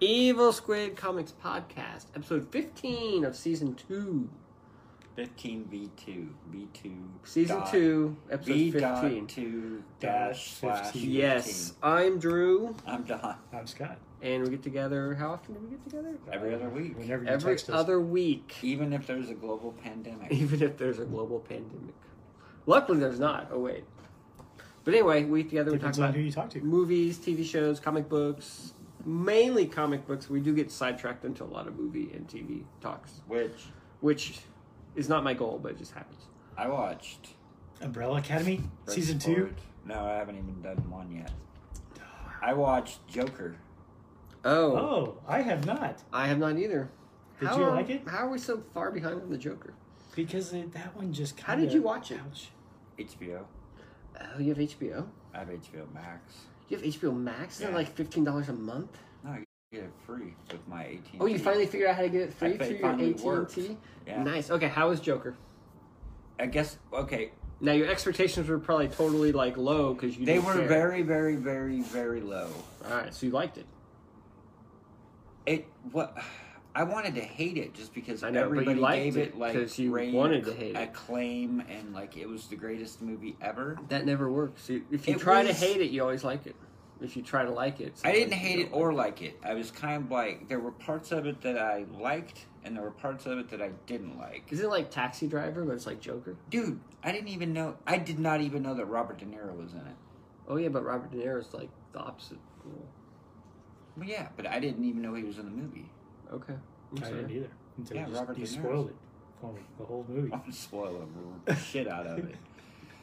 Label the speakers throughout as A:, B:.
A: Little Squid Comics Podcast, episode 15 of season 2.
B: 15 V2. V2.
A: Season
B: dot,
A: 2, episode
B: V
A: 15.
B: dot 2
C: Dash
B: dash slash
C: 15.
A: Yes, I'm Drew,
B: 15. I'm Don.
C: I'm Scott.
A: and we get together. How often do we get together?
B: Every other week.
C: Whenever you
A: Every
C: text us,
A: other week,
B: Even if there's a global pandemic.
A: even if there's a global pandemic. Luckily, there's not. Oh, wait. But anyway, we get together, we talk
C: depends on
A: about
C: who you talk to.
A: movies, TV shows, comic books, mainly comic books. We do get sidetracked into a lot of movie and TV talks,
B: Which
A: which is not my goal, but it just happens.
B: I watched.
C: Umbrella Academy season two.
B: Forward. No, I haven't even done one yet. I watched Joker.
A: Oh,
C: Oh, I have not
A: I have not either.
C: Did
A: how
C: you
A: are,
C: like it?
A: How are we so far behind on the Joker?
C: because it, that one just. Kinda,
A: How did you watch it?
C: Ouch.
B: HBO.
A: Oh, you have HBO.
B: I have HBO Max.
A: You have HBO Max. Isn't
B: Yeah.
A: that like fifteen dollars a month?
B: No, I get it free with my 18.
A: Oh, you finally figured out how to get it free
B: think
A: through your
B: it finally
A: AT and
B: worked.
A: T.
B: Yeah.
A: Nice. Okay, how was Joker?
B: I guess, okay.
A: Now your expectations were probably totally like low because you
B: They
A: didn't
B: were
A: care.
B: very, very, very, very low.
A: all right. So you liked it.
B: It what I wanted to hate it just because
A: I know, but you
B: everybody
A: liked
B: gave
A: it
B: it like
A: 'cause you
B: rave
A: wanted to hate it.
B: acclaim and like it was the greatest movie ever.
A: That never works. You- If you
B: It
A: try to
B: was-
A: hate it, you always like it. If you try to like it,
B: I
A: sometimes
B: didn't
A: you
B: hate it
A: don't
B: or like it. I was kind of like there were parts of it that I liked and there were parts of it that I didn't like.
A: Is it like Taxi Driver, but it's like Joker?
B: Dude, I didn't even know. I did not even know that Robert De Niro was in it.
A: Oh yeah, but Robert De Niro's like the opposite. role.
B: Well, yeah, but I didn't even know he was in the movie.
A: Okay. I'm
C: I
A: sorry.
C: didn't either. Until
B: Yeah,
C: you, just-
B: Robert
C: you
B: De Niro.
C: spoiled it for me. The whole movie.
A: Oh,
B: I'm gonna spoil the shit out of it.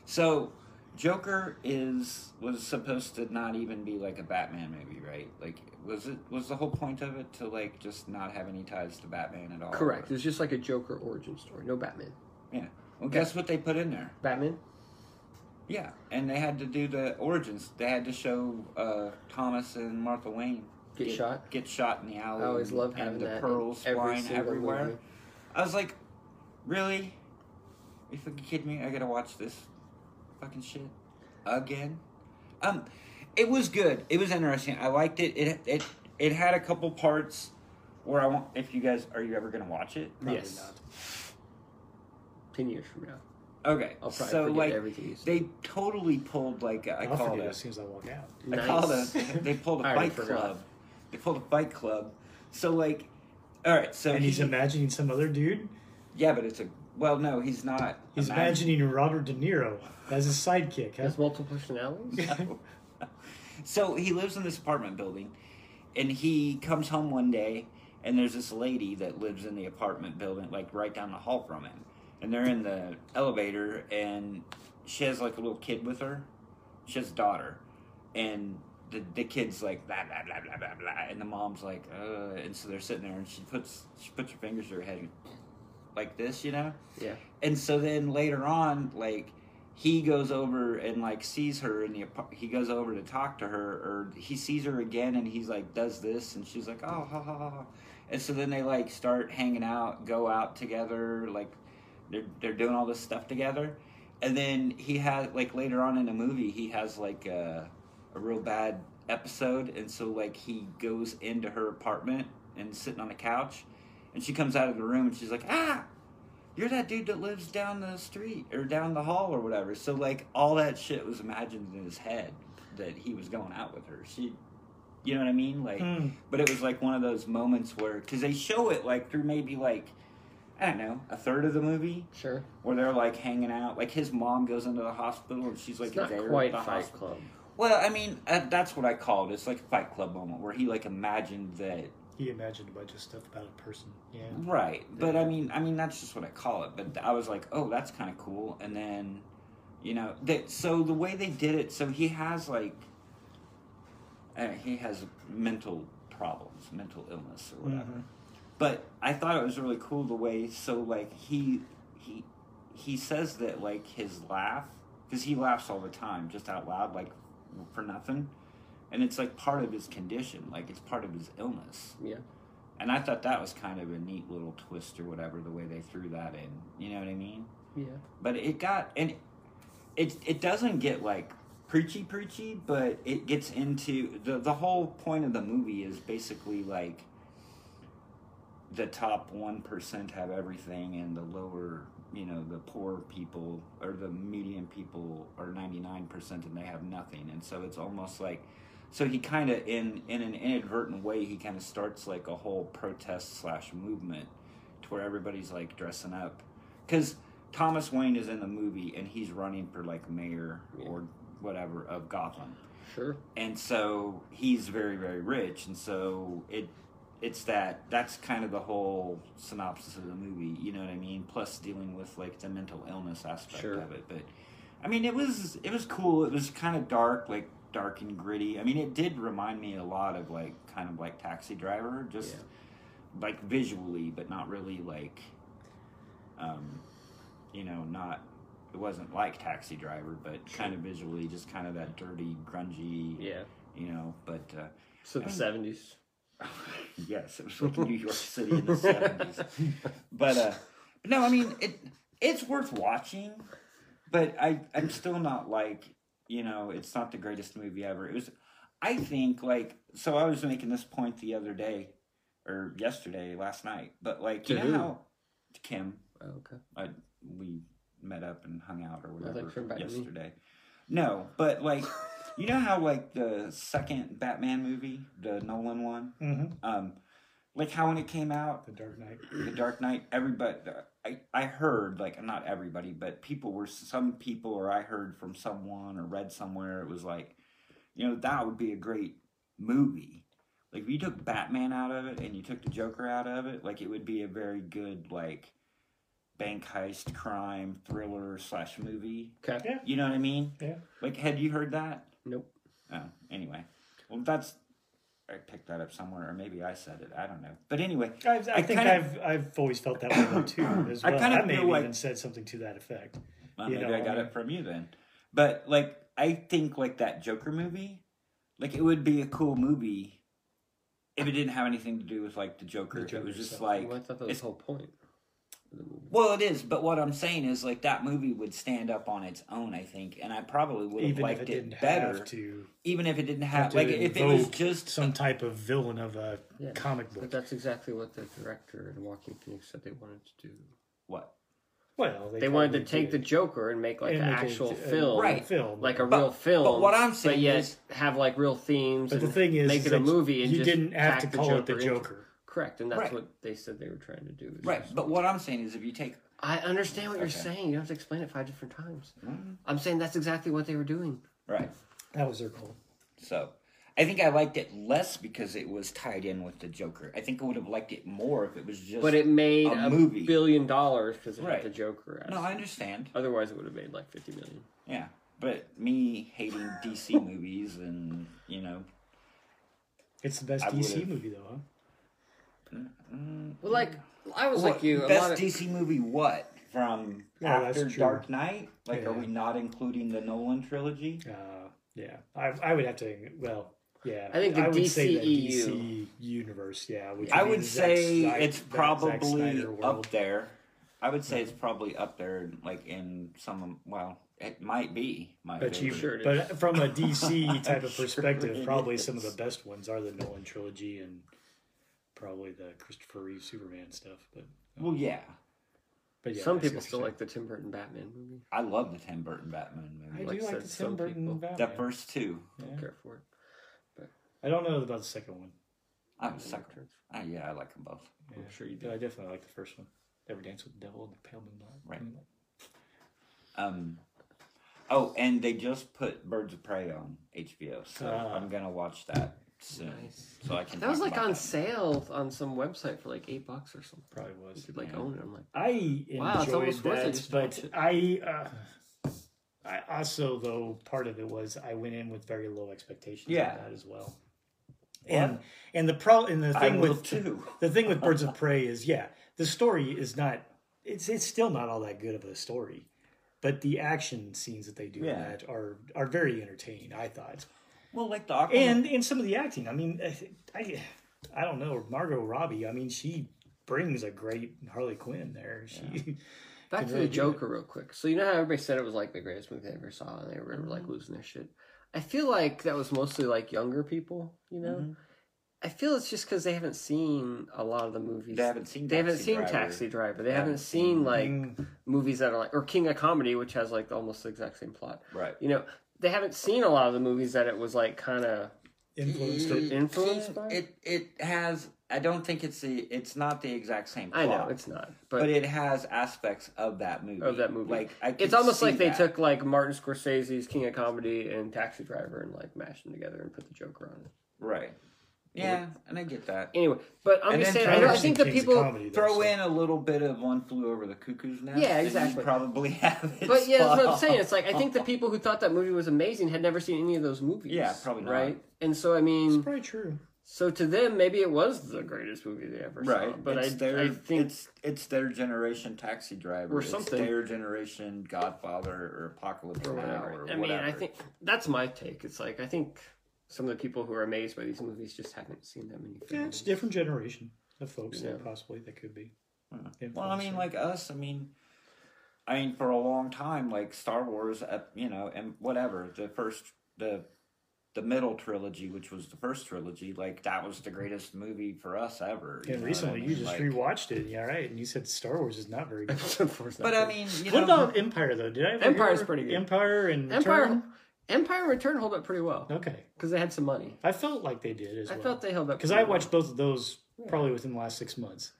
B: So, Joker is was supposed to not even be like a Batman movie, right? Like, was it was the whole point of it to like just not have any ties to Batman at all?
A: Correct. It's just like a Joker origin story. No Batman.
B: Well, guess what they put in there?
A: Batman.
B: Yeah, and they had to do the origins. They had to show uh, Thomas and Martha Wayne
A: Get shot.
B: get shot in the alley.
A: I always love
B: Oh, and
A: having
B: the
A: that. in
B: pearls
A: every
B: flying
A: single
B: everywhere.
A: movie.
B: I was like, really? you fucking kidding me? I gotta watch this fucking shit again. Um, it was good. It was interesting. I liked it. It it it had a couple parts where I want. If you guys are you ever gonna watch it?
C: Probably
A: yes. Ten years from now,
B: Okay.
A: I'll probably
B: so
A: forget
B: like
A: everything. You said.
B: they totally pulled like a- I
C: I'll
B: call
C: forget
B: it.
C: as soon as I walk out.
B: I
A: Nice.
B: call them. They pulled a
A: I already
B: fight
A: forgot.
B: club. They pulled a fight club. So like, all right. So
C: and he's
B: he-
C: imagining some other dude.
B: yeah, but it's a well, no, he's not.
C: He's
B: imagin-
C: imagining Robert De Niro as his sidekick.
A: Has
C: Huh?
A: multiple personalities.
B: So he lives in this apartment building, and he comes home one day, and there's this lady that lives in the apartment building, like right down the hall from him, and they're in the elevator, and she has like a little kid with her. She has a daughter, and the, the kid's like blah blah blah blah blah blah, and the mom's like, uh, and so they're sitting there, and she puts she puts her fingers to her head, and like this, you know.
A: Yeah.
B: And so then later on, like he goes over and like sees her in the apar- he goes over to talk to her or he sees her again and he's like does this and she's like oh ha ha ha. ha." And so then they like start hanging out, go out together, like they're they're doing all this stuff together. And then he has like later on in the movie he has like a, a real bad episode and so like he goes into her apartment and sitting on the couch and she comes out of the room and she's like ah you're that dude that lives down the street or down the hall or whatever. So like all that shit was imagined in his head that he was going out with her. She, you know what I mean? Like,
C: Hmm.
B: but it was like one of those moments where because they show it like through maybe like I don't know a third of the movie
A: Sure.
B: where they're like hanging out. Like his mom goes into the hospital and she's like
A: it's not
B: there at
A: quite
B: the
A: Fight
B: hospital.
A: Club.
B: Well, I mean uh, that's what I called it. it's like a Fight Club moment where he like imagined that
C: He imagined a bunch of stuff about a person. Yeah.
B: Right, but I mean, I mean that's just what I call it. But I was like, oh, that's kind of cool. And then, you know, that so the way they did it, so he has like, uh, he has mental problems, mental illness or whatever.
A: Mm-hmm.
C: Mhm.
B: But I thought it was really cool the way. So like he he he says that like his laugh because he laughs all the time, just out loud, like for nothing. And it's like part of his condition, like it's part of his illness.
A: Yeah.
B: And I thought that was kind of a neat little twist or whatever, the way they threw that in. You know what I mean?
A: Yeah.
B: But it got and it it doesn't get like preachy preachy, but it gets into the the whole point of the movie is basically like the top 1% have everything and the lower you know the poor people or the median people are 99% and they have nothing and so it's almost like so he kind of in in an inadvertent way he kind of starts like a whole protest slash movement to where everybody's like dressing up because thomas wayne is in the movie and he's running for like mayor or whatever of gotham
A: Sure.
B: and so he's very very rich and so it it's that that's kind of the whole synopsis of the movie you know what i mean plus dealing with like the mental illness aspect
A: Sure.
B: of it but i mean it was it was cool it was kind of dark like dark and gritty i mean it did remind me a lot of like kind of like taxi driver just
A: Yeah.
B: like visually but not really like um you know not it wasn't like taxi driver but kind of visually just kind of that dirty grungy
A: Yeah.
B: you know. But uh,
A: So the seventies.
B: yes, it was like New York City in the seventies. But uh, but no, I mean it. It's worth watching, but I I'm still not like you know it's not the greatest movie ever. It was, I think like so I was making this point the other day or yesterday last night, but like you
A: To
B: know
A: who?
B: how to Kim
A: Oh, Okay.
B: we met up and hung out or
A: thanks for
B: whatever
A: inviting me.
B: yesterday. No, but like you know how like the second Batman movie, the Nolan one,
C: hmm
B: um, like how when it came out,
C: The Dark Knight.
B: The Dark Knight, everybody, I I heard like not everybody, but people were some people, or I heard from someone or read somewhere, it was like, you know, that would be a great movie. Like if you took Batman out of it and you took the Joker out of it, like it would be a very good like bank heist crime thriller slash movie.
A: Okay.
B: You know what I mean?
C: Yeah.
B: Like, had you heard that?
A: Nope.
B: Oh, anyway. Well, that's. I picked that up somewhere, or maybe I said it. I don't know. But anyway,
C: I, I,
B: I
C: think
B: kinda-
C: I've I've always felt that way though, too. As
B: I
C: well, I,
B: kinda
C: may
B: feel
C: have
B: like-
C: even said something to that effect.
B: well,
C: You
B: maybe
C: know,
B: I got
C: I mean-
B: it from you then. But like, I think like that Joker movie, like it would be a cool movie if it didn't have anything to do with like the Joker.
C: The
B: if it was
C: Joker
B: just
C: stuff.
B: like,
A: well, I thought that was
B: it's-
A: the whole point. of the movie.
B: well, it is. But what I'm saying is like that movie would stand up on its own, I think, and I probably would have
C: Even if
B: liked
C: it
B: it,
C: didn't
B: better,
C: have to,
B: even if it didn't
C: have
B: have
C: to
B: like if it was
C: invoke
B: just
C: some type of villain of a
A: Yeah.
C: comic
A: But
C: book.
A: that's exactly what the director and Walking Phoenix said they wanted to do.
B: what
C: Well,
A: They wanted to take the Joker and make like
C: And
A: an
C: make a-
A: actual
C: a-
A: film,
B: Right.
C: film,
A: Like a
B: But-
A: real film.
B: but what I'm
A: but
B: saying
A: yet
B: is-
A: have like real themes.
C: But the
A: and
C: thing is,
A: make
C: is
A: it a
C: that
A: movie and
C: you
A: just
C: didn't have to
A: tack the
C: call it the
A: Joker into-
C: Joker.
A: Correct, and that's
B: Right.
A: what they said they were trying to do. is
B: right?
A: just-
B: But what I'm saying is if you take
A: I understand what you're
B: Okay. Mm-hmm.
A: saying. You don't have to explain it five different times. I'm saying that's exactly what they were doing.
B: right.
C: That was their goal.
B: So I think I liked it less because it was tied in with the Joker. I think I would have liked it more if it was just.
A: But it made
B: a
A: a,
B: movie.
A: billion dollars because it
B: Right.
A: had the Joker. As.
B: no, I understand.
A: Otherwise, it would have made like fifty million.
B: Yeah, but me hating DC movies and you know,
C: It's the best
B: I
C: DC
B: would've-
C: movie though, huh?
A: Well, like I was like
B: What,
A: you. A
B: mm, best
A: lot of,
B: DC movie what from
C: Yeah, that's
B: after
C: true.
B: Dark Knight? Like,
C: Yeah.
B: are we not including the Nolan trilogy?
C: Uh, yeah, I, I would have to. Well, yeah,
A: I think the
C: would say the
A: DCEU.
C: DC universe. Yeah, which
B: I
C: means
B: would
C: Zack
B: say
C: Snyder-
B: it's
C: that Zack
B: probably
C: Snyder world. Hmm.
B: up there. I would say it's probably up there, like in some. Well, it might be my
C: But you,
B: favorite.
A: Sure it
C: but from a DC type of
B: Sure
C: perspective,
B: it
C: probably
B: is.
C: some of the best ones are the Nolan trilogy and probably the Christopher Reeve Superman stuff. But
B: Well, yeah,
C: but yeah,
A: some
C: I see
A: people
C: what
A: still
C: you're
A: like the Tim Burton Batman movie.
B: I love the Tim Burton Batman movie.
C: saying. I
A: like
C: do like the
A: said,
C: Tim
A: some people.
C: Burton
B: The
C: Batman.
B: first two.
A: I
C: Yeah.
A: Don't care for it.
C: I don't know about the second one,
B: I'm a sucker. Ah, yeah, I like them both.
C: Yeah.
A: I'm sure you
C: but I definitely like the first one. Ever dance with the devil in the pale moonlight?
B: Right.
C: Moonlight.
B: Um, oh, and they just put Birds of Prey on HBO, so
C: Ah.
B: I'm gonna watch that soon.
A: Nice.
B: So I can.
A: That was
B: talk
A: like
B: about
A: on
B: that.
A: sale on some website for like eight bucks or something.
C: Probably
A: You
C: was.
A: could like
B: Yeah.
A: own it. I'm like,
C: I enjoyed
A: Wow, it's almost worth it
C: that,
A: just to watch
C: but
A: it.
C: I, uh, I also though part of it was I went in with very low expectations.
B: Yeah.
C: on that as well. And and the pro and the
B: I
C: thing
B: will
C: with
B: too.
C: the thing with Birds of Prey is yeah, the story is not it's it's still not all that good of a story, but the action scenes that they do in
B: Yeah.
C: that are are very entertaining. I thought,
B: Well, like the Aquaman.
C: and and some of the acting. I mean, I I don't know Margot Robbie. I mean, she brings a great Harley Quinn there. She.
A: Back
C: Could
A: to
C: really
A: the
C: do it.
A: Joker real quick. So you know how everybody said it was like the greatest movie they ever saw, and they
B: Mm-hmm. Mm-hmm.
A: were like losing their shit. I feel like that was mostly like younger people. You know, I feel it's just because they haven't seen a lot of the movies.
B: They haven't seen.
A: They haven't
B: Taxi
A: seen
B: Driver.
A: Taxi Driver. They haven't seen like
C: Mm,
A: movies that are like or King of Comedy, which has like almost the exact same plot.
B: Right.
A: You know, they haven't seen a lot of the movies that it was like kind of
C: influenced
A: Mm.
C: it.
A: influenced by?
B: It it has. I don't think it's the. It's not the exact same. Plot,
A: I know it's not, but,
B: but, it has aspects of that movie.
A: Of that movie.
B: like I could
A: it's almost
B: see
A: like they
B: that.
A: took like Martin Scorsese's King of Comedy and Taxi Driver and like mashed them together and put the Joker on it.
B: right. Yeah, and I get that.
A: Anyway, but I'm
B: And
A: just
B: then
A: saying, I, don't, I
B: Tarzan
A: think the
C: King's a
A: people.
C: comedy, though,
B: Throw
C: so-
B: in a little bit of one flew over the cuckoo's nest.
A: Yeah,
B: and you
A: exactly.
B: probably have it.
A: But yeah, that's what I'm
B: spot
A: saying. It's like I
B: on.
A: think the people who thought that movie was amazing had never seen any of those movies.
B: Yeah, probably not.
A: Right, and so I
C: It's
A: mean,
C: probably true.
A: so to them, maybe it was the greatest movie they ever saw.
B: Right,
A: But I,
B: it's their,
A: I think
B: it's it's their generation taxi driver
A: Or
B: It's
A: something.
B: their generation Godfather or Apocalypse or whatever.
A: Whatever.
B: or
A: I mean, I
B: whatever.
A: think that's my take. It's like I think some of the people who are amazed by these movies just haven't seen that many
C: Yeah,
A: films.
C: it's a different generation of folks
A: Yeah. Hmm.
C: that possibly that could be.
B: Well, I mean,
C: influenced.
B: like us. I mean, I mean, for a long time, like Star Wars, uh, you know, and whatever the first the the middle trilogy, which was the first trilogy, like that was the greatest movie for us ever.
C: Yeah,
B: know what I
C: recently you
B: mean?
C: just
B: Like-
C: rewatched it. Yeah, right. And you said Star Wars is not very good.
A: Of course not.
B: But I mean, you
C: what
B: know,
C: about Empire though? Did I ever
A: Empire's
C: hear
A: pretty good.
C: Empire and
A: Empire,
C: Return?
A: Empire and Return hold up pretty well
C: Okay,
A: because they had some money.
C: I felt like they did as
A: I
C: well.
A: felt they held up
C: because
A: pretty
C: I
A: well.
C: watched both of those probably within the last six months.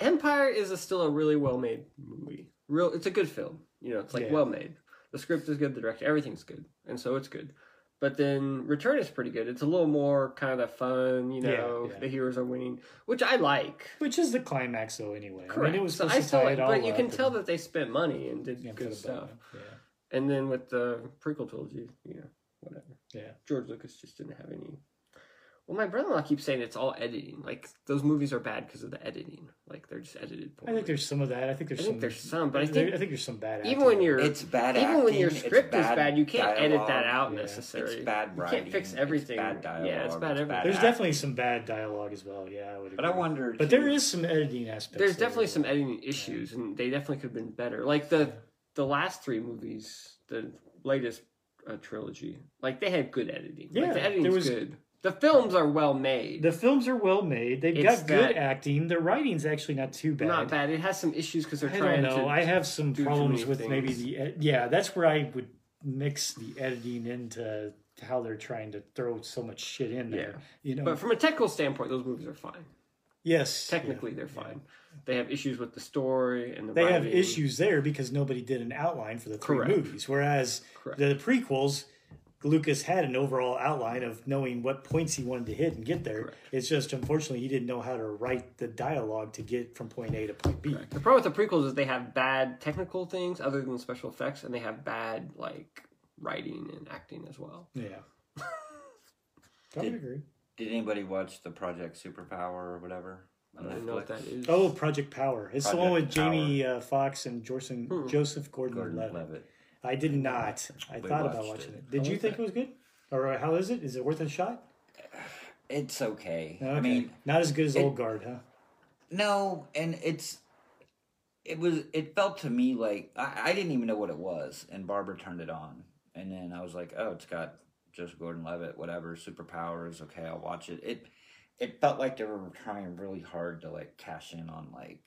A: Empire is a, still a really well made movie. Real, it's a good film. You know, it's like
C: Yeah.
A: well made. The script is good. The director, everything's good, and so it's good. But then Return is pretty good. It's a little more kind of fun. You
C: Yeah,
A: know,
C: yeah.
A: the heroes are winning, which I like.
C: Which is the climax, though. Anyway, I
A: Correct.
C: mean, it was
A: so
C: supposed
A: I
C: to
A: still
C: tie
A: like,
C: it all
A: but you
C: up
A: can
C: and-
A: tell that they spent money and did
C: yeah, put
A: good
C: a bow
A: stuff.
C: on it.
A: And then with the prequel trilogy, you know, whatever.
C: Yeah, yeah.
A: George Lucas just didn't have any. Well, my brother-in-law keeps saying it's all editing. Like those movies are bad because of the editing. Like they're just edited.
C: I think there's some of that. I think there's.
A: I think
C: some,
A: there's some, but I
C: there-
A: think
C: I think there's some bad.
A: even
C: acting.
A: when you're
B: it's bad.
A: even when your
B: acting, it's
A: script is bad, you can't edit that
B: dialogue,
A: out
C: yeah.
A: necessarily.
B: It's bad
A: You
B: writing.
A: can't fix
B: it's
A: everything.
B: bad dialogue.
A: yeah, it's bad
B: it's
A: everything.
C: there's
B: acting.
C: definitely some bad dialogue as well. Yeah, I would. Agree.
B: But I wonder.
C: But
B: too,
C: there is some editing aspects.
A: There's
C: there.
A: definitely some editing issues, and they definitely could have been better. Like the
C: Yeah.
A: the last three movies, the latest uh, trilogy, like they had good editing.
C: Yeah,
A: like, the
C: there
A: editing's
C: was-
A: good. The films are well made.
C: The films are well made. They've
A: It's
C: got
A: that-
C: good acting. The writing's actually not too bad.
A: Not bad. It has some issues because they're
C: I
A: trying
C: don't know.
A: to.
C: I have some
A: do too
C: problems
A: many
C: with maybe
A: things.
C: the ed- yeah. That's where I would mix the editing into how they're trying to throw so much shit in there.
A: Yeah.
C: You know.
A: But from a technical standpoint, those movies are fine.
C: yes.
A: Technically,
C: yeah.
A: they're fine. They have issues with the story and the.
C: They have
A: writing.
C: issues there because nobody did an outline for the three
A: Correct.
C: movies, whereas
A: Correct.
C: the prequels. Lucas had an overall outline of knowing what points he wanted to hit and get there.
A: Correct.
C: It's just unfortunately he didn't know how to write the dialogue to get from point A to point B.
A: The problem with the prequels is they have bad technical things other than special effects, and they have bad like writing and acting as well.
C: Yeah. I would
B: Did-
C: agree.
B: Did anybody watch the Project Superpower or whatever?
A: I don't even know what that is.
C: Oh, Project Power. It's the one with
B: Project Power.
C: Jamie uh, Fox and Jorson,
A: Hmm.
C: Joseph
B: Gordon
C: Gordon-Levitt.
B: Levitt.
C: I did not. I
B: We
C: thought about
B: watched
C: watching it.
B: it.
C: Did
A: How
C: you
A: was
C: think
A: it?
C: it was good? Or how is it? Is it worth a shot?
B: It's okay.
C: Okay.
B: I mean,
C: not as good as
B: it-
C: Old Guard, huh?
B: no, and it's it was it felt to me like I, I didn't even know what it was, and Barbara turned it on, and then I was like, oh, it's got just Gordon Levitt, whatever, superpowers. Okay, I'll watch it. It it felt like they were trying really hard to like cash in on like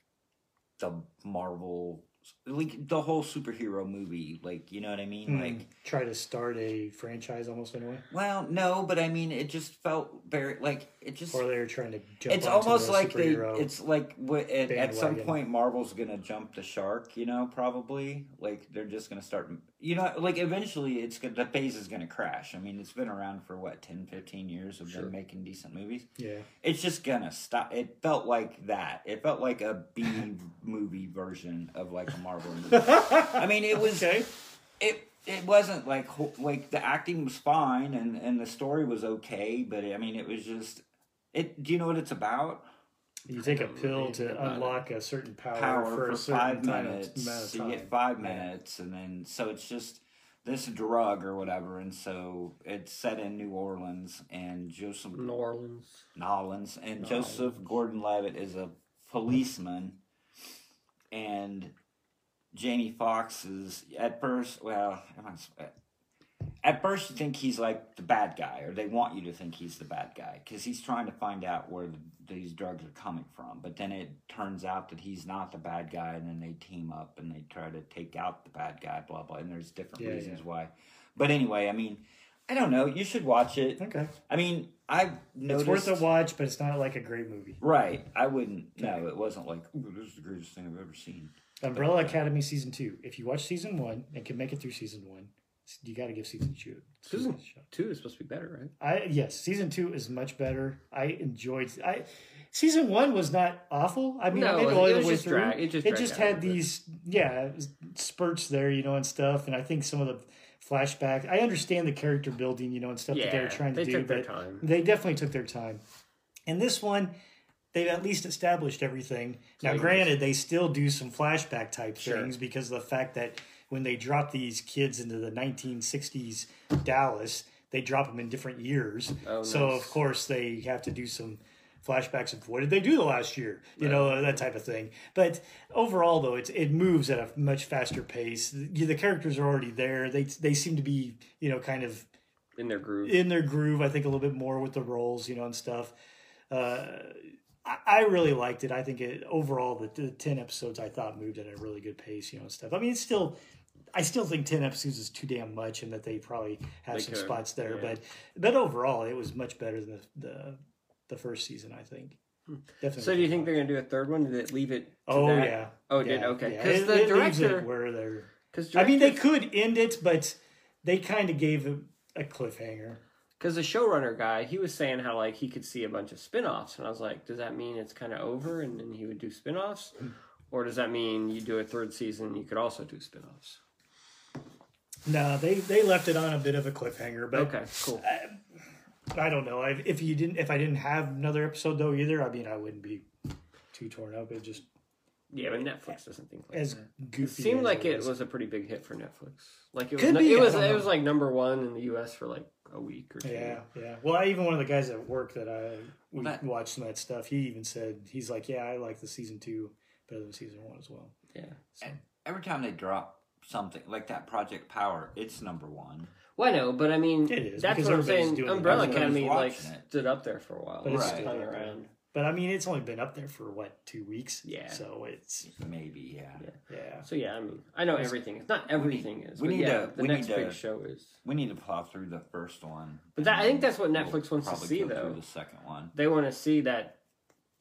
B: the Marvel, like the whole superhero movie, like you know what I mean,
C: Hmm.
B: like.
C: Try to start a franchise almost in a way,
B: Well, no, but I mean, it just felt very like it just.
C: or they're trying to jump.
B: It's
C: onto
B: almost
C: the
B: like they.
C: superhero.
B: It's like what, at, at some
C: bandwagon.
B: point Marvel's gonna jump the shark. You know, probably like they're just gonna start. You know, like eventually it's gonna the phase is gonna crash. I mean, it's been around for what 10, 15 years of
A: Sure.
B: them making decent movies.
C: yeah.
B: It's just gonna stop. It felt like that. It felt like a B movie version of like a Marvel movie. I mean, it was
C: okay.
B: it it wasn't like ho- like the acting was fine and and the story was okay, but I mean it was just it. Do you know what it's about?
C: You take a pill
A: Think
C: to
A: about it.
C: unlock a certain power,
B: Power
C: for,
B: for,
C: a certain
B: five
C: time,
B: minutes.
C: amount of
B: So you
C: time.
B: get five
C: Yeah.
B: minutes, and then so it's just this drug or whatever, and so it's set in New Orleans and Joseph
A: New Orleans.
B: Nolans and
A: Nolans.
B: Joseph Gordon-Levitt is a policeman, and Jamie Foxx is at first. Well, am I, at first you think he's like the bad guy, or they want you to think he's the bad guy because he's trying to find out where th these drugs are coming from. But then it turns out that he's not the bad guy, and then they team up and they try to take out the bad guy. Blah blah. And there's different
C: Yeah,
B: reasons
C: yeah.
B: why. But anyway, I mean, I don't know. You should watch it.
C: Okay,
B: I mean, I've noticed.
C: it's worth a watch, but it's not like a great movie.
B: Right. I wouldn't. No, it wasn't like, "Ooh, this is the greatest thing I've ever seen.
C: Umbrella Academy season two. If you watch season one and can make it through season one, you got to give season two.
A: Season-
C: a shot.
A: Two is supposed to be better, right?
C: I yes, season two is much better. I enjoyed. I season one was not awful. I mean,
A: No,
C: I
A: it
C: made all
A: was
C: the way
A: just
C: through.
A: drag- it just dragged out a
C: had
A: little bit.
C: these yeah spurts there, you know, and stuff. And I think some of the flashbacks. I understand the character building, you know, and stuff that they were trying
A: they
C: to do,
A: took their
C: but
A: time.
C: they definitely took their time. And this one, they've at least established everything. Now,
A: Like-
C: granted, they still do some flashback type
A: Sure.
C: things because of the fact that when they drop these kids into the 1960s Dallas, they drop them in different years.
A: Oh,
C: So,
A: nice.
C: of course, they have to do some flashbacks of what did they do the last year, you know, that type of thing. But overall, though, it's, it moves at a much faster pace. The, the characters are already there. They, they seem to be, you know, kind of
A: in their groove.
C: in their groove. I think a little bit more with the roles, you know, and stuff. Uh, I, I really liked it. I think it overall the, the ten episodes I thought moved at a really good pace, you know, and stuff. I mean, it's still. I still think ten episodes is too damn much, and that they probably have
A: They
C: some
A: could,
C: spots there.
A: yeah.
C: But but overall, it was much better than the the, the first season. I think.
A: Hmm.
C: Definitely.
A: so do you think they're going to do a third one? Did it leave it? to
C: Oh
A: that?
C: yeah.
A: Oh, it did
C: Yeah,
A: okay.
C: yeah.
A: Because
C: It-
A: the
C: it leaves it
A: director,
C: where they're.
A: because
C: I mean, they could end it, but they kind of gave it a cliffhanger.
A: because the showrunner guy, he was saying how like he could see a bunch of spin-offs. and I was like, does that mean it's kind of over and then he would do spin-offs?
C: Hmm.
A: Or does that mean you do a third season? You could also do spin-offs.
C: No, they they left it on a bit of a cliffhanger, but
A: Okay, cool.
C: I don't know. I, if you didn't, if I didn't have another episode though either, I mean, I wouldn't be too torn up. It just
A: Yeah, but Netflix doesn't think like
C: as
A: that.
C: goofy.
A: It seemed
C: as
A: like it
C: was.
A: was a pretty big hit for Netflix. Like it was,
C: Could
A: no-
C: be,
A: it
C: I
A: was,
C: don't
A: it
C: know.
A: was like number one in the U.S. for like a week or two.
C: Yeah, yeah. Well, I even one of the guys at work that I we
B: That-
C: watched some of that stuff. He even said he's like, yeah, I like the season two better than season one as well.
A: yeah.
B: Every time they drop something like that, Project Power, it's number one.
A: Well, I know, but I mean,
C: It is,
A: that's
C: because
A: what I'm
C: everybody's
A: saying.
C: doing it.
A: Umbrella
B: Everybody's
A: Academy like
B: watching it.
A: stood up there for a while.
C: But
B: it's
A: Right.
C: still-
A: around.
C: But I mean, it's only been up there for what two weeks?
A: Yeah.
C: So it's
B: Maybe, yeah.
A: Yeah.
C: yeah.
A: So yeah, I mean, I know everything. It's not everything is,
B: we
A: but
B: need
A: yeah,
B: to-
A: the
B: we
A: next
B: need to-
A: big show is.
B: We need to plow through the first one.
A: But that-
B: and
A: I think that's what
B: we'll
A: Netflix wants to
B: probably
A: see,
B: go through
A: though.
B: The second one.
A: They want to see that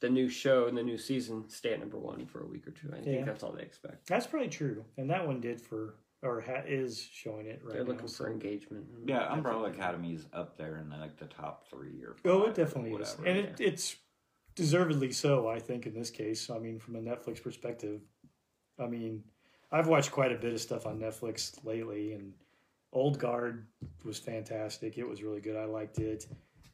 A: the new show and the new season stay at number one for a week or two. I
C: Yeah.
A: think that's all they expect.
C: That's probably true, and that one did for or ha- is showing it right
A: They're
C: now.
A: looking for engagement.
B: Yeah, Umbrella Academy is up there in like the top three or.
C: Oh, it
B: five or
C: definitely is,
B: whatever.
C: and it, it's deservedly so. I think in this case, I mean, from a Netflix perspective, I mean, I've watched quite a bit of stuff on Netflix lately, and Old Guard was fantastic. It was really good. I liked it.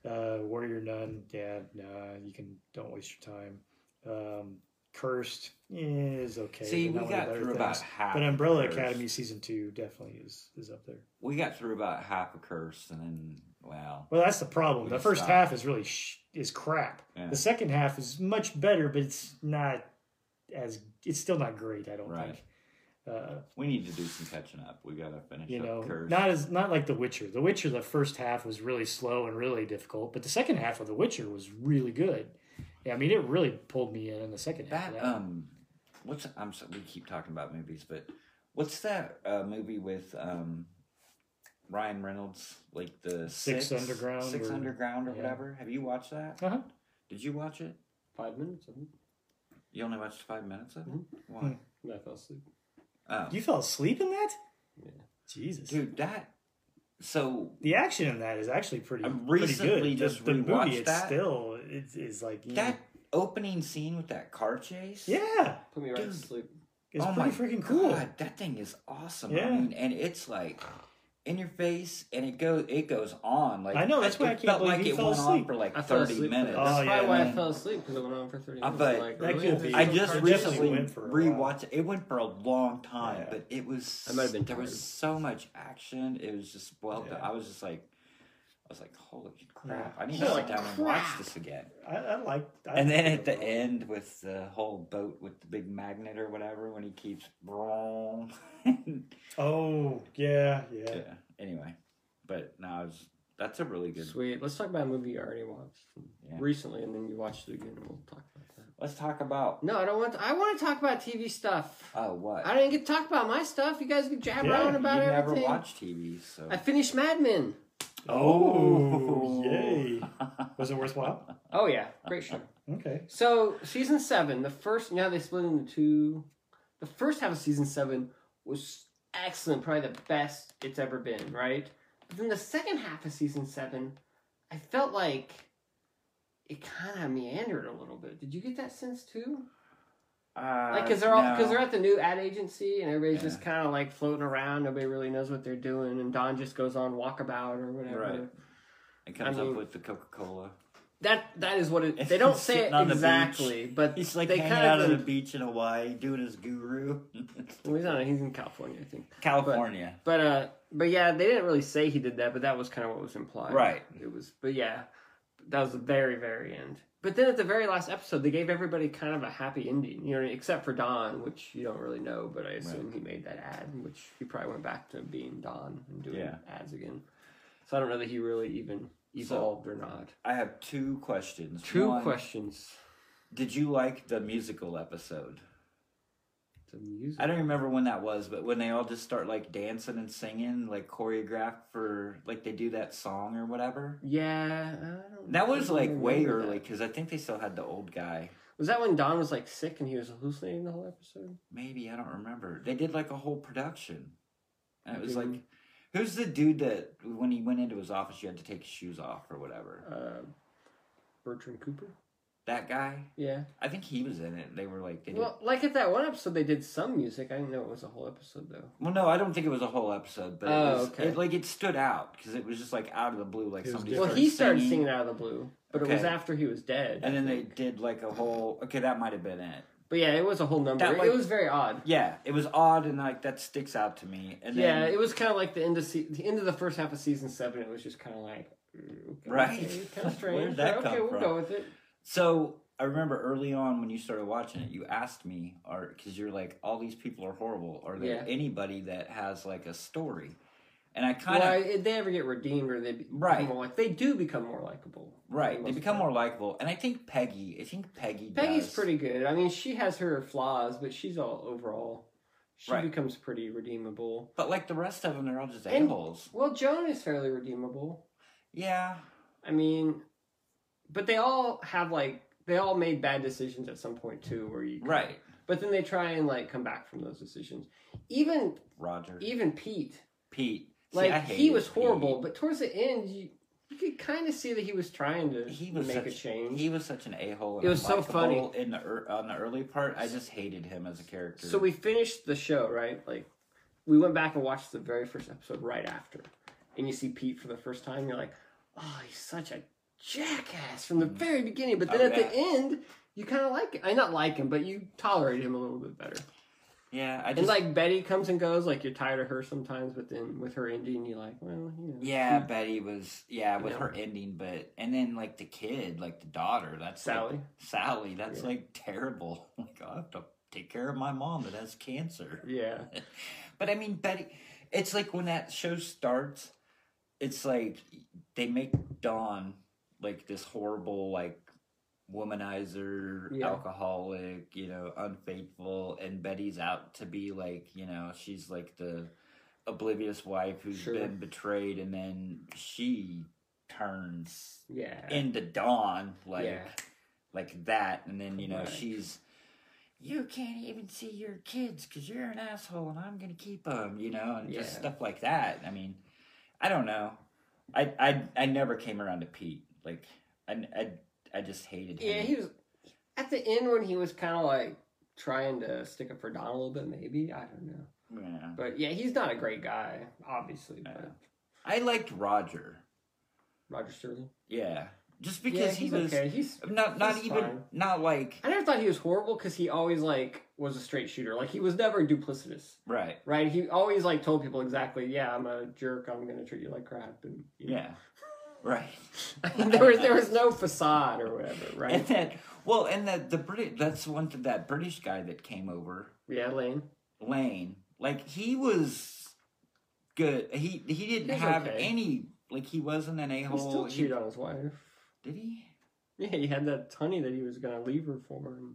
C: Uh, Warrior Nun, yeah, nah, you can don't waste your time. Um, Cursed eh, is okay.
B: See,
C: but
B: we
C: not one of
B: got
C: the better
B: through about
C: things.
B: half.
C: But Umbrella
B: of Curse.
C: Academy season two definitely is is up there.
B: We got through about half a curse, and then wow.
C: Well, that's the problem.
B: We
C: The
B: just
C: first
B: stopped.
C: half is really sh- is crap.
B: Yeah.
C: The second half is much better, but it's not as it's still not great. I don't
B: Right.
C: think. Uh,
B: We need to do some catching up. We gotta finish
C: you
B: up
C: know,
B: curse.
C: not as not like The Witcher. The Witcher, the first half was really slow and really difficult, but the second half of The Witcher was really good. Yeah, I mean, it really pulled me in in the second half.
B: that
C: of that.
B: um, what's I'm so, we keep talking about movies, but what's that uh, movie with um, Ryan Reynolds, like the
C: Six Underground
B: Six
C: or-
B: Underground or
C: yeah.
B: whatever? Have you watched that?
C: Uh-huh.
B: Did you watch it?
A: Five minutes. I think.
B: You only watched five minutes of it.
A: Mhm.
B: Why?
A: And I fell asleep.
B: Oh,
C: Mm-hmm. Hmm. You fell asleep in that?
A: Yeah.
C: Jesus.
B: dude, that. So
C: The action in that is actually pretty,
B: I
C: pretty good.
B: recently
C: The-
B: just
C: the,
B: rewatched
C: movie it's
B: that.
C: still it is like you know-
B: that opening scene with that car chase.
C: yeah,
A: Put me right
B: Dude.
A: to sleep.
C: it's
B: Oh my
C: pretty freaking cool.
B: God, that thing is awesome.
C: Yeah.
B: I mean, and it's like in your face, and it goes it goes on. Like
C: I know, that's why I
B: it
C: can't
B: felt
C: believe
B: like
C: you
B: it
C: fell
B: went on
C: asleep.
B: for like
A: I fell
B: thirty
A: asleep.
B: minutes.
C: Oh,
A: That's probably
C: yeah,
A: why I
C: man.
A: fell asleep because it went on for thirty
B: I
A: minutes.
B: bet.
A: like, oh,
C: That
A: really?
C: could be.
B: I just
C: It definitely
B: recently
C: went for a while.
B: rewatched. It went for a long time,
C: Yeah.
B: but it was.
A: I might have been
B: There was
A: tired.
B: so much action. It was just well. done.
C: Yeah.
B: I was just like, I was like, holy crap!
C: Yeah.
B: I need to
A: Holy
B: sit down and watch
A: crap.
B: this again.
C: I, I like. I
B: And then
C: like
B: at the
C: overall.
B: end with the whole boat with the big magnet or whatever, when he keeps wrong.
C: Oh yeah, yeah.
B: yeah. Anyway, But no, it's, that's a really good.
A: Sweet. Let's talk about a movie you already watched
B: Yeah.
A: recently, and then you watched it again, and we'll talk about that.
B: Let's talk about
A: No, I don't want. I want to talk about TV stuff.
B: uh, what
A: I didn't get to talk about my stuff. You guys can jabber
C: Yeah,
A: on about
B: you
A: everything.
B: never watch TV, so
A: I finished Mad Men.
C: Oh, yay. Was it worthwhile?
A: Oh yeah, great show.
C: Okay.
A: So season seven, the first now they split into two. The first half of season seven was excellent, probably the best it's ever been, right? But then the second half of season seven, I felt like it kind of meandered a little bit. Did you get that sense too?
B: uh,
A: Like, cause they're all
B: no.
A: cause they're at the new ad agency and everybody's just
B: Yeah.
A: kind of like floating around. Nobody really knows what they're doing, and Don just goes on walkabout or whatever.
B: Right. It comes
A: I mean-
B: up with the Coca Cola.
A: That that is what it. They don't
B: He's
A: say it
B: sitting on the beach.
A: exactly, but
B: He's like
A: they
B: hanging
A: kinda
B: out on
A: do-
B: the beach in Hawaii, doing his guru.
A: Well, he's not. He's in California, I think.
B: California.
A: But uh, but yeah, they didn't really say he did that, but that was kind of what was implied.
B: Right.
A: It was. But yeah, that was the very very end. But then at the very last episode, they gave everybody kind of a happy ending, you know, except for Don, which you don't really know, but I assume he made that ad, which he probably went back to being Don and doing
B: Yeah.
A: ads again. So I don't know that he really even evolved or not.
B: I have two questions.
A: Two
B: One,
A: questions.
B: Did you like the musical episode?
A: The music.
B: I don't remember when that was, but when they all just start like dancing and singing, like choreographed for like they do that song or whatever.
A: yeah, I don't
B: That was like way
A: remember that.
B: early because I think they still had the old guy.
A: Was that when Don was like sick and he was hallucinating the whole episode?
B: Maybe I don't remember. They did like a whole production, and it was
A: Mhm.
B: like, who's the dude that when he went into his office, you had to take his shoes off or whatever?
A: Uh, Bertrand Cooper.
B: That guy.
A: Yeah.
B: I think he was in it. They were like, they did.
A: Well, like at that one episode, they did some music. I didn't know it was a whole episode though.
B: Well, no, I don't think it was a whole episode, but
A: Oh,
B: it was,
A: okay.
B: it, like it stood out because it was just like out of the blue, like
C: It was
B: somebody.
A: well,
C: different.
A: he started singing. out of the blue, but it was
B: Okay.
A: after he was dead.
B: and
A: I
B: then they
A: think.
B: did like a whole. Okay, that might have been it.
A: But yeah, it was a whole number.
B: That,
A: It-
B: like-
A: it was very odd.
B: Yeah, it was odd, and like that sticks out to me. And then,
A: yeah, it was kind of like the end of se- the end of the first half of season seven. It was just kind of like. mm, Okay,
B: Right.
A: kind of strange.
B: Where'd that
A: but okay,
B: come
A: we'll
B: from?
A: go with it.
B: So I remember early on when you started watching it, you asked me, "Are because you're like all these people are horrible? Are there
A: Yeah.
B: anybody that has like a story?" And I kind of
A: Well, if they ever get redeemed or they be- become
B: Right.
A: more like they do become more likable.
B: right, they
A: most
B: become
A: part.
B: more likable, and I think Peggy. I think Peggy.
A: Peggy's
B: does.
A: pretty good. I mean, she has her flaws, but she's all overall. She
B: Right.
A: becomes pretty redeemable.
B: but like the rest of them, they're all just
A: And-
B: a-holes.
A: Well, Joan is fairly redeemable.
B: Yeah,
A: I mean, but they all have like they all made bad decisions at some point too, where you
B: right,
A: But then they try and like come back from those decisions. Even
B: Roger.
A: even Pete,
B: Pete. See, I
A: like he
B: hated
A: was horrible,
B: Pete.
A: but towards the end, you, you could kind of see that he was trying to
B: He was
A: make
B: such
A: a change.
B: He was such an a hole.
A: It was so
B: in the ear- on the early part. I just hated him as a character.
A: So we finished the show, right? Like, we went back and watched the very first episode right after. And you see Pete for the first time, you're like, oh, he's such a jackass from the very beginning. But then
B: Mm. Oh,
A: at the
B: yeah.
A: end, you kind of like I not like him, but you tolerate him a little bit better.
B: yeah, I
A: And
B: just
A: like Betty comes and goes, like you're tired of her sometimes, but then with her ending, you're like, well, you know.
B: yeah. Betty was yeah with
A: Yeah.
B: her ending, but and then like the kid, like the daughter. That's like-
A: Sally.
B: Sally. That's
A: Yeah.
B: like terrible. Like I have to take care of my mom that has cancer.
A: Yeah.
B: But I mean, Betty, it's like when that show starts, it's like they make Dawn like this horrible, like womanizer,
A: Yeah.
B: alcoholic, you know, unfaithful, and Betty's out to be like, you know, she's like the oblivious wife who's
A: Sure.
B: been betrayed, and then she turns
A: Yeah.
B: into Dawn, like
A: Yeah.
B: like that, and then you know
A: Right.
B: she's. You can't even see your kids because you're an asshole, and I'm gonna keep them, you know, and just
A: Yeah.
B: stuff like that. I mean, I don't know. I I I never came around to Pete. Like I I, I just hated him.
A: Yeah, he was at the end when he was kind of like trying to stick up for Don a little bit, maybe. I don't know.
B: Yeah.
A: But yeah, he's not a great guy, obviously. But
B: No. I liked Roger.
A: Roger Sterling.
B: Yeah, just
A: yeah,
B: because he
A: he's
B: was
A: okay. He's.
B: not not
A: He's
B: even
A: fine.
B: not like
A: I never thought he was horrible because he always like was a straight shooter. Like he was never duplicitous,
B: right.
A: right? He always like told people exactly, "Yeah, I'm a jerk. I'm gonna treat you like crap." And you know.
B: Yeah, right.
A: there was there was no facade or whatever,
B: And
A: right?
B: then, well, and the the British. That's one thing that British guy that came over,
A: yeah, Lane.
B: Lane. Like he was good. He he didn't
A: He's
B: have
A: okay.
B: any like he wasn't an a
A: He
B: hole.
A: still cheated on his wife.
B: Did he?
A: Yeah, he had that honey that he was gonna leave her for, and,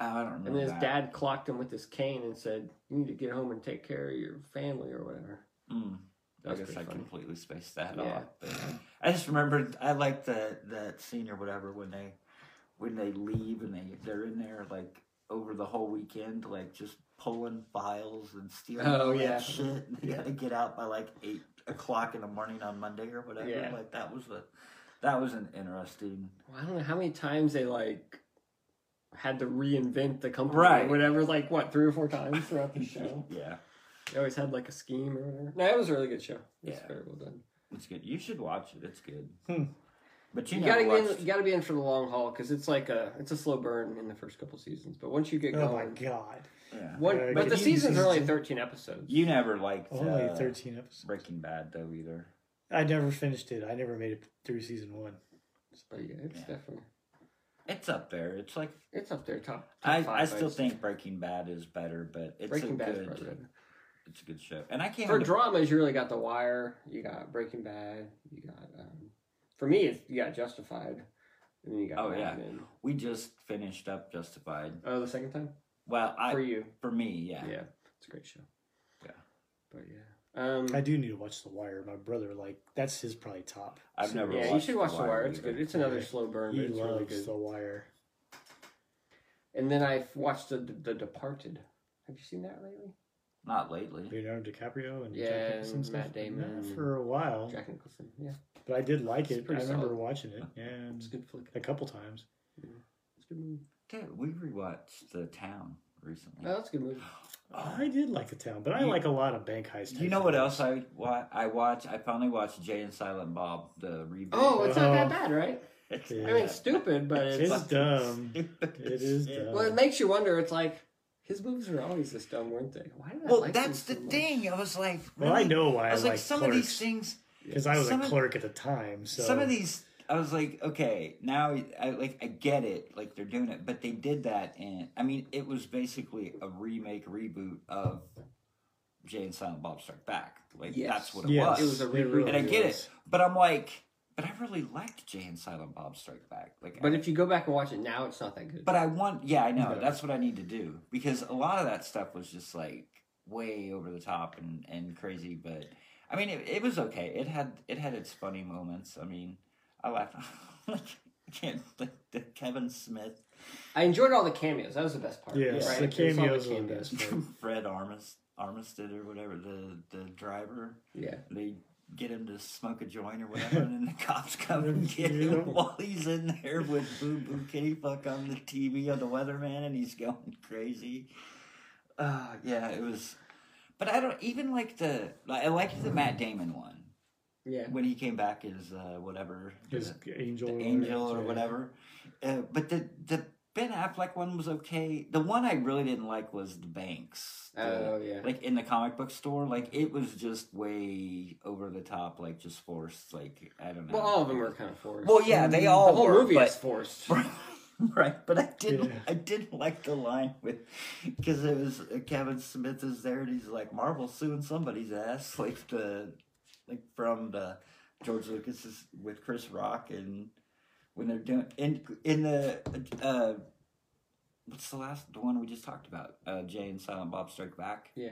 B: Oh, I don't remember.
A: and then his
B: that.
A: dad clocked him with his cane and said, "You need to get home and take care of your family or whatever."
B: Mm.
A: That
B: I
A: was
B: guess
A: pretty
B: I
A: funny.
B: completely spaced that
A: Yeah.
B: off. But I just remembered I like the that scene or whatever when they when they leave and they they're in there like over the whole weekend like just pulling files and stealing
A: Oh,
B: all
A: yeah.
B: that shit. And they gotta get out by like eight o'clock in the morning on Monday or whatever.
A: Yeah.
B: Like that was a that was an interesting
A: Well, I don't know how many times they like had to reinvent the company
B: Right.
A: or whatever. Like what, three or four times throughout the show.
B: Yeah.
A: They always had like a scheme or whatever. No, it was a really good show. It's
B: Yeah.
A: very well done.
B: It's good. You should watch it. It's good.
C: Hmm.
B: But you,
A: You
B: never
A: gotta get in,
B: watched-
A: you gotta be in for the long haul because it's like a it's a slow burn in the first couple seasons, but once you get
C: Oh my
A: going,
C: god!
B: yeah.
A: one,
C: Yeah,
A: but the
C: continue
A: seasons
C: season
A: are only
C: two.
A: thirteen episodes.
B: You never liked
C: Only
B: uh,
C: thirteen episodes.
B: Breaking Bad though either.
C: I never finished it. I never made it through season one.
A: But yeah, it's
B: Yeah.
A: definitely
B: It's up there. It's like
A: it's up there top. top
B: I,
A: five,
B: I still
A: I'd say.
B: think Breaking Bad is better, but it's a
A: Breaking Bad is
B: good
A: probably better.
B: it's a good show. And I can't
A: For
B: under-
A: dramas, you really got The Wire, you got Breaking Bad, you got um, for me, it's, you got Justified, and then you got
B: Oh,
A: Mad
B: yeah.
A: Men.
B: we just finished up Justified.
A: Oh, the second time
B: Well, I
A: for
B: for,
A: you,
B: me, yeah.
A: yeah. it's a great show.
B: Yeah.
A: but yeah, um,
B: Mm.
C: I do need to watch The Wire. My brother, like, that's his probably top.
B: I've never
A: yeah, you
B: watched
A: should watch The Wire. It's
B: either.
A: good. It's another
C: Yeah.
A: slow burn, but
C: He
A: it's
C: loves
A: really good.
C: The Wire.
A: And then I've watched the, the Departed. Have you seen that lately?
B: Not lately.
C: Leonardo DiCaprio and
A: Yeah,
C: Jack Nicholson
A: and
C: stuff.
A: Matt
C: Not
A: Damon.
C: for a while,
A: Jack Nicholson. Yeah,
C: but I did
A: It's
C: like it. I
A: pretty
C: remember
A: solid.
C: watching it. Yeah,
A: it's a
C: and
A: good flick.
C: a couple times.
A: It's a good movie.
B: Dude, we rewatched The Town recently.
A: Oh, that's a good movie.
B: Oh,
C: I did like the town, but I
B: You-
C: like a lot of bank heist.
B: you know what
C: movies.
B: else I wa- I watch? I finally watched Jay and Silent Bob the reboot.
A: Oh, it's not that
C: Oh.
A: bad, right?
B: it's
C: Yeah.
A: I mean, it's stupid, but
C: It
A: it's,
C: is
B: fucking
C: dumb.
B: stupid
C: It
B: as
C: is
B: shit.
C: dumb.
A: well, it makes you wonder. It's like his movies were always this dumb, weren't they? Why did I
B: Well,
A: like them
B: that's
A: so
B: the
A: much?
B: thing. I was like,
C: Well, I
B: really?
C: know
B: I
C: why I,
B: was like, some of these
C: things
B: things
C: because I was
B: some
C: a
B: of-
C: clerk at the time. So
B: some of these i was like okay now i like i get it like they're doing it but they did that and i mean it was basically a remake reboot of jay and silent bob strike back like
A: Yes.
B: that's what it was
C: yes,
A: It was a
C: they
A: reboot.
C: really
B: and i get
C: was.
B: it but i'm like but i really liked jay and silent bob strike back like
A: But
B: I,
A: if you go back and watch it now, it's not that good.
B: but i want yeah i know
C: No.
B: that's what i need to do because a lot of that stuff was just like way over the top and and crazy but i mean it, it was okay it had it had its funny moments i mean i laughed i can't like the kevin smith
A: I enjoyed all the cameos. That was the best part.
C: Yes,
A: right?
C: the
A: It was all
C: cameos were the best.
B: fred armist armistead or whatever the the driver
A: Yeah.
B: they get him to smoke a joint or whatever and then the cops come and get
C: Yeah.
B: him while he's in there with boo boo kitty fuck on the tv on the weatherman and he's going crazy uh yeah it was but i don't even like the i liked the matt damon one
A: Yeah.
B: when he came back as uh, whatever
C: His
B: the-
C: angel,
B: the
C: or
B: angel or
C: yeah.
B: whatever. Uh, but the the Ben Affleck one was okay. The one I really didn't like was the Banks. The-
A: Oh yeah.
B: Like in the comic book store, like it was just way over the top, like just forced. Like I don't know.
A: Well, all of them were kind of forced.
B: Well, yeah, they all
A: the whole
B: were,
A: movie
B: but-
A: is forced.
B: right, but I didn't.
C: Yeah.
B: I didn't like the line with because it was uh, Kevin Smith is there and he's like Marvel suing somebody's ass, like the like from the George Lucas's with Chris Rock and when they're doing in in the uh what's the last the one we just talked about uh Jay and Silent Bob Strike Back.
A: Yeah.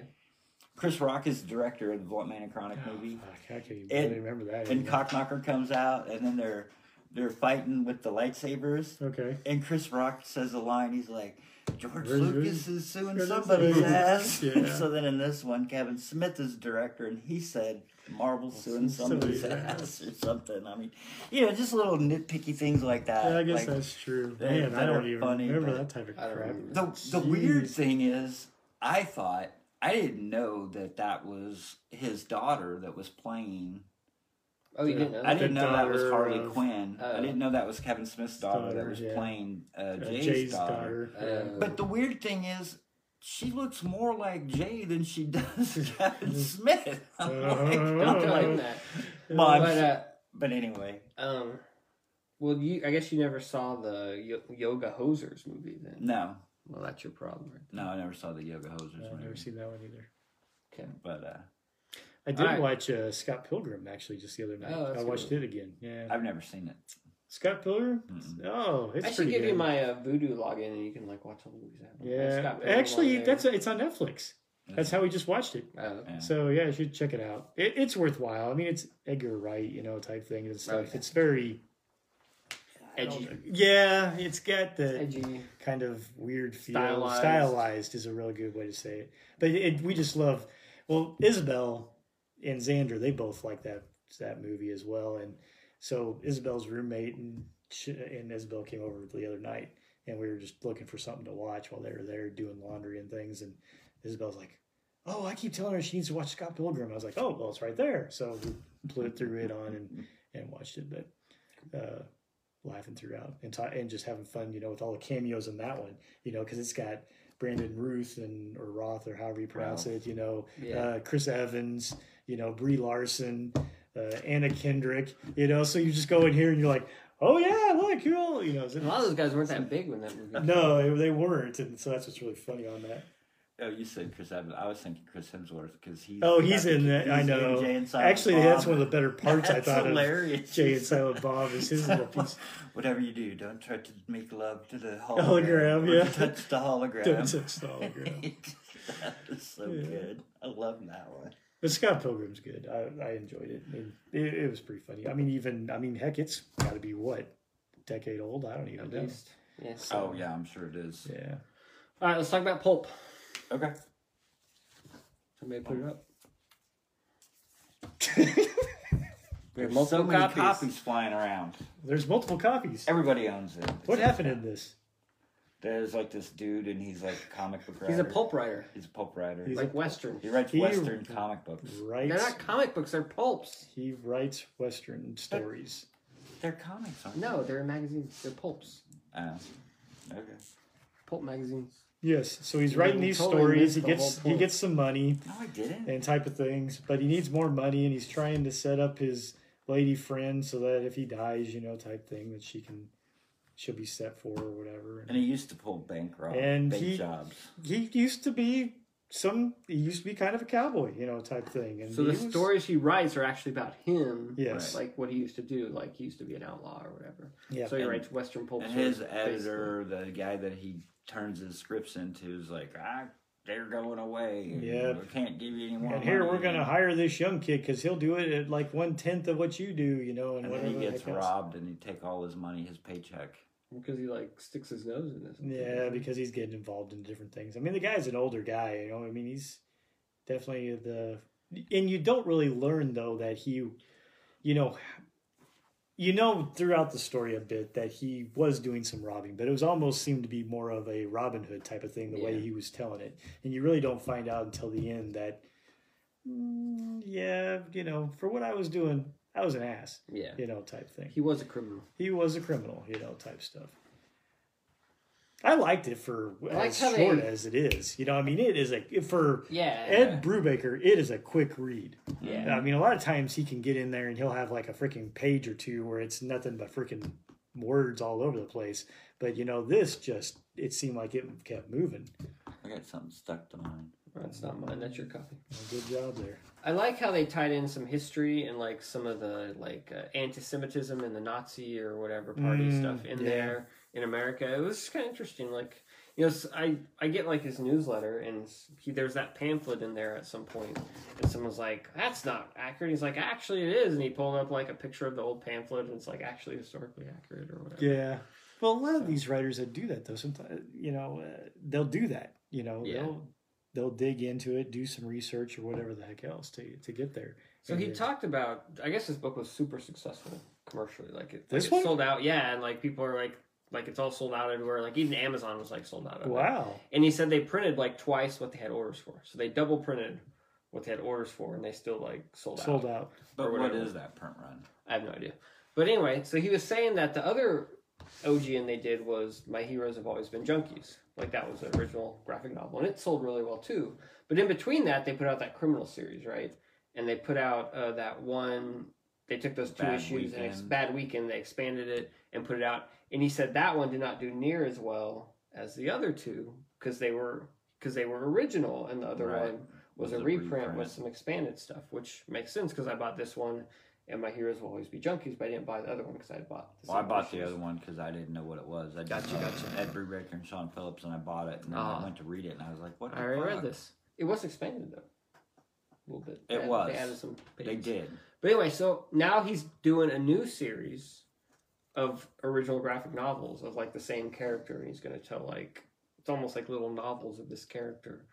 B: Chris Rock is the director of the Blunt Man and Chronic
C: Oh,
B: movie
C: fuck, I can't even
B: And-
C: really remember that.
B: and
C: anymore.
B: Cockknocker comes out, and then they're they're fighting with the lightsabers,
C: okay,
B: and Chris Rock says a line. He's like, "George
C: Where's-
B: Lucas is suing
C: where's-
B: somebody's ass."
C: Yeah.
B: so then in this one, Kevin Smith is director, and he said, "Marvel suing somebody's
C: Somebody's
B: ass" or something. I mean, you know, just little nitpicky things like that.
C: yeah, I
B: like,
C: guess that's true.
B: they-
C: Man, I
B: that are
C: don't even
B: funny,
C: remember
B: but-
C: that type of
A: I don't
C: crap.
A: remember.
B: the the
C: Jeez.
B: weird thing is, I thought I didn't know that that was his daughter that was playing.
A: Oh, you
C: Yeah.
A: didn't know.
B: I
A: That?
B: didn't know that was
C: daughter
B: Harley
C: of- uh,
B: Quinn. I
A: Oh.
B: didn't know that was Kevin Smith's daughter, that
C: Daughter,
B: was
C: yeah.
B: playing uh,
C: Uh,
B: Jay's, daughter.
A: Uh,
B: But the weird thing is, she looks more like Jay than she does
C: Mm-hmm.
B: Kevin Smith. I'm
C: Uh-huh.
B: like,
A: Don't
B: I'm
A: tell him
B: like,
A: that.
B: well, I'm
A: But
B: su-
A: uh,
B: but anyway,
A: um, well, you I guess you never saw the Yo- Yoga Hosers movie then.
B: no,
A: Well, that's your problem. Right?
B: no, I never saw the Yoga Hosers
C: Yeah. I've
B: movie.
C: never seen that one either.
B: But uh,
C: I did
A: All right.
C: watch uh, Scott Pilgrim actually just the other night.
A: Oh, that's
C: I watched
A: good.
C: it again. Yeah,
B: uh, I've never seen it.
C: Scott Pilgrim.
B: Mm-mm.
C: Oh, it's
A: I should
C: pretty
A: give
C: good.
A: you my uh, Voodoo login, and you can like watch all the movies. I have. It's
C: yeah,
A: got Paranormal
C: actually,
A: there.
C: that's it's on Netflix. That's how we just watched it.
A: Oh,
B: Yeah.
C: So yeah, you should check it out. It, it's worthwhile. I mean, it's Edgar Wright, you know, type thing and stuff.
A: Okay.
C: It's very I
A: edgy,
C: don't- Yeah, it's got the
A: edgy.
C: kind of weird feel.
A: Stylized.
C: Stylized, is a really good way to say it. But it, we just love. Well, Isabel and Xander, they both like that that movie as well. And so Isabel's roommate and she, and Isabel came over the other night, and we were just looking for something to watch while they were there doing laundry and things. And Isabel's like, "Oh, I keep telling her she needs to watch Scott Pilgrim." I was like, "Oh, well, it's right there." So we put through it on and and watched it, but uh, laughing throughout and ta- and just having fun, you know, with all the cameos in that one, you know, because it's got Brandon Ruth and or Roth or however you pronounce it, you know,
A: Yeah.
C: uh, Chris Evans, you know, Brie Larson, uh, Anna Kendrick, you know, so you just go in here and you're like, oh yeah, look, you're all, you know,
A: a lot of those guys weren't that big when that movie.
C: no, they- they weren't, and so that's what's really funny on that.
B: Oh, you said Chris Evans. I was thinking Chris Hemsworth because he's.
C: Oh, he's in that.
B: he's
C: I
B: in
C: know.
B: Jay and Silent
C: Actually,
B: Bob.
C: that's one of the better parts I
B: That's
C: thought
B: hilarious.
C: of. Jay and Silent Bob is his little piece.
B: Whatever you do, don't try to make love to the hologram.
C: Hologram,
B: or
C: yeah.
B: Touch the hologram.
C: Don't touch the hologram.
B: that is so
C: Yeah.
B: good. I love that one.
C: But Scott Pilgrim's good. I, I enjoyed it. And it. It was pretty funny. I mean, even I mean, heck, it's got to be what decade old. I don't even
A: At
C: know.
A: least. Yes.
B: Oh yeah, I'm sure it is.
C: Yeah,
A: All right, let's talk about Pulp.
B: Okay.
A: Somebody put it up. We have
B: There's
A: multiple
B: so many
A: copies.
B: copies. flying around.
C: there's multiple copies.
B: Everybody owns it.
C: What happened in this?
B: There's like this dude, and he's like a comic book writer.
A: He's a pulp writer,
B: He's a pulp writer.
C: He's Mm-hmm. a
A: like Western.
B: he writes
C: he-
B: Western comic books.
A: They're
C: Writes
A: not comic books; they're pulps.
C: he writes Western stories.
B: They're comics, aren't
A: No, they're magazines. They're pulps.
B: they? Oh. Okay.
A: Pulp magazines.
C: Yes, so he's
A: Yeah,
C: writing
A: we
C: these
A: totally missed
C: stories. He
A: the
C: gets
A: whole
C: he
A: point.
C: gets some money
B: No, I didn't.
C: and type of things, but he needs more money, and he's trying to set up his lady friend so that if he dies, you know, type thing that she can she'll be set for or whatever.
B: And he used to pull bank rob,
C: And
B: bank
C: he-
B: jobs.
C: he used to be some he used to be kind of a cowboy you know type thing and
A: So
C: he
A: the
C: was-
A: stories he writes are actually about him.
C: yes
A: Like what he used to do. Like he used to be an outlaw or whatever.
C: yeah
A: So he
B: And-
A: writes Western pulp.
B: And
A: stories,
B: his editor, the guy that he turns his scripts into, is like, ah, they're going away. and
C: Yep.
B: We can't give you any more.
C: and here
B: money."
C: we're gonna hire this young kid because he'll do it at like one tenth of what you do you know and,
B: And then
C: whatever
B: he
C: the
B: gets
C: heck else.
B: robbed, and he take all his money, his paycheck.
A: because he like sticks his nose in this.
C: yeah because he's getting involved in different things I mean the guy's an older guy you know I mean he's definitely the and you don't really learn though that he you know you know throughout the story a bit that he was doing some robbing but it was almost seemed to be more of a robin hood type of thing the
A: Yeah.
C: way he was telling it and you really don't find out until the end that "Mm, yeah you know for what i was doing i was an ass
A: Yeah.
C: you know type thing
A: He was a criminal.
C: he was a criminal you know type stuff i liked it for
A: like
C: as
A: how
C: short
A: they-
C: as it is you know i mean it is a for
A: Yeah.
C: ed brubaker it is a quick read
A: Yeah.
C: I mean, a lot of times he can get in there and he'll have like a freaking page or two where it's nothing but freaking words all over the place. But you know, this just it seemed like it kept moving.
B: I got something stuck to mine.
A: That's not mine. That's your copy.
C: Good job there.
A: I like how they tied in some history and like some of the like uh, anti-Semitism and the Nazi or whatever party
C: Mm,
A: stuff in
C: yeah.
A: there in America. It was kind of interesting. Like you know, s- I I get like his newsletter and s- he, there's that pamphlet in there at some point, and someone's like, "That's not accurate." He's like, "Actually, it is," and he pulled up like a picture of the old pamphlet and it's like actually historically accurate or whatever.
C: Yeah. Well, a lot of these writers that do that though, sometimes you know, uh, they'll do that. You know,
A: Yeah.
C: they'll they'll dig into it, do some research or whatever the heck else to to get there.
A: So he
C: Yeah.
A: talked about. I guess this book was super successful commercially. Like it,
C: This
A: like
C: one?
A: it sold out. Yeah, and like people are like, like it's all sold out everywhere. Like even Amazon was like sold out. of it.
C: Wow.
A: And he said they printed like twice what they had orders for. So they double printed what they had orders for, and they still like sold,
C: Sold
A: out.
C: out.
A: Or
B: But what
A: whatever.
B: is that print run?
A: I have no idea. But anyway, so he was saying that the other OG and they did was My Heroes Have Always Been Junkies. Like that was the original graphic novel, and it sold really well too. But in between that, they put out that criminal series, right? And they put out uh, that one. They took those two
B: Bad
A: issues and it's
B: Weekend.
A: Bad Weekend. They expanded it and put it out. And he said that one did not do near as well as the other two because they were because they were original, and the other
B: Right.
A: one was, a reprint, with some expanded stuff, which makes sense because I bought this one and my heroes will always be junkies, but I didn't buy the other one because I had bought.
B: Well, I
A: same
B: bought the
A: issues.
B: other one because I didn't know what it was. I
A: Gotcha,
B: uh,
A: gotcha.
B: Ed Brubaker and Sean Phillips, and I bought it, and then
A: Ah.
B: I went to read it, and I was like, "What?" The
A: I already
B: fuck?
A: read this. It was expanded though, a little bit.
B: It
A: They-
B: was.
A: They added some.
B: They
A: pages.
B: did.
A: But anyway, so now he's doing a new series of original graphic novels of like the same character, and he's going to tell like it's almost like little novels of this character.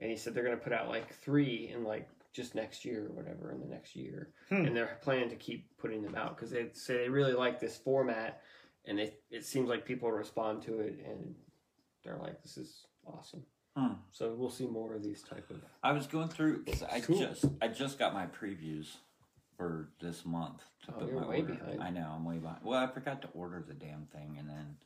A: And he said they're going to put out like three in like just next year or whatever in the next year,
C: Hmm.
A: and they're planning to keep putting them out because they say they really like this format, and they, it seems like people respond to it, and they're like, "This is awesome."
B: Hmm.
A: So we'll see more of these type of.
B: I was going through. 'cause I
C: Cool.
B: just I just got my previews for this month. To
A: Oh,
B: put
A: you're
B: my
A: way
B: order.
A: behind.
B: I know I'm way behind. Well, I forgot to order the damn thing, and then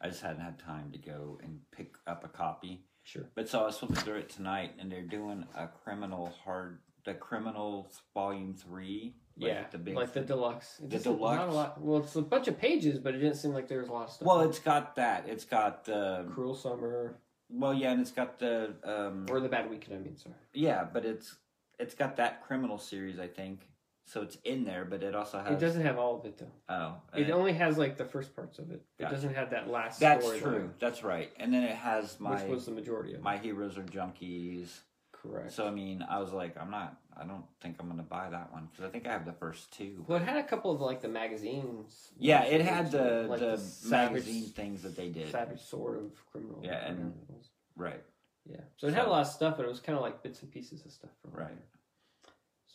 B: I just hadn't had time to go and pick up a copy.
A: Sure.
B: But so I was flipping through it tonight, and they're doing a criminal hard, the criminal volume three. like
A: yeah,
B: the big
A: like the deluxe. It
B: the
A: just- Not a
B: deluxe?
A: lot. Well, it's a bunch of pages, but it didn't seem like there was a lot of stuff.
B: Well, it's got that. It's got the
A: cruel summer
B: well, yeah, and it's got the um,
A: or the bad weekend. I mean, sorry.
B: yeah, but it's it's got that criminal series, I think. So it's in there, but it also has
A: It doesn't have all of it though.
B: oh,
A: It
B: and
A: only has like the first parts of it. It
B: Gotcha.
A: doesn't have that last.
B: that's
A: storyline,
B: true. That's right. And then it has my
A: which was the majority of. it.
B: my heroes are junkies.
A: Correct.
B: So I mean, I was like, I'm not. I don't think I'm gonna buy that one because I think I have the first two.
A: well, it had a couple of like the magazines.
B: Yeah, it had the
A: Like
B: the,
A: savage-
B: magazine things that they did.
A: Savage Sword of Criminal.
B: Yeah, and-
A: whatever it was.
B: Right.
A: yeah. So it had a
B: So-
A: lot of stuff, but it was kind of like bits and pieces of stuff. From
B: Right.
A: there.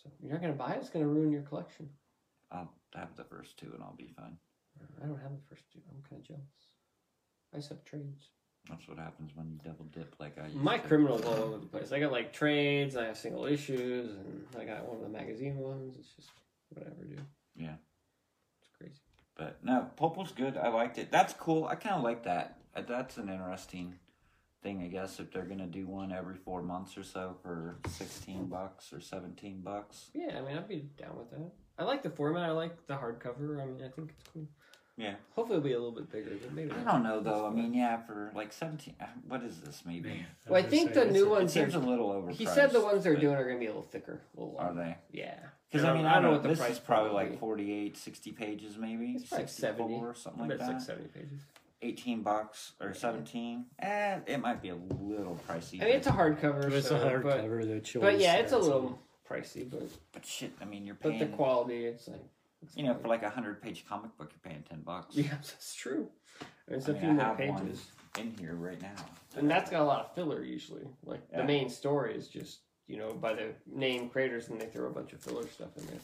A: So you're not gonna buy it. It's gonna ruin your collection.
B: I'll have the first two and I'll be fine.
A: I don't have the first two. I'm kind of jealous. I just have trades.
B: That's what happens when you double dip like I. Used
A: My
B: to.
A: criminal's all over the place. I got like trades, and I have single issues, and I got one of the magazine ones. It's just whatever, dude.
B: Yeah.
A: It's crazy.
B: But no, Popel's good. I liked it. That's cool. I kind of like that. Uh, That's an interesting thing, I guess. If they're gonna do one every four months or so for sixteen bucks or seventeen bucks.
A: Yeah, I mean, I'd be down with that. I like the format. I like the hardcover. I mean, I think it's cool.
B: Yeah.
A: Hopefully, it'll be a little bit bigger, but maybe.
B: I
A: not.
B: don't know though. I
A: That's
B: mean, yeah, for like seventeen. uh, What is this? Maybe
A: Well, I think the new
B: it
C: one.
A: ones.
B: seems a
A: they're-
B: little overpriced.
A: he said the ones they're
B: but
A: doing are going to be a little thicker. A little
B: Are
A: longer.
B: they?
A: Yeah.
B: Because
A: Yeah,
B: I mean, I don't know.
A: what the
B: this
A: price
B: is probably
A: probably
B: like 48, 60 pages, maybe
A: It's probably 70.
B: 64 or
A: I
B: something
A: bet
B: like
A: it's like
B: that.
A: 70 pages.
B: 18 bucks or
A: Yeah.
B: 17 eh, it might be a little pricey
A: I mean, it's a
B: but,
A: hardcover.
C: It's
A: so,
C: a hard
A: but,
C: cover, the choice.
A: But yeah, it's a
C: that's
A: little pricey, but
B: but shit i mean you're
A: but
B: paying
A: the quality, it's like it's
B: you know
A: fine.
B: for like a 100 page comic book you're paying 10 bucks
A: yeah, that's true. It's
B: I
A: a
B: mean,
A: few
B: I
A: more
B: have
A: pages,
B: one. in here right now
A: and that's got a lot of filler usually. Like the
B: Yeah.
A: main story is just you know by the name creators, and they throw a bunch of filler stuff in there.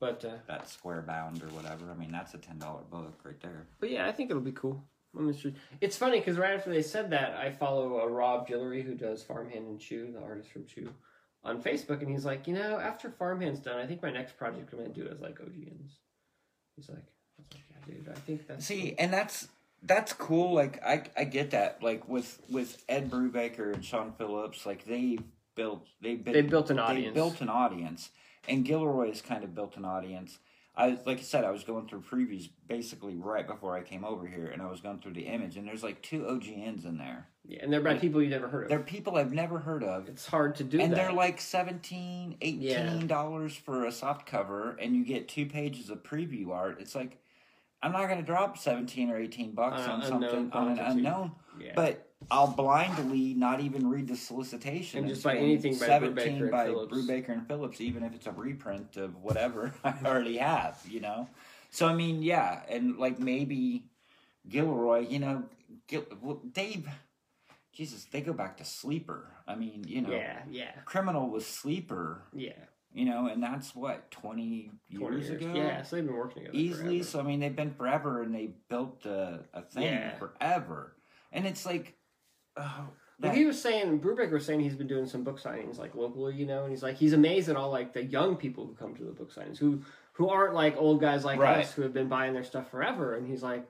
A: But uh,
B: that square bound or whatever i mean that's a $10 book right there
A: but yeah, I think it'll be cool. I'm interested. It's funny because right after they said that, I follow uh, Rob Gillery who does Farmhand and Chew, the artist from Chew, on Facebook, and he's like, you know, after Farmhand's done, I think my next project I'm gonna do is like OGNs. He's like, I was like, yeah, dude, I think that's
B: see and that's that's cool like i i get that like with with ed brubaker and sean phillips like they built they've been
A: they built an audience.
B: They built an audience, and Gilroy's kind of built an audience. I like I said, I was going through previews basically right before I came over here, and I was going through the image, and there's like two OGNs in there.
A: Yeah, and they're by people you never heard of.
B: They're people I've never heard of,
A: it's hard to do
B: and
A: that.
B: they're like 17 18 dollars for a soft cover, and you get two pages of preview art. It's like I'm not going to drop 17 or 18 bucks
A: On an
B: on,
A: Uh, unknown
B: something on an
A: quantity.
B: unknown,
A: yeah.
B: but. I'll blindly not even read the solicitation
A: And just
B: spend
A: buy anything by Brubaker and
B: by
A: Phillips.
B: Brubaker and Phillips, even if it's a reprint of whatever I already have, you know. So I mean, yeah, and like maybe Gilroy, you know, Gil, well, Dave, Jesus, they go back to Sleeper. I mean, you know,
A: yeah, yeah,
B: Criminal was Sleeper,
A: yeah.
B: you know, and that's what twenty years,
A: 20 years.
B: ago,
A: Yeah, so they've been working together
B: easily.
A: forever.
B: So I mean, they've been forever, and they built a, a thing
A: Yeah.
B: forever, and it's like, oh,
A: Well,
B: that-
A: he was saying, Brubaker was saying he's been doing some book signings like locally, you know, and he's like he's amazed at all like the young people who come to the book signings who who aren't like old guys like
B: Right.
A: us who have been buying their stuff forever, and he's like,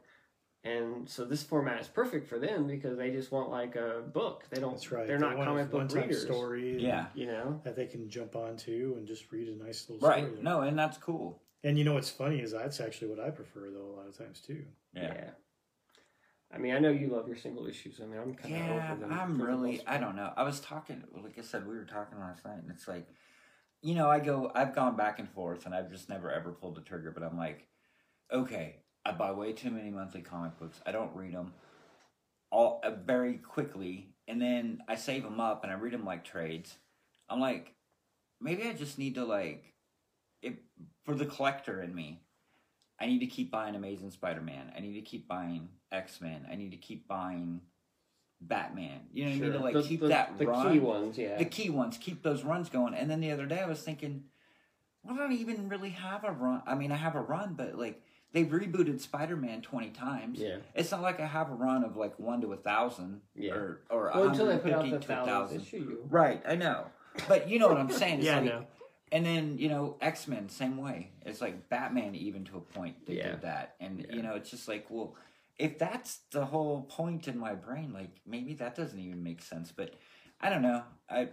A: and so this format is perfect for them because they just want like a book. They don't.
C: That's right.
A: They're
C: They
A: not
C: want a
A: comic book
C: one-time
A: readers.
C: Story
B: yeah.
A: You know.
C: that they can jump onto and just read a nice little story.
B: Right. No, and that's cool.
C: And you know what's funny is that's actually what I prefer though a lot of times too.
A: Yeah.
B: Yeah.
A: I mean, I know you love your single issues. I mean, I'm kind of
B: Yeah,
A: over them.
B: I'm
A: for the
B: really.
A: most
B: I
A: part.
B: don't know. I was talking, like I said, we were talking last night, and it's like, you know, I go, I've gone back and forth, and I've just never ever pulled the trigger. But I'm like, okay, I buy way too many monthly comic books. I don't read them all uh, very quickly, and then I save them up and I read them like trades. I'm like, maybe I just need to like, it for the collector in me. I need to keep buying Amazing Spider-Man. I need to keep buying X-Men. I need to keep buying Batman. You know what I mean? To
A: Sure.
B: like
A: the,
B: keep
A: the-
B: that
A: the
B: run
A: key ones, yeah.
B: the key ones keep those runs going and then the other day i was thinking well, i don't even really have a run i mean i have a run but like they've rebooted spider-man 20 times
A: yeah.
B: it's not like i have a run of like one to a thousand
A: Yeah.
B: or or
A: Well, until they put out
B: 150
A: the
B: to a
A: thousand
B: thousand
A: issue, you.
B: right i know but you know what i'm saying it's
C: Yeah, I
B: like-
C: know.
B: and then you know x-men same way it's like batman even to a point they
A: Yeah.
B: did that and
A: Yeah.
B: you know it's just like well if that's the whole point in my brain like maybe that doesn't even make sense but i don't know i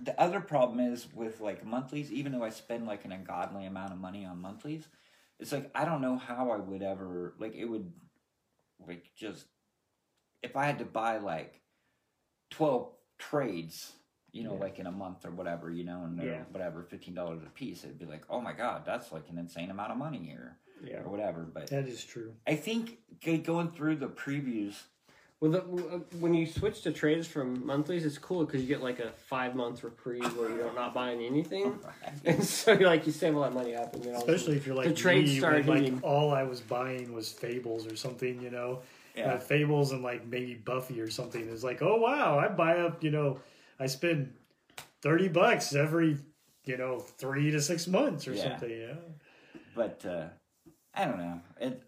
B: the other problem is with like monthlies even though i spend like an ungodly amount of money on monthlies it's like i don't know how i would ever like it would like just if i had to buy like 12 trades you know
A: Yeah.
B: like in a month or whatever you know and they're
A: Yeah.
B: whatever $15 a piece it'd be like oh my god that's like an insane amount of money here
A: Yeah.
B: or whatever but
C: That is true.
B: i think g- going through the previews
A: Well, the, uh, when you switch to trades from monthlies, it's cool because you get like a five month reprieve where you're not buying
B: Oh,
A: anything, and so you're like you save all that money up. And then all of a
C: Especially if you're like
A: The trade
C: me,
A: started
C: when,
A: hitting.
C: like all I was buying was Fables or something, you know.
B: yeah
C: Uh, Fables and like maybe Buffy or something. It's like, oh wow, I buy up, you know, I spend thirty bucks every, you know, three to six months or
B: Yeah.
C: something. Yeah,
B: but uh i don't know it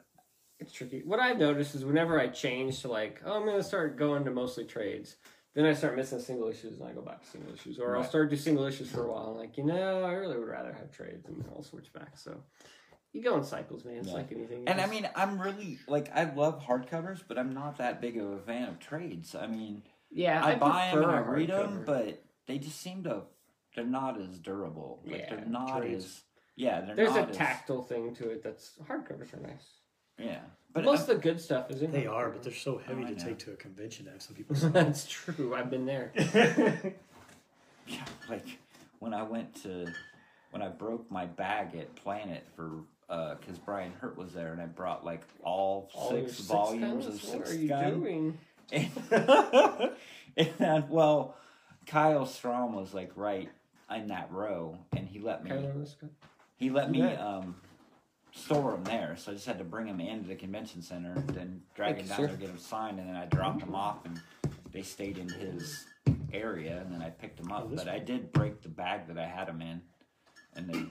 A: It's tricky. What I've noticed is whenever I change to like, oh, I'm gonna start going to mostly trades, then I start missing single issues and I go back to single issues, or I'll
B: Right.
A: start to single issues for a while. and like, you know, I really would rather have trades, and then I'll switch back. So you go in cycles, man. It's
B: Yeah.
A: like anything.
B: And I
A: else.
B: mean, I'm really like I love hardcovers, but I'm not that big of a fan of trades. I mean,
A: yeah,
B: I, buy 'em buy them
A: prefer
B: and I
A: a
B: read them,
A: hardcover.
B: but they just seem to they're not as durable. Like
A: Yeah,
B: they're not
C: trades.
B: as yeah, they're
A: there's a
B: not as-
A: tactile thing to it that's hardcovers are nice.
B: yeah,
A: But
B: but
A: most of
B: I'm-
A: the good stuff is in.
C: they are,
A: hardcover.
C: but they're so heavy
B: I
C: to
B: know.
C: take to a convention. To have some people. sign.
A: that's true. I've been there.
B: yeah, like when I went to when I broke my bag at Planet for because Brian Hurt was there, and I brought like all,
A: All your
B: six
A: guns?
B: volumes of
A: What
B: six
A: are you
B: gun.
A: doing?
B: and, and, well, Kyle Strom was like right in that row, and he let me
A: Kylo Ren?
B: he let me
A: Yeah.
B: um store them there. So I just had to bring them into the convention center, then drag
A: Thank
B: them
A: you,
B: down
A: sir.
B: there, get them signed, and then I dropped them off, and they stayed in his area, and then I picked them up.
C: Oh, this
B: but I did break the bag that I had them in, and they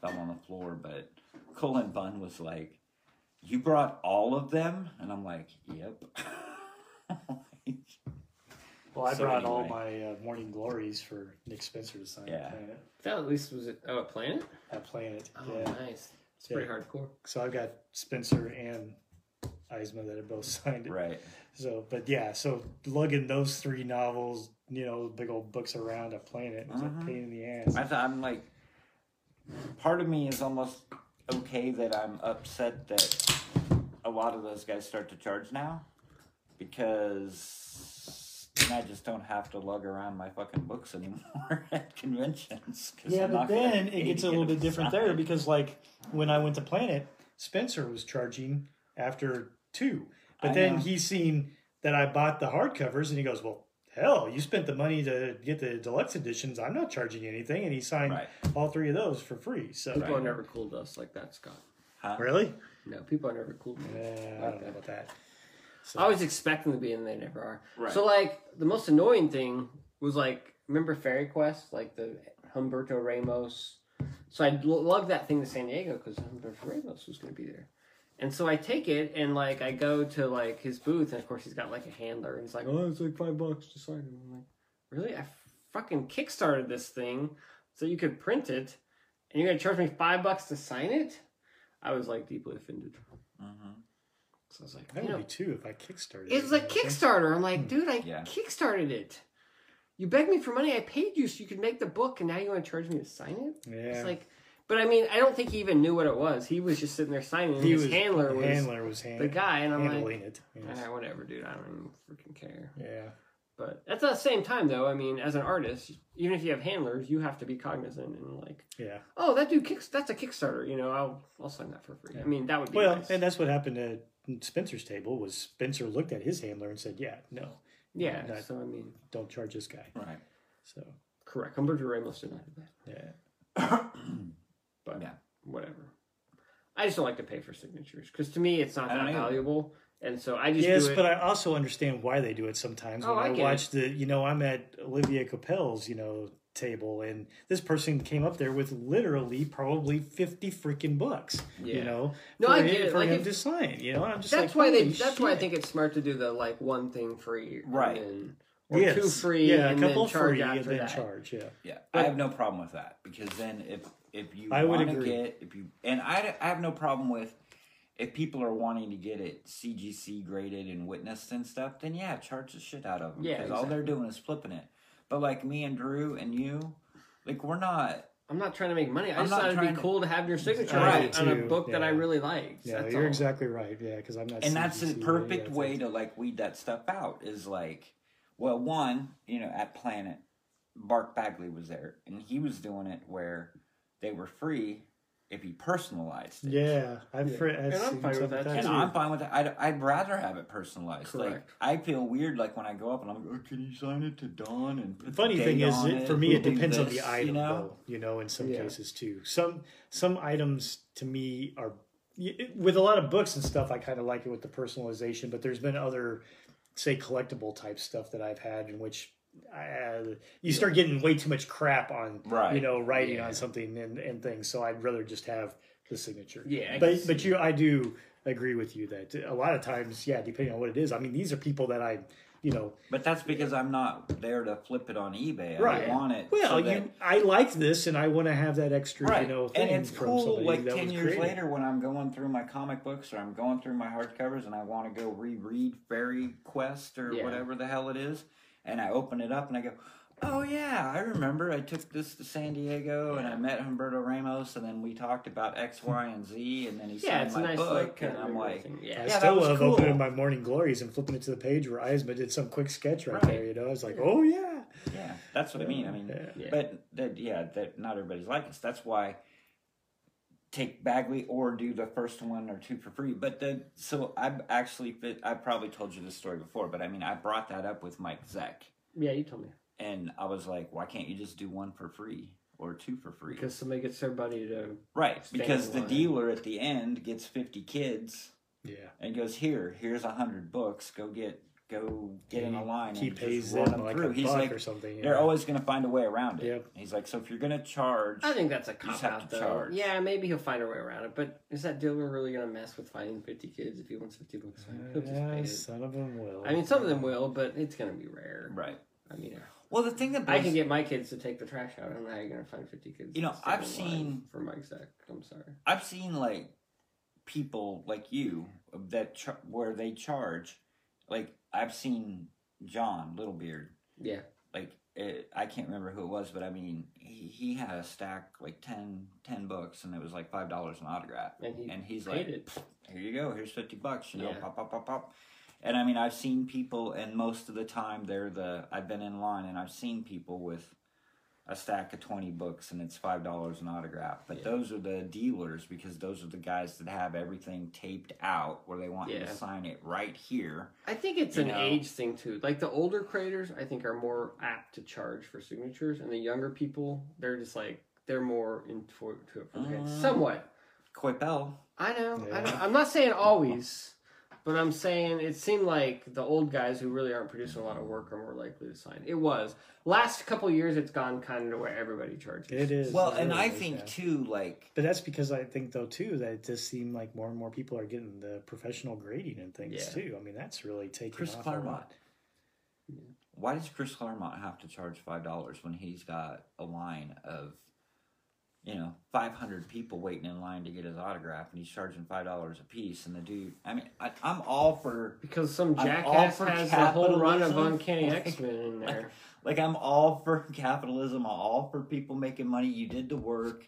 B: fell on the floor. But Colin Bunn was like, "You brought all of them," and I'm like, "Yep."
C: well, I
B: So
C: brought all my
B: anyway.
C: uh, Morning Glories for Nick Spencer to sign.
B: Yeah.
C: At Planet.
A: That at least was it. Oh, at Planet.
C: At Planet.
A: Oh,
C: yeah.
A: nice. It's
C: Yeah.
A: pretty hardcore.
C: So I've got Spencer and Eisman that have both signed it.
B: right.
C: So, but yeah, so lugging those three novels, you know, big old books around a planet was
B: Mhm.
C: a pain in the ass.
B: I thought I'm like, part of me is almost okay that I'm upset that a lot of those guys start to charge now because then I just don't have to lug around my fucking books anymore at conventions. 'cause
C: yeah,
B: I'm
C: but
B: not gonna
C: then
B: pay
C: it gets
B: to
C: a
B: get
C: little
B: them
C: bit different there
B: signed.
C: because, like, when I went to Planet, Spencer was charging after two, but
B: I
C: then
B: know.
C: he's seen that I bought the hardcovers, and he goes, "Well, hell, you spent the money to get the deluxe editions. I'm not charging anything," and he signed
B: Right.
C: all three of those for free. So,
A: People
B: Right.
A: are never cooled us like that, Scott.
B: Huh?
C: really,
A: No, people are never cooled.
C: uh,
A: Me.
C: I don't know about that. So,
A: I always expect them to be, and they never are.
B: Right.
A: So, like, the most annoying thing was like, remember Fairy Quest, like the Humberto Ramos. So I lug that thing to San Diego because Humberto Ramos was going to be there. And so I take it and like I go to like his booth and of course he's got like a handler and he's like, oh, it's like five bucks to sign it. I'm like, really? I fucking kickstarted this thing so you could print it, and you're gonna charge me five bucks to sign it? I was like deeply offended.
B: Mhm.
A: So I was like,
C: I
A: you
C: would
A: know,
C: be too if I kickstarted.
A: it's
C: it,
A: like
C: you know,
A: Kickstarter. I'm
C: Hmm.
A: like, dude, I
B: Yeah.
A: kickstarted it. You begged me for money. I paid you so you could make the book, and now you want to charge me to sign it?
C: Yeah.
A: It's like, But I mean, I don't think he even knew what it was. He was just sitting there signing. and
C: He
A: his
C: was-
A: handler was
C: handler was hand,
A: the guy, and I'm like,
C: handling it. yes.
A: "Ah, whatever, dude. I don't even freaking care.
C: Yeah.
A: But at the same time, though, I mean, as an artist, even if you have handlers, you have to be cognizant and like,
C: Yeah.
A: oh, that dude kicks. That's a Kickstarter. You know, I'll I'll sign that for free. I mean, that would be
C: Well,
A: nice.
C: and that's what happened at Spencer's table was Spencer looked at his handler and said, "Yeah, no,
A: yeah.
C: that-
A: so I mean,
C: don't charge this guy."
B: Right.
C: So
A: correct. Humberto Ramos did not do that,
C: yeah,
A: but
B: Yeah.
A: whatever. I just don't like to pay for signatures because to me, it's not
B: I don't
A: that
B: either.
A: valuable, and so I just
C: yes,
A: do it.
C: but I also understand why they do it sometimes.
A: Oh,
C: when
A: I
C: I,
A: get it.
C: watch the, you know, I'm at Olivia Capel's, you know, table, and this person came up there with literally probably fifty freaking bucks.
A: Yeah.
C: You know,
A: No,
C: for
A: I
C: him,
A: get it.
C: for
A: Like,
C: him
A: if-
C: to sign. You know, I'm just
A: that's
C: like,
A: why they.
C: "Holy
A: That's why I
C: shit."
A: think it's smart to do the like one thing free, and
B: Right.
A: then- or
C: Yes.
A: two free,
C: yeah,
A: and
C: a couple
A: then charge
C: free,
A: after
C: and then
A: that.
C: charge. Yeah,
B: Yeah, I
A: But-
B: have no problem with that because then if if you
C: I would
B: want to
C: agree.
B: get if you and I I have no problem with if people are wanting to get it CGC graded and witnessed and stuff, then yeah, charge the shit out of them
A: Yeah,
B: all they're doing is flipping it. But like me and Drew and you, like we're not
A: I'm not trying to make money. I
B: I'm
A: just
B: not
A: thought it'd be
B: trying to-
A: cool to have your signature
B: Right.
A: on, on a
C: Too,
A: book that I
C: yeah.
A: really liked.
C: yeah,
A: that's
C: you're
A: all.
C: exactly right. Yeah, because I'm not.
B: and that's the
C: CGC, yeah,
B: perfect
C: that's
B: way to like weed that stuff out is like well one you know at planet bark bagley was there and he was doing it where they were free if he personalized it
C: Yeah, I've
A: Yeah.
C: fr- I've
A: And I'm
C: seen
A: fine with
C: some
A: that,
C: that
B: and
A: too.
B: i'm fine with that i'd, I'd rather have it personalized
A: Correct.
B: like i feel weird like when i go up and i'm like oh, can you sign it to don and put the
C: Funny thing
B: date
C: is,
B: on
C: it, for me, it
B: We'll do
C: depends on
B: this,"
C: the item,
B: you know
C: though, you know, in some
A: Yeah.
C: cases too. Some some items to me are y- with a lot of books and stuff. I kind of like it with the personalization, but there's been other, say, collectible type stuff that I've had in which. Uh, you start getting way too much crap on, you
B: Right.
C: know, writing
A: Yeah.
C: on something and, and things. So I'd rather just have the signature.
A: Yeah, I can
C: but
A: see
C: but you, I do agree with you that a lot of times, yeah, depending on what it is. I mean, these are people that I, you know,
B: but that's because i'm not there to flip it on ebay
C: Right.
B: i want it
C: Well,
B: so that-
C: you, I like this, and I want to have that extra, you know, thing
B: and it's
C: from
B: cool.
C: somebody
B: Like
C: that
B: ten
C: was
B: years
C: creative.
B: later, when I'm going through my comic books or I'm going through my hardcovers, and I want to go reread Fairy Quest or
A: Yeah.
B: whatever the hell it is, and I open it up and I go, "Oh yeah, I remember. I took this to San Diego and I met Humberto Ramos, and then we talked about X, Y, and Z, and then he
A: Yeah,
B: signed
A: it's a
B: my
A: nice
B: book,
A: like kind
B: and
A: of
B: I'm
A: memory
B: like,
A: thing.
C: I
A: yeah.
B: Yeah, that
C: still
B: was
C: love
B: cool.
C: opening my morning glories and flipping it to the page where Eisma did some quick sketch right,
B: Right.
C: there. You know, I was like, oh yeah,
B: yeah, that's what I mean. I mean,
C: Yeah.
A: Yeah.
B: But that yeah, that not everybody's like us. That's why take Bagley or do the first one or two for free. But the so I've actually fit- I probably told you this story before, but I mean I brought that up with Mike Zek,
A: Yeah, you told me
B: and I was like, why can't you just do one for free or two for free?
A: because somebody gets their buddy to.
B: right,
A: Stay
B: because
A: in
B: the
A: line.
B: dealer at the end gets fifty kids
C: yeah.
B: and goes here, here's a hundred books. Go get go get in a line.
C: He
B: and
C: pays
B: just run
C: them like a
B: through. He's
C: buck
B: like.
C: or something.
B: They're
C: yeah.
B: always going to find a way around it.
C: Yep.
B: He's like, so if you're going to charge,
A: I think that's a
B: just
A: cop
B: have
A: out
B: to
A: though.
B: charge.
A: Yeah, maybe he'll find a way around it. But is that dealer really gonna mess with finding fifty kids if he wants fifty books? He'll just
B: Uh,
C: Yeah,
A: pay it.
C: son of a will.
A: I mean, some of them will, but it's gonna be rare.
B: right.
A: I mean,
B: Well, the thing that
A: I
B: blows,
A: can get my kids to take the trash out, and now you're gonna find fifty kids.
B: You know,
A: standing
B: I've
A: in
B: seen-
A: line for Mike Zach. I'm sorry.
B: I've seen like people like you that char- where they charge. Like I've seen John Littlebeard.
A: Yeah,
B: Like it, I can't remember who it was, but I mean, he, he had a stack like 10, 10 books, and it was like five dollars an autograph.
A: and he
B: And he's
A: paid
B: like,
A: it.
B: here you go, here's fifty bucks. You know,
A: Yeah.
B: pop, pop, pop, pop. And I mean, I've seen people, and most of the time they're the. I've been in line, and I've seen people with a stack of twenty books, and it's five dollars an autograph. But
A: Yeah.
B: those are the dealers because those are the guys that have everything taped out, where they want you
A: Yeah.
B: to sign it right here.
A: I think it's
B: you
A: an
B: know?
A: age thing too. Like the older creators, I think are more apt to charge for signatures, and the younger people, they're just like they're more into to it for the head.
B: Mm.
A: Somewhat,
B: Coipel,
A: I know. I
C: Yeah.
A: know. I'm not saying always, but I'm saying it seemed like the old guys who really aren't producing a lot of work are more likely to sign. It was last couple years, it's gone kind of to where everybody charges.
C: it is.
B: well,
C: it
B: and
C: really
B: I
C: is,
B: think
C: yeah.
B: too, like
C: But that's because I think though too that it does seem like more and more people are getting the professional grading and things
A: Yeah.
C: too. I mean that's really taking
B: Chris
C: off a
B: Claremont.
C: lot.
B: Why does Chris Claremont have to charge five dollars when he's got a line of, you know, five hundred people waiting in line to get his autograph, and he's charging five dollars a piece? And the dude, I mean, I, I'm all for
A: Because some
B: I'm all
A: jackass
B: for
A: has a whole run of
B: capitalism.
A: uncanny X Men in there.
B: like I'm all for capitalism. I'm all for people making money. You did the work.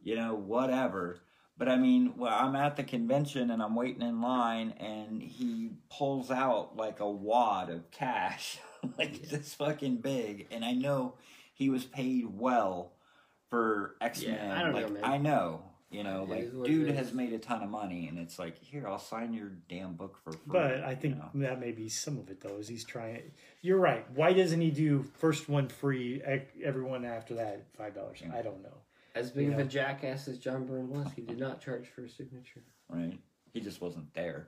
B: you know, whatever. But I mean, well, I'm at the convention and I'm waiting in line, and he pulls out like a wad of cash, like this fucking big. And I know he was paid well for X Men.
A: Yeah, I don't know,
B: like
A: man.
B: I know, you
A: It
B: know,
A: is
B: like
A: what it
B: dude
A: is.
B: has made a ton of money, and it's like, here, I'll sign your damn book for free.
C: But I
B: you
C: think
B: know?
C: that may be some of it though. Is he's trying? You're right. Why doesn't he do first one free? e- Everyone after that five dollars. I don't know.
A: As big of
C: Yeah.
A: a jackass as John Byrne was, he did not charge for a signature.
B: right? He just wasn't there.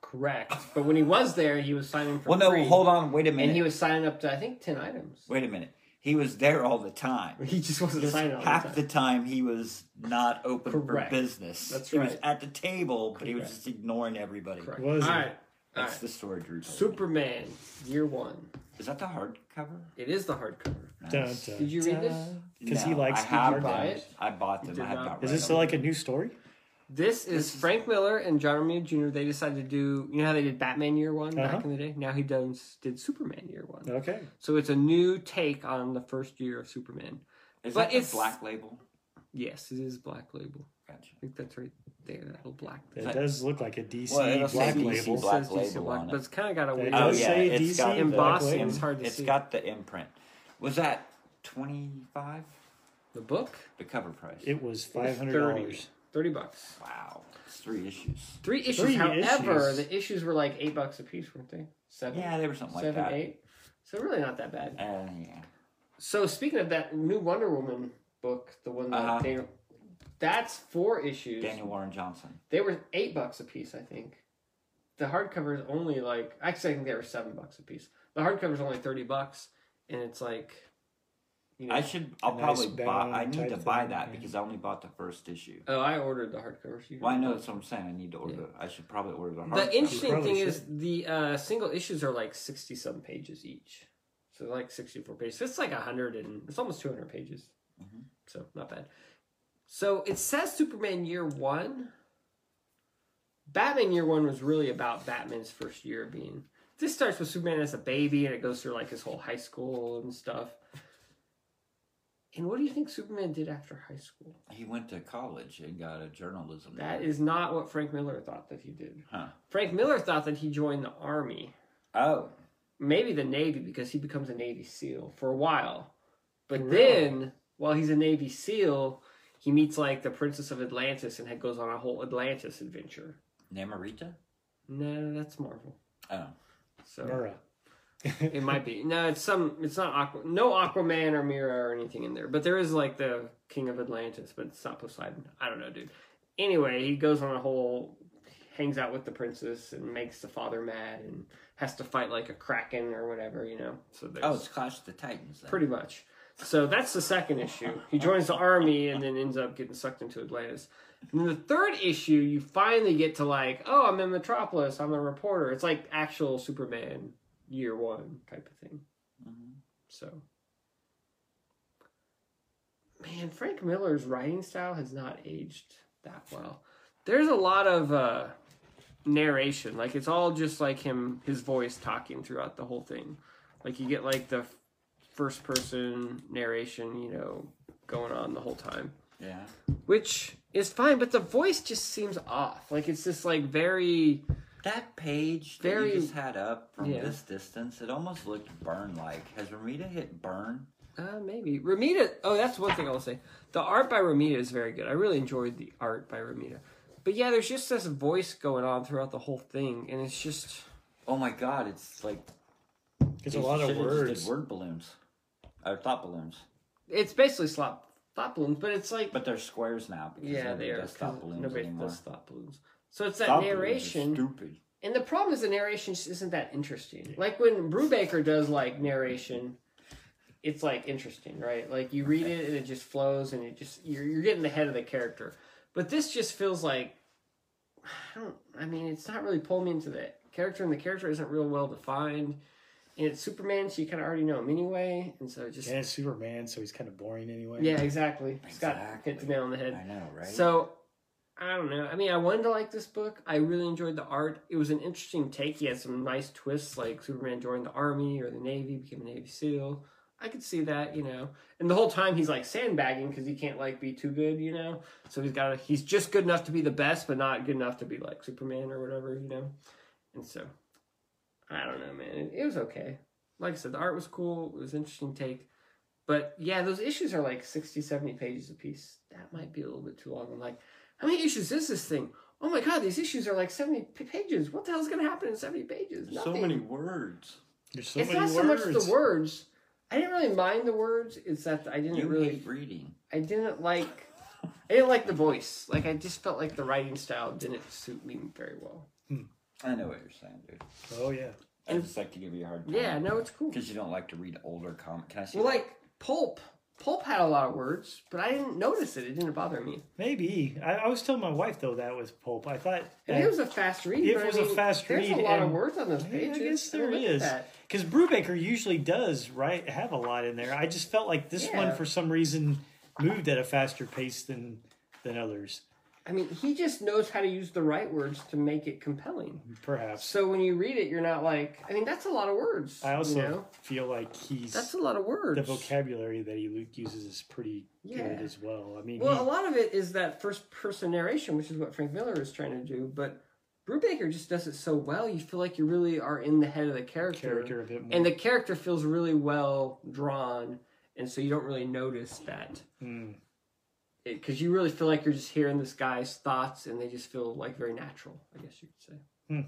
A: Correct. But when he was there, he was signing for
B: Well, no,
A: free.
B: hold on, wait a minute.
A: And he was signing up to I think ten items.
B: Wait a minute. He was there all the time.
A: He just wasn't
B: Just
A: signing all
B: half
A: the
B: the
A: time.
B: time he was not open
A: Correct.
B: for business.
A: That's
B: He was
A: right.
B: at the table, but he was
A: Correct.
B: just ignoring everybody.
A: Correct.
C: Was he?
A: all right, all
B: That's
A: right.
B: the story Drew. told me.
A: Superman, year one.
B: Is that the hardcover?
A: It is the hardcover.
C: Dun,
B: Nice.
C: dun,
A: Did you read this?
C: dun. 'Cause he
B: No,
C: likes-
B: I
C: did
B: have
A: you buy
B: them.
A: it?
B: I bought them.
A: did
B: I have
A: not.
B: not.
C: Is
B: read
C: this
B: them.
C: like a new story?
A: This is Frank Miller and John Romita Jr. They decided to do you know how they did Batman Year One
C: Uh-huh.
A: back in the day. Now he does did Superman Year One.
C: Okay.
A: So it's a new take on the first year of Superman.
B: Is
A: but
B: that the
A: it's-
B: black label?
A: Yes, it is Black Label.
B: Gotcha.
A: I think that's right there. That little black thing.
C: It does look like a DC
B: Well, it'll say
C: black
B: DC
C: label.
A: It
B: black
A: says DC
B: label
A: black,
B: on it.
A: but it's kind of got a
C: They
A: weird.
C: don't
B: Oh yeah,
C: say
B: it's
C: DC
B: got the
A: embossing.
C: black
A: It's hard to
B: It's
A: see.
B: got the imprint. Was that twenty five?
A: The book,
B: The cover price.
A: It
C: It was
A: was
C: five hundred dollars.
A: 30 bucks.
B: wow, it's three issues.
A: Three issues.
C: Three
A: However,
C: issues.
A: the issues were like eight bucks a piece, weren't they? Seven.
B: Yeah, they were something like
A: seven,
B: that.
A: eight. So really not that bad.
B: Uh, yeah.
A: So speaking of that new Wonder Woman book, the one that
B: Uh-huh.
A: they, that's four issues.
B: Daniel Warren Johnson.
A: They were eight bucks a piece, I think. The hardcover is only like actually I think they were seven bucks a piece. The hardcover is only thirty bucks, and it's like, you know,
B: I should. I'll
C: nice
B: probably
C: bound
B: buy. I need
C: type
B: to buy
C: thing,
B: that
C: yeah.
B: because I only bought the first issue.
A: oh, I ordered the hardcover. so you
B: Well, I
A: can-
B: know that's what I'm saying. I need to order. I should probably order the hard.
A: The interesting
C: probably
A: thing is the uh, single issues are like sixty some pages each, so they're like sixty four pages. So it's like hundred and it's almost two hundred pages,
B: Mhm.
A: so not bad. So it says Superman Year One. Batman Year One was really about Batman's first year being. This starts with Superman as a baby, and it goes through like his whole high school and stuff. And what do you think Superman did after high school?
B: He went to college and got a journalism.
A: That
B: degree.
A: is not what Frank Miller thought that he did.
B: Huh.
A: Frank Miller thought that he joined the army
B: Oh,
A: maybe the Navy because he becomes a Navy SEAL for a while. But
C: Really?
A: then, while he's a Navy SEAL, he meets like the Princess of Atlantis and had- goes on a whole Atlantis adventure.
B: Namorita.
A: No, that's Marvel.
B: Oh,
A: So
C: Murrah.
A: it might be. No, it's some. It's not Aqua. No Aquaman or Mira or anything in there. But there is like the King of Atlantis, but it's not Poseidon. I don't know, dude. Anyway, he goes on a whole. Hangs out with the princess and makes the father mad and has to fight like a kraken or whatever, you know. So there's
B: oh, it's Clash of the Titans. Then.
A: pretty much. So that's the second issue. He joins the army and then ends up getting sucked into Atlantis. And then the third issue, you finally get to like, oh, I'm in Metropolis. I'm a reporter. It's like actual Superman year one type of thing.
B: Mhm.
A: So, man, Frank Miller's writing style has not aged that well. There's a lot of uh, narration, like it's all just like him, his voice talking throughout the whole thing. Like you get like the first person narration, you know, going on the whole time,
B: Yeah.
A: which is fine, but the voice just seems off. Like it's just like very
B: That page that
A: Very-
B: you just had up from
A: Yeah.
B: this distance, it almost looked burn like. Has Ramita hit burn?
A: Uh, maybe Ramita. Oh, that's one thing I'll say. The art by Ramita is very good. I really enjoyed the art by Ramita. But yeah, there's just this voice going on throughout the whole thing, and it's just
B: Oh my god, it's like
C: It's a
B: they
C: lot of
B: should've just did
C: words.
B: word balloons. Or thought balloons.
A: it's basically slop thought balloons, but it's like
B: But they're squares now because
A: yeah,
B: nobody
A: they are
B: does thought
A: 'cause
B: balloons
A: nobody
B: anymore.
A: does thought balloons. So it's that
B: Thought balloons are
A: narration,
B: stupid.
A: and the problem is the narration just isn't that interesting. Like when Brubaker does like narration, it's like interesting, right? Like you read it and it just flows, and it just you're you're getting the head of the character. But this just feels like I don't. I mean, it's not really pulling me into the character, and the character isn't real well defined. And it's Superman, so you kind of already know him anyway, and so it just
C: And it's Superman, so he's kind of boring anyway.
A: yeah, exactly. Scott hit the
B: Exactly.
A: nail on the head.
B: I know, right?
A: So I don't know. I mean, I wanted to like this book. I really enjoyed the art. It was an interesting take. He had some nice twists, like Superman joined the army or the navy, became a Navy SEAL. I could see that, you know. And the whole time he's like sandbagging because he can't like be too good, you know. So he's got to, he's just good enough to be the best, but not good enough to be like Superman or whatever, you know. And so, I don't know, man. It, it was okay. Like I said, the art was cool. It was an interesting take. But yeah, those issues are like 60, 70 pages a piece. That might be a little bit too long. I'm like, how many issues is this thing? Oh my god, these issues are like 70 p- pages. What the hell's going to happen in 70 pages?
B: So many words.
C: There's so
A: it's
C: many
A: not so much
C: words.
A: the words. I didn't really mind the words. It's that I didn't
B: You
A: really,
B: hate reading.
A: I didn't like, I didn't like the voice. Like I just felt like the writing style didn't suit me very well.
B: I know what you're saying, dude.
C: Oh yeah.
B: I just like to give you a hard time.
A: Yeah, no, it's cool.
B: Because you don't like to read older comic. Can I see
A: Well,
B: that?
A: like pulp, pulp had a lot of words, but I didn't notice it. It didn't bother me.
C: Maybe I, I was telling my wife though that with pulp. I thought
A: And it was a fast read.
C: It
A: but I
C: was a
A: mean,
C: fast
A: There's
C: read,
A: a lot of
C: and-
A: words on those
C: Yeah, I
A: pages.
C: guess
A: mean,
C: there
A: look at
C: is.
A: that.
C: because Brubaker usually does right have a lot in there. I just felt like this
A: Yeah.
C: one for some reason moved at a faster pace than than others,
A: I mean, he just knows how to use the right words to make it compelling.
C: perhaps.
A: So when you read it, you're not like, I mean, that's a lot of words.
C: I also
A: you know?
C: feel like he's
A: that's a lot of words.
C: the vocabulary that he uses is pretty
A: Yeah.
C: good as well. I mean,
A: Well, a lot of it is that first person narration, which is what Frank Miller is trying to do, but Brubaker just does it so well, you feel like you really are in the head of the
C: he,
A: character.
C: character a bit more.
A: And the character feels really well drawn, and so you don't really notice that.
C: Hmm.
A: Because you really feel like you're just hearing this guy's thoughts, and they just feel like very natural, I guess you could say.
C: Hmm.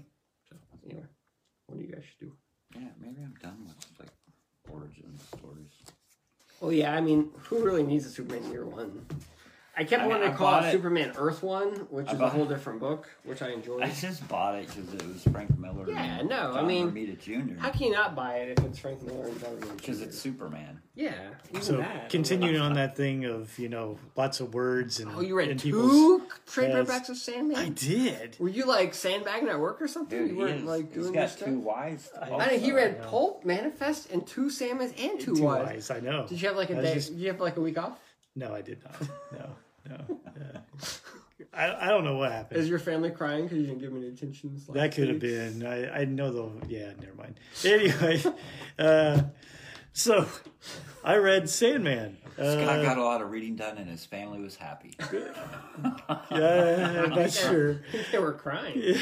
A: So, anyway, what do you guys should do?
B: yeah, maybe I'm done with like origin stories.
A: Well, yeah, I mean, who really needs a Superman Year One? I kept
B: I mean,
A: wanting
B: I
A: to call
B: bought
A: it
B: it-
A: Superman Earth One, which
B: I
A: is a
B: bought-
A: whole different book, which I enjoyed.
B: I just bought it because it was Frank Miller.
A: Yeah,
B: and
A: no, I
B: John
A: mean-
B: Romita
A: How
B: Jr.
A: can you not buy it if it's Frank Miller and John Romita
B: Because
A: Jr.?
B: it's Superman.
A: yeah, even
C: so
A: that.
C: continuing on that thing of you know lots of words and
A: Oh, you read
C: and people's-
A: two trade
C: Yes.
A: paperbacks of
C: I
A: Sandman.
C: did.
A: Were you like sandbagging at work or something?
B: Dude,
A: you
B: he
A: weren't
B: is,
A: like
B: he's
A: doing
B: got
A: this
B: two
A: stuff.
B: wives.
A: I know he
B: also.
A: read
C: I know.
A: Pulp, Manifest, and two Sandmans and two,
C: Two
A: Wives.
C: eyes, I know.
A: Did you have like
C: I
A: a
C: was
A: day?
C: just-
A: Did you have like a week off?
C: No, I did not. No, no. Uh, I, I don't know what happened.
A: Is your family crying because you didn't give them any attention? this
C: that
A: last
C: could have
A: week?
C: been. I, I know the. Yeah, never mind. Anyway, uh, so I read Sandman.
B: Scott
C: Uh,
B: got a lot of reading done, and his family was happy.
C: yeah, I'm not sure.
A: they were crying.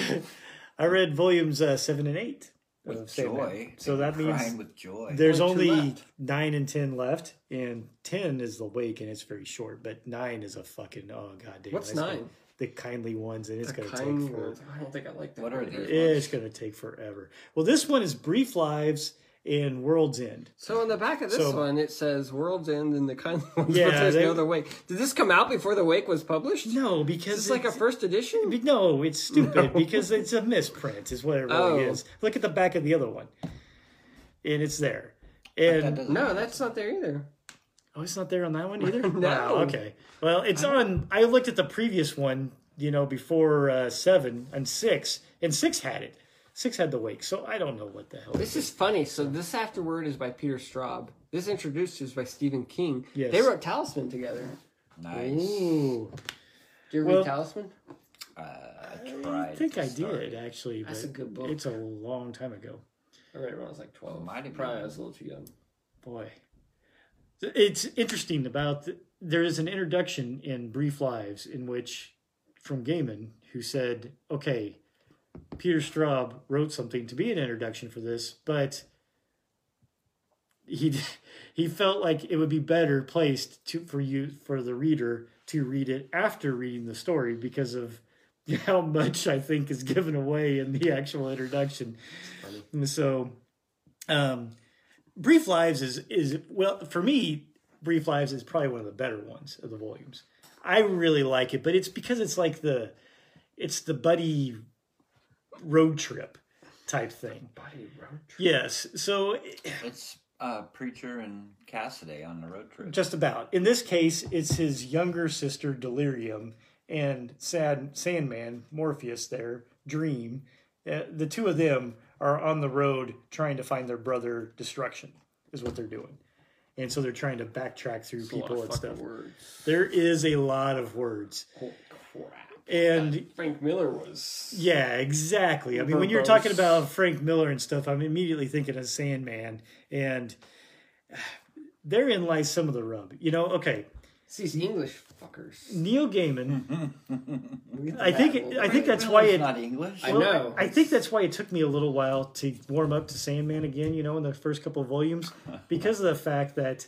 C: I read volumes uh, seven and eight
B: with
C: of Sandman.
B: joy.
C: So
B: They
C: that
B: were
C: means
B: crying with joy.
C: there's
A: Only
C: only,
A: two left.
C: nine and ten left, and ten is the wake, and it's very short. But nine is a fucking oh god damn.
A: What's
C: that's gonna-
A: nine?
C: The kindly ones, and it's
A: The
C: gonna
A: kind
C: take forever.
A: words. I don't think I like that.
B: What are
A: word.
B: they?
C: It's going to take forever. Well, this one is Brief Lives and World's End.
A: So on the back of this
C: So-
A: one, it says "World's End" and the kind of ones.
C: Yeah,
A: Yeah, there's
C: they-
A: no other wake. Did this come out before the wake was published?
C: No, because
A: Is this like a
C: it's-
A: first edition?
C: be- no, it's stupid because it's a misprint, is what it really
A: Oh.
C: is. Look at the back of the other one, and it's there.
B: That
C: And
B: doesn't
A: No,
B: make
A: that's not there either.
C: oh, it's not there on that one either.
A: No.
C: Wow, okay. Well, it's on. I looked at the previous one, you know, before uh, seven and six, and six had it. Six had the wake, so I don't know what the hell.
A: This is funny. So this afterword is by Peter Straub. This introduced is by Stephen King.
C: Yes.
A: They wrote Talisman together.
B: nice.
C: Ooh,
A: Do you
C: Well-
A: read Talisman?
B: Uh, I
C: I
B: tried.
C: think
B: to
C: I
B: start.
C: did actually.
A: That's
C: but
A: a good book.
C: It's a long time ago.
A: I read it when I was like twelve.
B: Might have
A: Probably
B: been.
A: I was a little too young.
C: boy it's interesting about there is an introduction in brief lives in which from gaiman who said okay peter straub wrote something to be an introduction for this but he he felt like it would be better placed to for you for the reader to read it after reading the story because of how much I think is given away in the actual introduction. And So, um, Brief Lives is is well for me. Brief Lives is probably one of the better ones of the volumes. I really like it, but it's because it's like the it's the buddy road trip type thing.
A: Body road trip.
C: Yes, so
B: It's uh, Preacher and Cassidy on the road trip.
C: Just about. In this case, it's his younger sister Delirium and Sad Sandman Morpheus. There, Dream. Uh, the two of them are on the road trying to find their brother Destruction. Is what they're doing, and so they're trying to backtrack through
A: A lot of
C: people and
A: fucking
C: stuff.
A: words.
C: There is a lot of words,
A: Holy crap.
C: and
A: Frank Miller was.
C: yeah, exactly. I mean, when you're
A: Verbose.
C: talking about Frank Miller and stuff, I'm immediately thinking of Sandman, and therein lies some of the rub. You know, okay,
A: It's these English fuckers.
C: Neil Gaiman.
A: We'll get to
C: Mm, I
A: that
C: think
A: a little
C: I
A: bit.
C: think that's
B: Well,
C: why
B: it's
C: it-
B: not English.
A: I know.
C: I think that's why it took me a little while to warm up to Sandman again. You know, in the first couple of volumes, because of the fact that,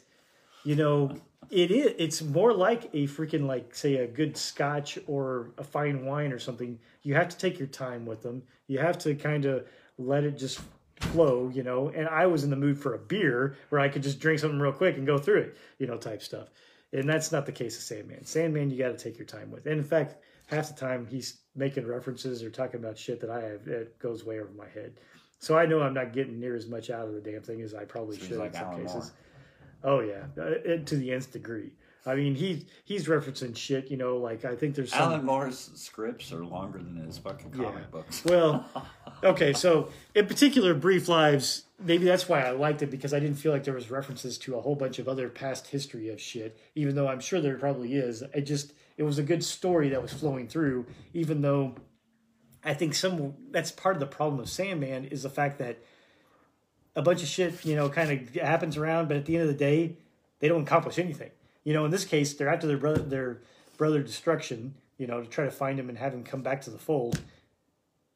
C: you know, it is it's more like a freaking like say a good Scotch or a fine wine or something. You have to take your time with them. You have to kind of let it just flow. You know, and I was in the mood for a beer where I could just drink something real quick and go through it. You know, type stuff. And that's not the case of Sandman. Sandman, you got to take your time with. And in fact, half the time he's making references or talking about shit that I have that goes way over my head. So I know I'm not getting near as much out of the damn thing as I probably
B: So he's
C: should
B: like
C: in some
B: Alan Moore.
C: cases. Oh yeah, Uh, it- to the nth degree. I mean, he he's referencing shit. You know, like I think there's some.
B: Alan Moore's scripts are longer than his fucking comic
C: Yeah.
B: books.
C: Well, okay, so in particular, Brief Lives, maybe that's why I liked it because I didn't feel like there was references to a whole bunch of other past history of shit, even though I'm sure there probably is. It just it was a good story that was flowing through, even though I think some that's part of the problem of Sandman is the fact that a bunch of shit, you know, kind of happens around, but at the end of the day, they don't accomplish anything. You know, in this case, they're after their brother their brother destruction, you know, to try to find him and have him come back to the fold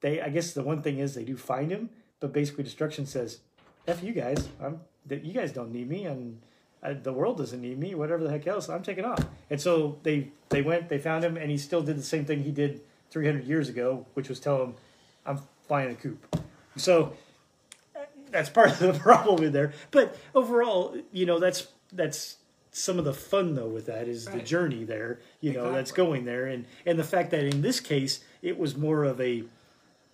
C: they I guess the one thing is they do find him, but basically destruction says, "F you guys, I'm that you guys don't need me, and uh the world doesn't need me. Whatever the heck else, I'm taking off." And so they they went, they found him, and he still did the same thing he did 300 years ago, which was tell him, "I'm flying a coop." So that's part of the problem in there. But overall, you know, that's that's some of the fun though with that is the
B: Right.
C: journey there. You know, that's
B: Exactly.
C: going there, and and the fact that in this case it was more of a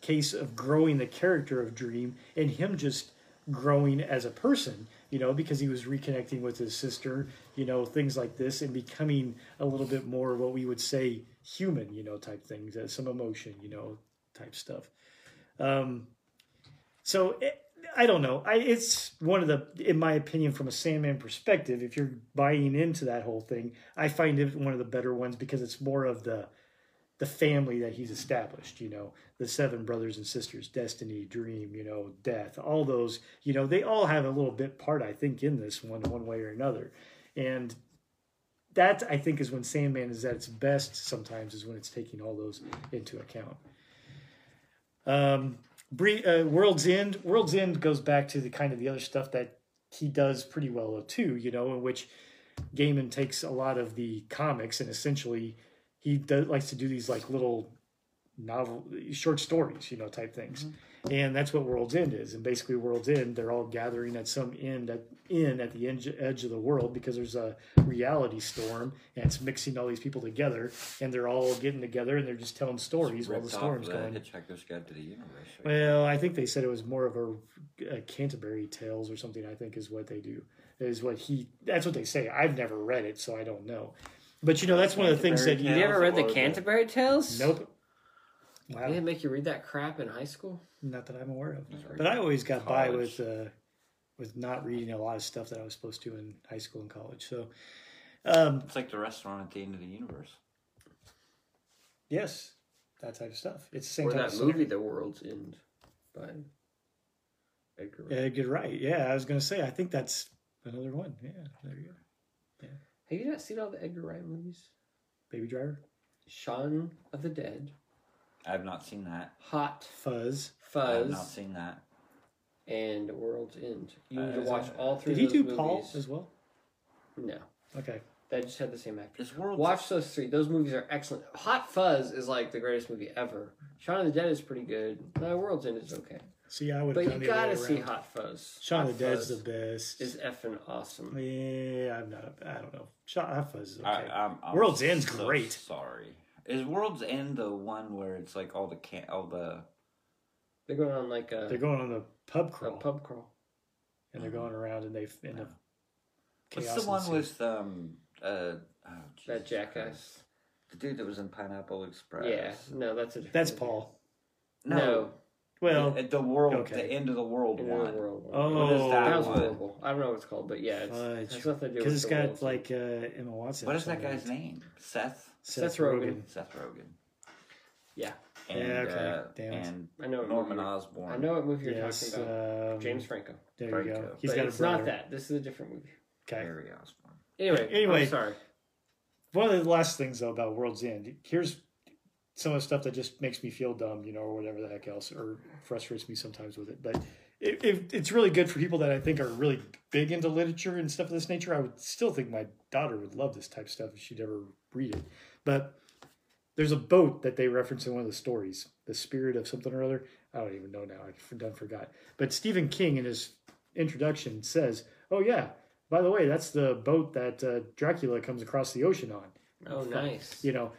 C: case of growing the character of Dream and him just growing as a person, you know, because he was reconnecting with his sister, you know, things like this and becoming a little bit more what we would say human, you know, type things, uh, some emotion, you know, type stuff. Um, so it, I don't know. I, it's one of the, in my opinion, from a Sandman perspective, if you're buying into that whole thing, I find it one of the better ones because it's more of the, the family that he's established, you know, the seven brothers and sisters, destiny, dream, you know, death, all those, you know, they all have a little bit part, I think, in this one, one way or another. And that, I think, is when Sandman is at its best sometimes, is when it's taking all those into account. Um, Bre- uh, World's End, World's End goes back to the kind of the other stuff that he does pretty well, too, you know, in which Gaiman takes a lot of the comics and essentially he does, likes to do these like little novel short stories you know type things
B: Mm-hmm.
C: and that's what world's end is and basically world's end they're all gathering at some end at inn at the edge, edge of the world because there's a reality storm and it's mixing all these people together and they're all getting together and they're just telling stories while the
B: Ripped off
C: storm's
B: the
C: going
B: Hitchhiker's Guide to the Universe.
C: well, I think they said it was more of a, a Canterbury Tales or something. I think is what they do. Is what he. That's what they say. I've never read it, so I don't know. But you know, that's one of the things that.
A: You
C: You,
B: Canterbury
A: never read the
B: Or the-
A: Canterbury Tales?
C: nope.
A: They
C: Wow,
A: didn't make you read that crap in high school?
C: not that I'm aware of.
B: Sorry.
C: But I always got by
B: College.
C: with uh, with not reading a lot of stuff that I was supposed to in high school and college. So, um,
B: It's like the restaurant at the end of the universe.
C: yes, that type of stuff. It's the same
A: Or
C: type
A: that
C: of
A: movie,
C: movie.
A: The World's End by Edgar Wright.
C: Edgar Wright. Uh, Yeah, I was gonna say. I think that's another one. Yeah, there you go.
A: Have you not seen all the Edgar Wright movies?
C: Baby Driver,
A: Shaun of the Dead,
B: I've not seen that.
A: Hot
C: Fuzz.
B: I've not
A: Fuzz,
B: seen that.
A: and World's End. You need
B: Uh,
A: to watch all three
C: Did
A: of
C: he
A: those
C: do
A: movies.
C: Paul as well?
A: No,
C: Okay.
A: that just had the same actor.
B: This world.
A: Watch those three. Those movies are excellent. Hot Fuzz is like the greatest movie ever. Shaun of the Dead is pretty good. The World's End is okay.
C: See, I would.
A: But
C: have
A: you
C: the other
A: gotta
C: way
A: see
C: around.
A: Hot Fuzz.
C: Shaun
A: Hot
C: of the Dead's the
A: Fuzz
C: best.
A: is effing awesome.
C: yeah, I'm not. A, I don't know. Shaun of Fuzz is okay.
B: I, I'm, I'm
C: World's End's
B: so
C: great.
B: Sorry. Is World's End the one where it's like all the can all the
A: They're going on like
C: they're
A: a,
C: going on the pub
A: a
C: crawl
A: pub crawl.
C: and they're going around and they f- end up.
B: What's
C: chaos
B: the one
C: ensues.
B: with um uh oh,
A: That
B: Jesus Christ.
A: jackass.
B: the dude that was in Pineapple Express?
A: Yeah, no, that's a different
C: That's
A: movie.
C: Paul.
A: No,
C: Well,
B: at the world,
C: okay.
B: the end of the world
A: in
B: one.
A: another world.
C: Oh.
B: What is that
A: that was
B: one?
A: horrible. I don't know what it's called, but yeah, it's,
C: Fudge.
A: it has nothing to do with
C: because it's
A: the
C: got
A: world.
C: like uh, Emma Watson.
B: What
C: or
B: is that
C: something in
B: guy's
C: it.
B: name? Seth.
A: Seth Rogen.
B: Seth Rogen.
A: yeah,
B: And,
C: Yeah, okay.
B: uh,
C: Damn it.
B: and
A: I know. What
B: Norman
A: movie,
B: Osborn.
A: I know what movie you're
C: Yes,
A: talking about.
C: um,
A: James Franco.
C: There you
B: Franco.
C: go. He's
A: but
C: got a
A: it's
C: brother.
A: not that. This is a different movie.
C: Okay.
B: Harry Osborn.
A: Anyway, anyway,
C: Anyway.
A: I'm sorry.
C: One of the last things though about World's End, here's some of the stuff that just makes me feel dumb, you know, or whatever the heck else, or frustrates me sometimes with it. But it, it, it's really good for people that I think are really big into literature and stuff of this nature. I would still think my daughter would love this type of stuff if she'd ever read it. But there's a boat that they reference in one of the stories, the spirit of something or other. I don't even know now. I done forgot. But Stephen King in his introduction says, "Oh yeah, by the way, that's the boat that uh, Dracula comes across the ocean on."
A: Oh, nice.
C: you know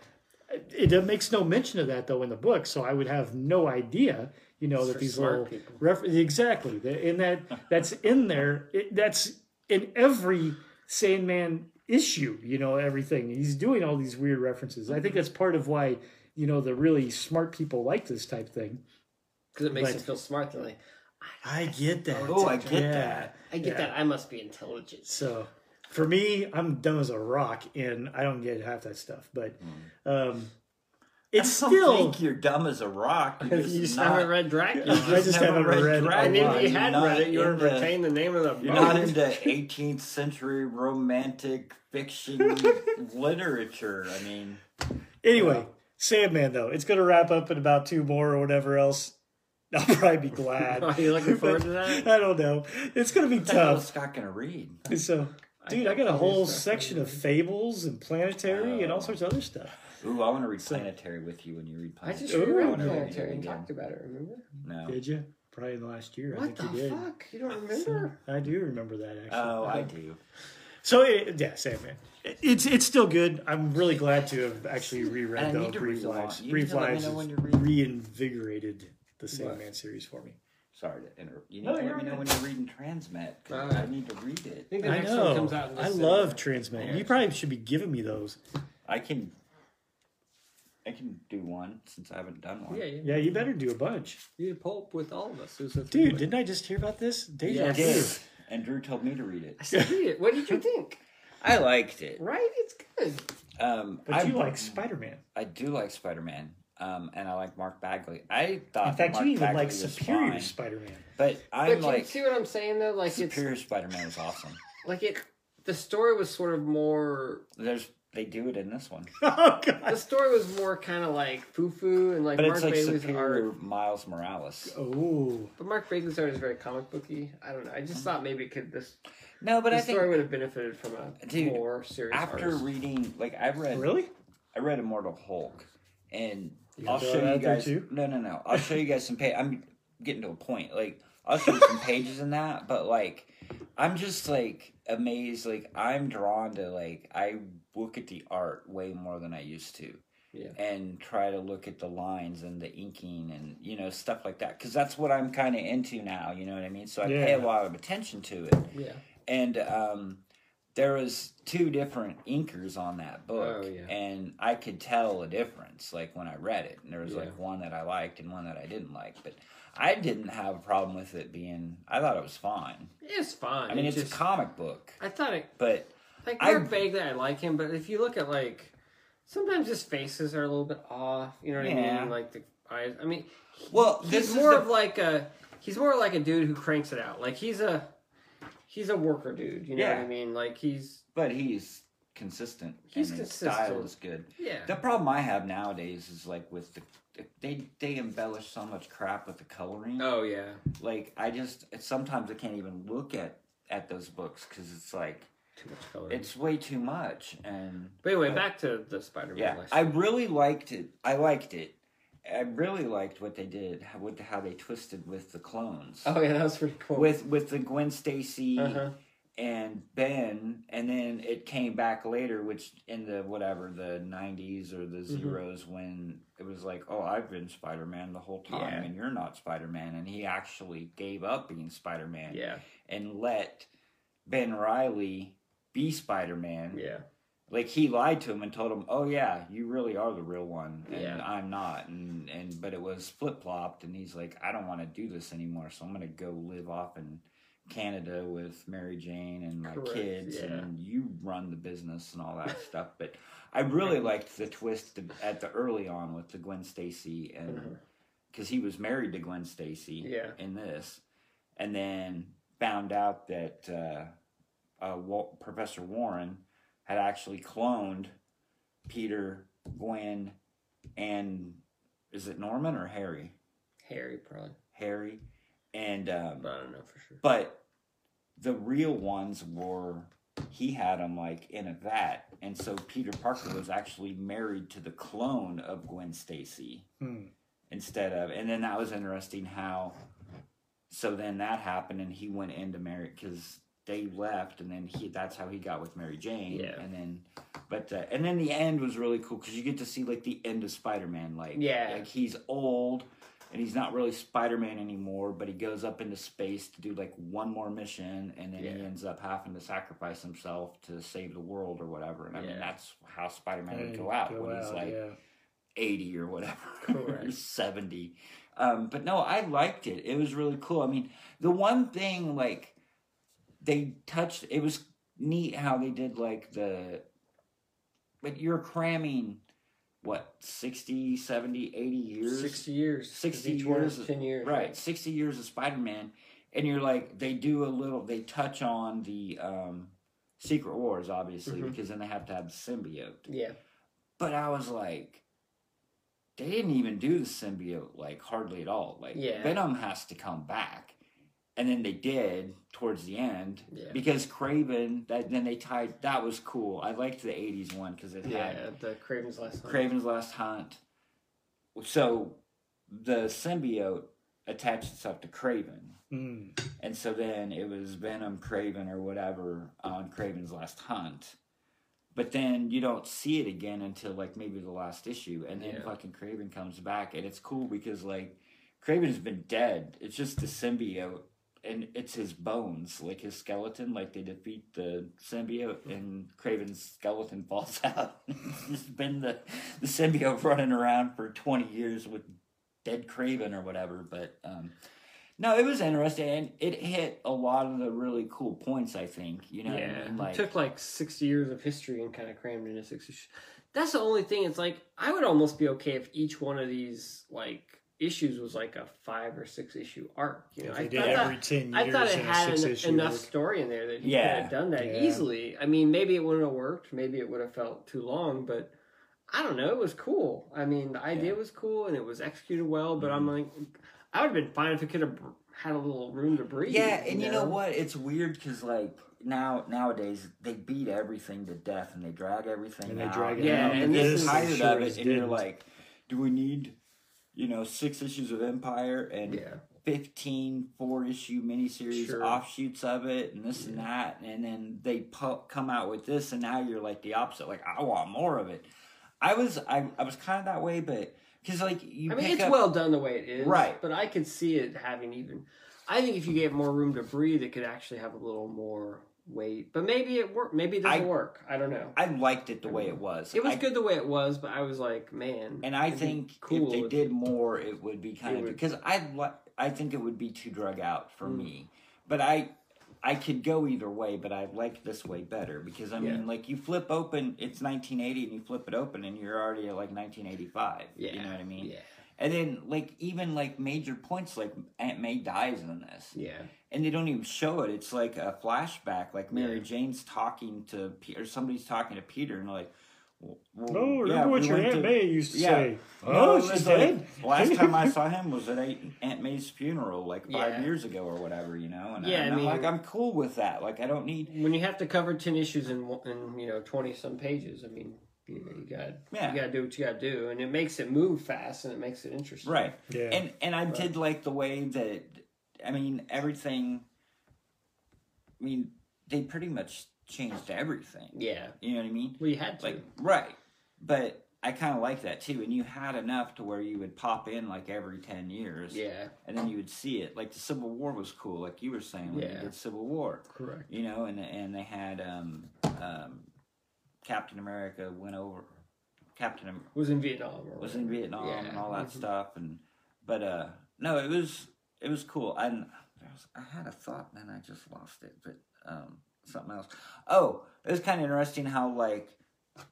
C: it, it makes no mention of that though in the book so i would have no idea you know
A: It's
C: that
A: for
C: these
A: smart
C: little
A: people.
C: refer- exactly the- and that that's in there it, that's in every sandman issue you know everything he's doing all these weird references i think that's part of why you know the really smart people like this type thing
A: Because it makes
C: But-
A: them feel smart. They're like,
C: i get that
B: Oh, I get
C: Yeah.
B: that.
A: I get
C: Yeah.
A: that. I must be intelligent.
C: So for me, I'm dumb as a rock, and I don't get half that stuff. But um, it's
B: I don't
C: still
B: think you're dumb as a rock. You're
A: you just
B: not-
A: haven't read Dracula.
C: I just haven't read
A: I mean,
C: Why
A: if you had
B: You're
A: read it, you
B: not
A: would have
B: into-
A: retained the name of the
B: You're not
A: book.
B: into 18th century romantic fiction literature. I mean,
C: anyway. Sandman though, it's gonna wrap up in about two more or whatever else. I'll probably be glad.
A: Are you looking forward to that?
C: I don't know. It's gonna be
B: what the hell is
C: tough.
B: Scott gonna read?
C: So, dude, I got a whole section of fables and planetary and all sorts of other stuff.
B: Ooh, I want to read Planetary with you when you read
A: I
B: Planetary.
A: just
C: Ooh,
B: I
A: reread
B: wanna read it
A: Planetary and
B: again.
A: talked about it, remember?
B: No.
C: Did you? Probably in the last year. I
A: What
C: think you
A: the
C: did.
A: fuck? You don't
C: So,
A: remember?
C: I do remember that actually.
B: Oh, I do.
C: So it, yeah, Sandman. It- It's it's still good. I'm really glad to have actually reread
B: And I
C: the
B: need to
C: Brief
B: read a lot.
C: Lives.
B: You need
C: Brief
B: to let me
C: Lives
B: know
C: has
B: when you read.
C: reinvigorated the Sandman series for me.
B: Sorry to interrupt. You need
A: No,
B: to
A: you're
B: let me know
A: all
B: when
A: right.
B: you're reading Transmet. 'cause
A: All
B: I
A: right.
B: need to read
A: I
B: it.
A: think the
C: I
A: next
C: know.
A: one comes out in
C: I
A: December.
C: love Transman. You probably should be giving me those.
B: I can. I can do one since I haven't done one.
A: Yeah, yeah.
C: Yeah, you better do a bunch,
A: You did pulp with all of us. It was a
C: dude.
A: three-way.
C: Didn't I just hear about this?
B: I
C: Deja
A: Yes.
B: did.
C: vu.
B: And Drew told me to read it.
A: I still read it. What did you think?
B: I liked it.
A: Right? It's good.
B: Um,
C: But
B: I,
C: you like Spider Man.
B: I do like Spider Man, um, and I like Mark Bagley. I thought
C: In fact,
B: Mark
C: you even
B: Bagley
C: like
B: was
C: Superior
B: fine,
C: Spider Man.
B: but
A: But
B: I'm
A: you
B: like
A: see what I'm saying though? Like
B: Superior Spider Man is awesome.
A: it's like it the story was sort of more
B: There's they do it in this one,
C: oh
A: the
C: god.
A: story was more kind of like foo foo and like
B: but
A: Mark
B: it's like
A: Bailey's
B: Superior
A: art.
B: Miles Morales.
C: Oh,
A: But Mark Bailey's art is very comic booky. I don't know. I just thought maybe it could this
B: No, but
A: the
B: I
A: story
B: think
A: would have benefited from a
B: Dude,
A: more serious
B: after
A: artist.
B: reading, like I read,
C: really?
B: I read Immortal Hulk, and
C: You
B: I'll
C: throw
B: show
C: it
B: you
C: out there
B: guys.
C: too?
B: No, no, no. I'll show you guys some. Pa- I'm getting to a point. Like I'll show you some pages in that, but like I'm just like amazed. Like I'm drawn to like I look at the art way more than I used to.
A: Yeah.
B: And try to look at the lines and the inking and you know stuff like that because that's what I'm kind of into now. You know what I mean? So I pay a
C: Yeah.
B: lot of attention to it.
A: yeah.
B: And um, there was two different inkers on that book,
A: Oh, yeah.
B: and I could tell a difference. Like when I read it, and there was
A: Yeah.
B: like one that I liked and one that I didn't like. But I didn't have a problem with it being. I thought it was fine.
A: It's fine.
B: I mean,
A: It
B: it's
A: just-
B: a comic book,
A: I thought it
B: but
A: Like
B: I-
A: Mark Bagley, I like him, but if you look at like sometimes his faces are a little bit off. You know what I
B: Yeah.
A: mean? Like the eyes. I mean,
B: well, this
A: he's
B: is
A: more
B: the-
A: of like a he's more like a dude who cranks it out. Like he's a he's a worker dude. You know
B: Yeah.
A: what I mean? Like he's
B: but he's consistent.
A: He's
B: and
A: consistent.
B: His style is good.
A: yeah.
B: The problem I have nowadays is like with the they they embellish so much crap with the coloring.
A: oh yeah.
B: like I just sometimes I can't even look at at those books because it's like
A: Too much color.
B: it's way too much. And
A: but anyway,
B: but-
A: back to the Spider-Man.
B: yeah,
A: list.
B: I really liked it. I liked it. I really liked what they did. How, with how they twisted with the clones.
A: oh yeah, that was pretty cool.
B: With with the Gwen Stacy
A: uh-huh.
B: and Ben, and then it came back later, which in the whatever the '90s or the
A: Mm-hmm.
B: zeros when it was like, oh, I've been Spider-Man the whole time,
A: Yeah.
B: and you're not Spider-Man, and he actually gave up being Spider-Man
A: yeah,
B: and let Ben Riley be Spider Man.
A: yeah,
B: Like he lied to him and told him, "Oh yeah, you really are the real one, and
A: Yeah.
B: I'm not." And and but it was flip flopped, and he's like, "I don't want to do this anymore, so I'm gonna go live off in Canada with Mary Jane and my
A: Correct,
B: kids,
A: yeah.
B: and you run the business and all that stuff." But I really liked the twist at the early on with the Gwen Stacy and
A: Mhm.
B: because he was married to Gwen Stacy
A: Yeah.
B: in this, and then found out that uh, uh, Wa- Professor Warren had actually cloned Peter, Gwen, and is it Norman or Harry?
A: Harry probably,
B: Harry, and um,
A: but I don't know for sure.
B: but the real ones were he had them like in a vat, and so Peter Parker was actually married to the clone of Gwen Stacy
C: Hmm.
B: instead of and then that was interesting how so then that happened and he went into marry because they left and then he that's how he got with mary jane
A: Yeah.
B: and then but uh, and then the end was really cool because you get to see like the end of spider-man like
A: Yeah.
B: like he's old and he's not really spider-man anymore but he goes up into space to do like one more mission and then he
A: Yeah.
B: ends up having to sacrifice himself to save the world or whatever and i mean
A: Yeah. Mm,
B: that's how spider-man would
C: And
B: go out when he's
C: out,
B: like
C: yeah.
B: 80 or whatever or
A: Correct.
B: 70 um, but no i liked it it was really cool i mean the one thing like they touched it was neat how they did like the but you're cramming what 60 70 80 years
A: Sixty years,
B: 60
A: Each one is
B: years,
A: ten years,
B: right 60 years of spider-man and you're like they do a little they touch on the um, secret wars obviously
A: Mhm.
B: because then they have to have the symbiote
A: Yeah,
B: but I was like, they didn't even do the symbiote like hardly at all. Like
A: Yeah.
B: Venom has to come back, and then they did towards the end
A: yeah,
B: because Craven. That then they tied. That was cool. I liked the '80s one because it had
A: yeah. The Craven's last. Hunt.
B: Craven's Last Hunt. So the symbiote attached itself to Craven.
C: Hmm.
B: And so then it was Venom, Craven, or whatever on Craven's Last Hunt. But then you don't see it again until like maybe the last issue. And then
A: Yeah.
B: fucking Craven comes back. And it's cool because like Craven's been dead. It's just the symbiote and it's his bones, like his skeleton. Like they defeat the symbiote and Craven's skeleton falls out. it's been the, the symbiote running around for 20 years with dead Craven or whatever. But, um, no, it was interesting, and it hit a lot of the really cool points. I think you know, what I
A: yeah,
B: mean? like
A: it took like sixty years of history and kind of crammed into sixty. Sh- That's the only thing. It's like I would almost be okay if each one of these like issues was like a five or six issue arc. You know,
C: If
A: I
C: they did
A: thought that-
C: every ten
A: I
C: years
A: thought it
C: in a
A: had en-
C: six-issue
A: enough
C: arc.
A: story in there that he
B: Yeah.
A: could have done that
C: Yeah.
A: easily. I mean, maybe it wouldn't have worked. Maybe it would have felt too long, but I don't know. It was cool. I mean, the idea
B: Yeah.
A: was cool and it was executed well, but I'm
C: Mm-hmm.
A: like, I would have been fine if it could have br- had a little room to breathe.
B: yeah, and you know what? It's weird because like now nowadays they beat everything to death and they drag everything.
C: And they
B: out.
C: drag it
A: Yeah,
C: out.
A: and
B: and
A: this
B: you're
A: is-
B: tired
C: sure
B: of it,
C: as
B: and you're
C: didn't.
B: like, do we need you know six issues of Empire and
A: Yeah.
B: 15 four issue miniseries
A: Sure.
B: offshoots of it and this and that and then they pu- come out with this and now you're like the opposite like i want more of it i was i, I was kind of that way but because like you
A: I mean,
B: pick
A: it's
B: up,
A: well done the way it is,
B: Right.
A: But I could see it having even. I think if you gave more room to breathe, it could actually have a little more weight. But maybe it work. Maybe it doesn't
B: I-
A: work. I don't know.
B: i liked it the way it was
A: It was
B: I-
A: good the way it was, but I was like, man.
B: and i
A: it'd be
B: think if they did more it would be kind
A: It
B: of
A: would-
B: because i like i think it would be too drug out for
A: Mm.
B: me but i I could go either way, but I like this way better because I mean,
A: Yeah.
B: like you flip open, it's 1980, and you flip it open, and you're already at like 1985. you know what I mean.
A: Yeah,
B: And then, like, even like major points, like Aunt May dies in this,
A: yeah,
B: and they don't even show it. It's like a flashback, like Mary
A: Yeah.
B: Jane's talking to Peter, somebody's talking to Peter, and like, well,
C: Oh, remember
B: yeah,
C: what
B: we
C: your
B: went
C: Aunt
B: to-
C: May used to
B: Yeah.
C: say?
B: No,
C: Oh,
B: it
C: she's
B: was like-
C: dead.
B: the last time I saw him was at Aunt Aunt May's funeral, like five
A: Yeah.
B: years ago or whatever, you know. And,
A: Yeah,
B: I,
A: I
B: and I'm
A: mean-
B: like, I'm cool with that. Like, I don't need,
A: When you have to cover ten issues in one- in you know twenty some pages, I mean, you, know, you got
B: yeah,
A: you got to do what you got to do, and it makes it move fast and it makes it interesting.
B: right.
C: Yeah.
B: and and I
A: Right.
B: did like the way that I mean everything. I mean, they pretty much changed everything.
A: Yeah.
B: You know what I mean?
A: Well, you had to.
B: Like right, but I kind of like that too. And you had enough to where you would pop in like every ten years,
A: yeah.
B: and then you would see it. Like the Civil War was cool, like you were saying when you
A: Yeah.
B: did Civil War,
A: Correct.
B: you know, and and they had um, um, Captain America went over. Captain Am-
A: Was in Vietnam. Or
B: was in
A: whatever.
B: Vietnam and
A: Yeah.
B: all that
C: Mm-hmm.
A: Mhm.
B: stuff. And but uh, no, it was it was cool. I there was, I had a thought and then I just lost it. But um, something else. Oh, it was kind of interesting how like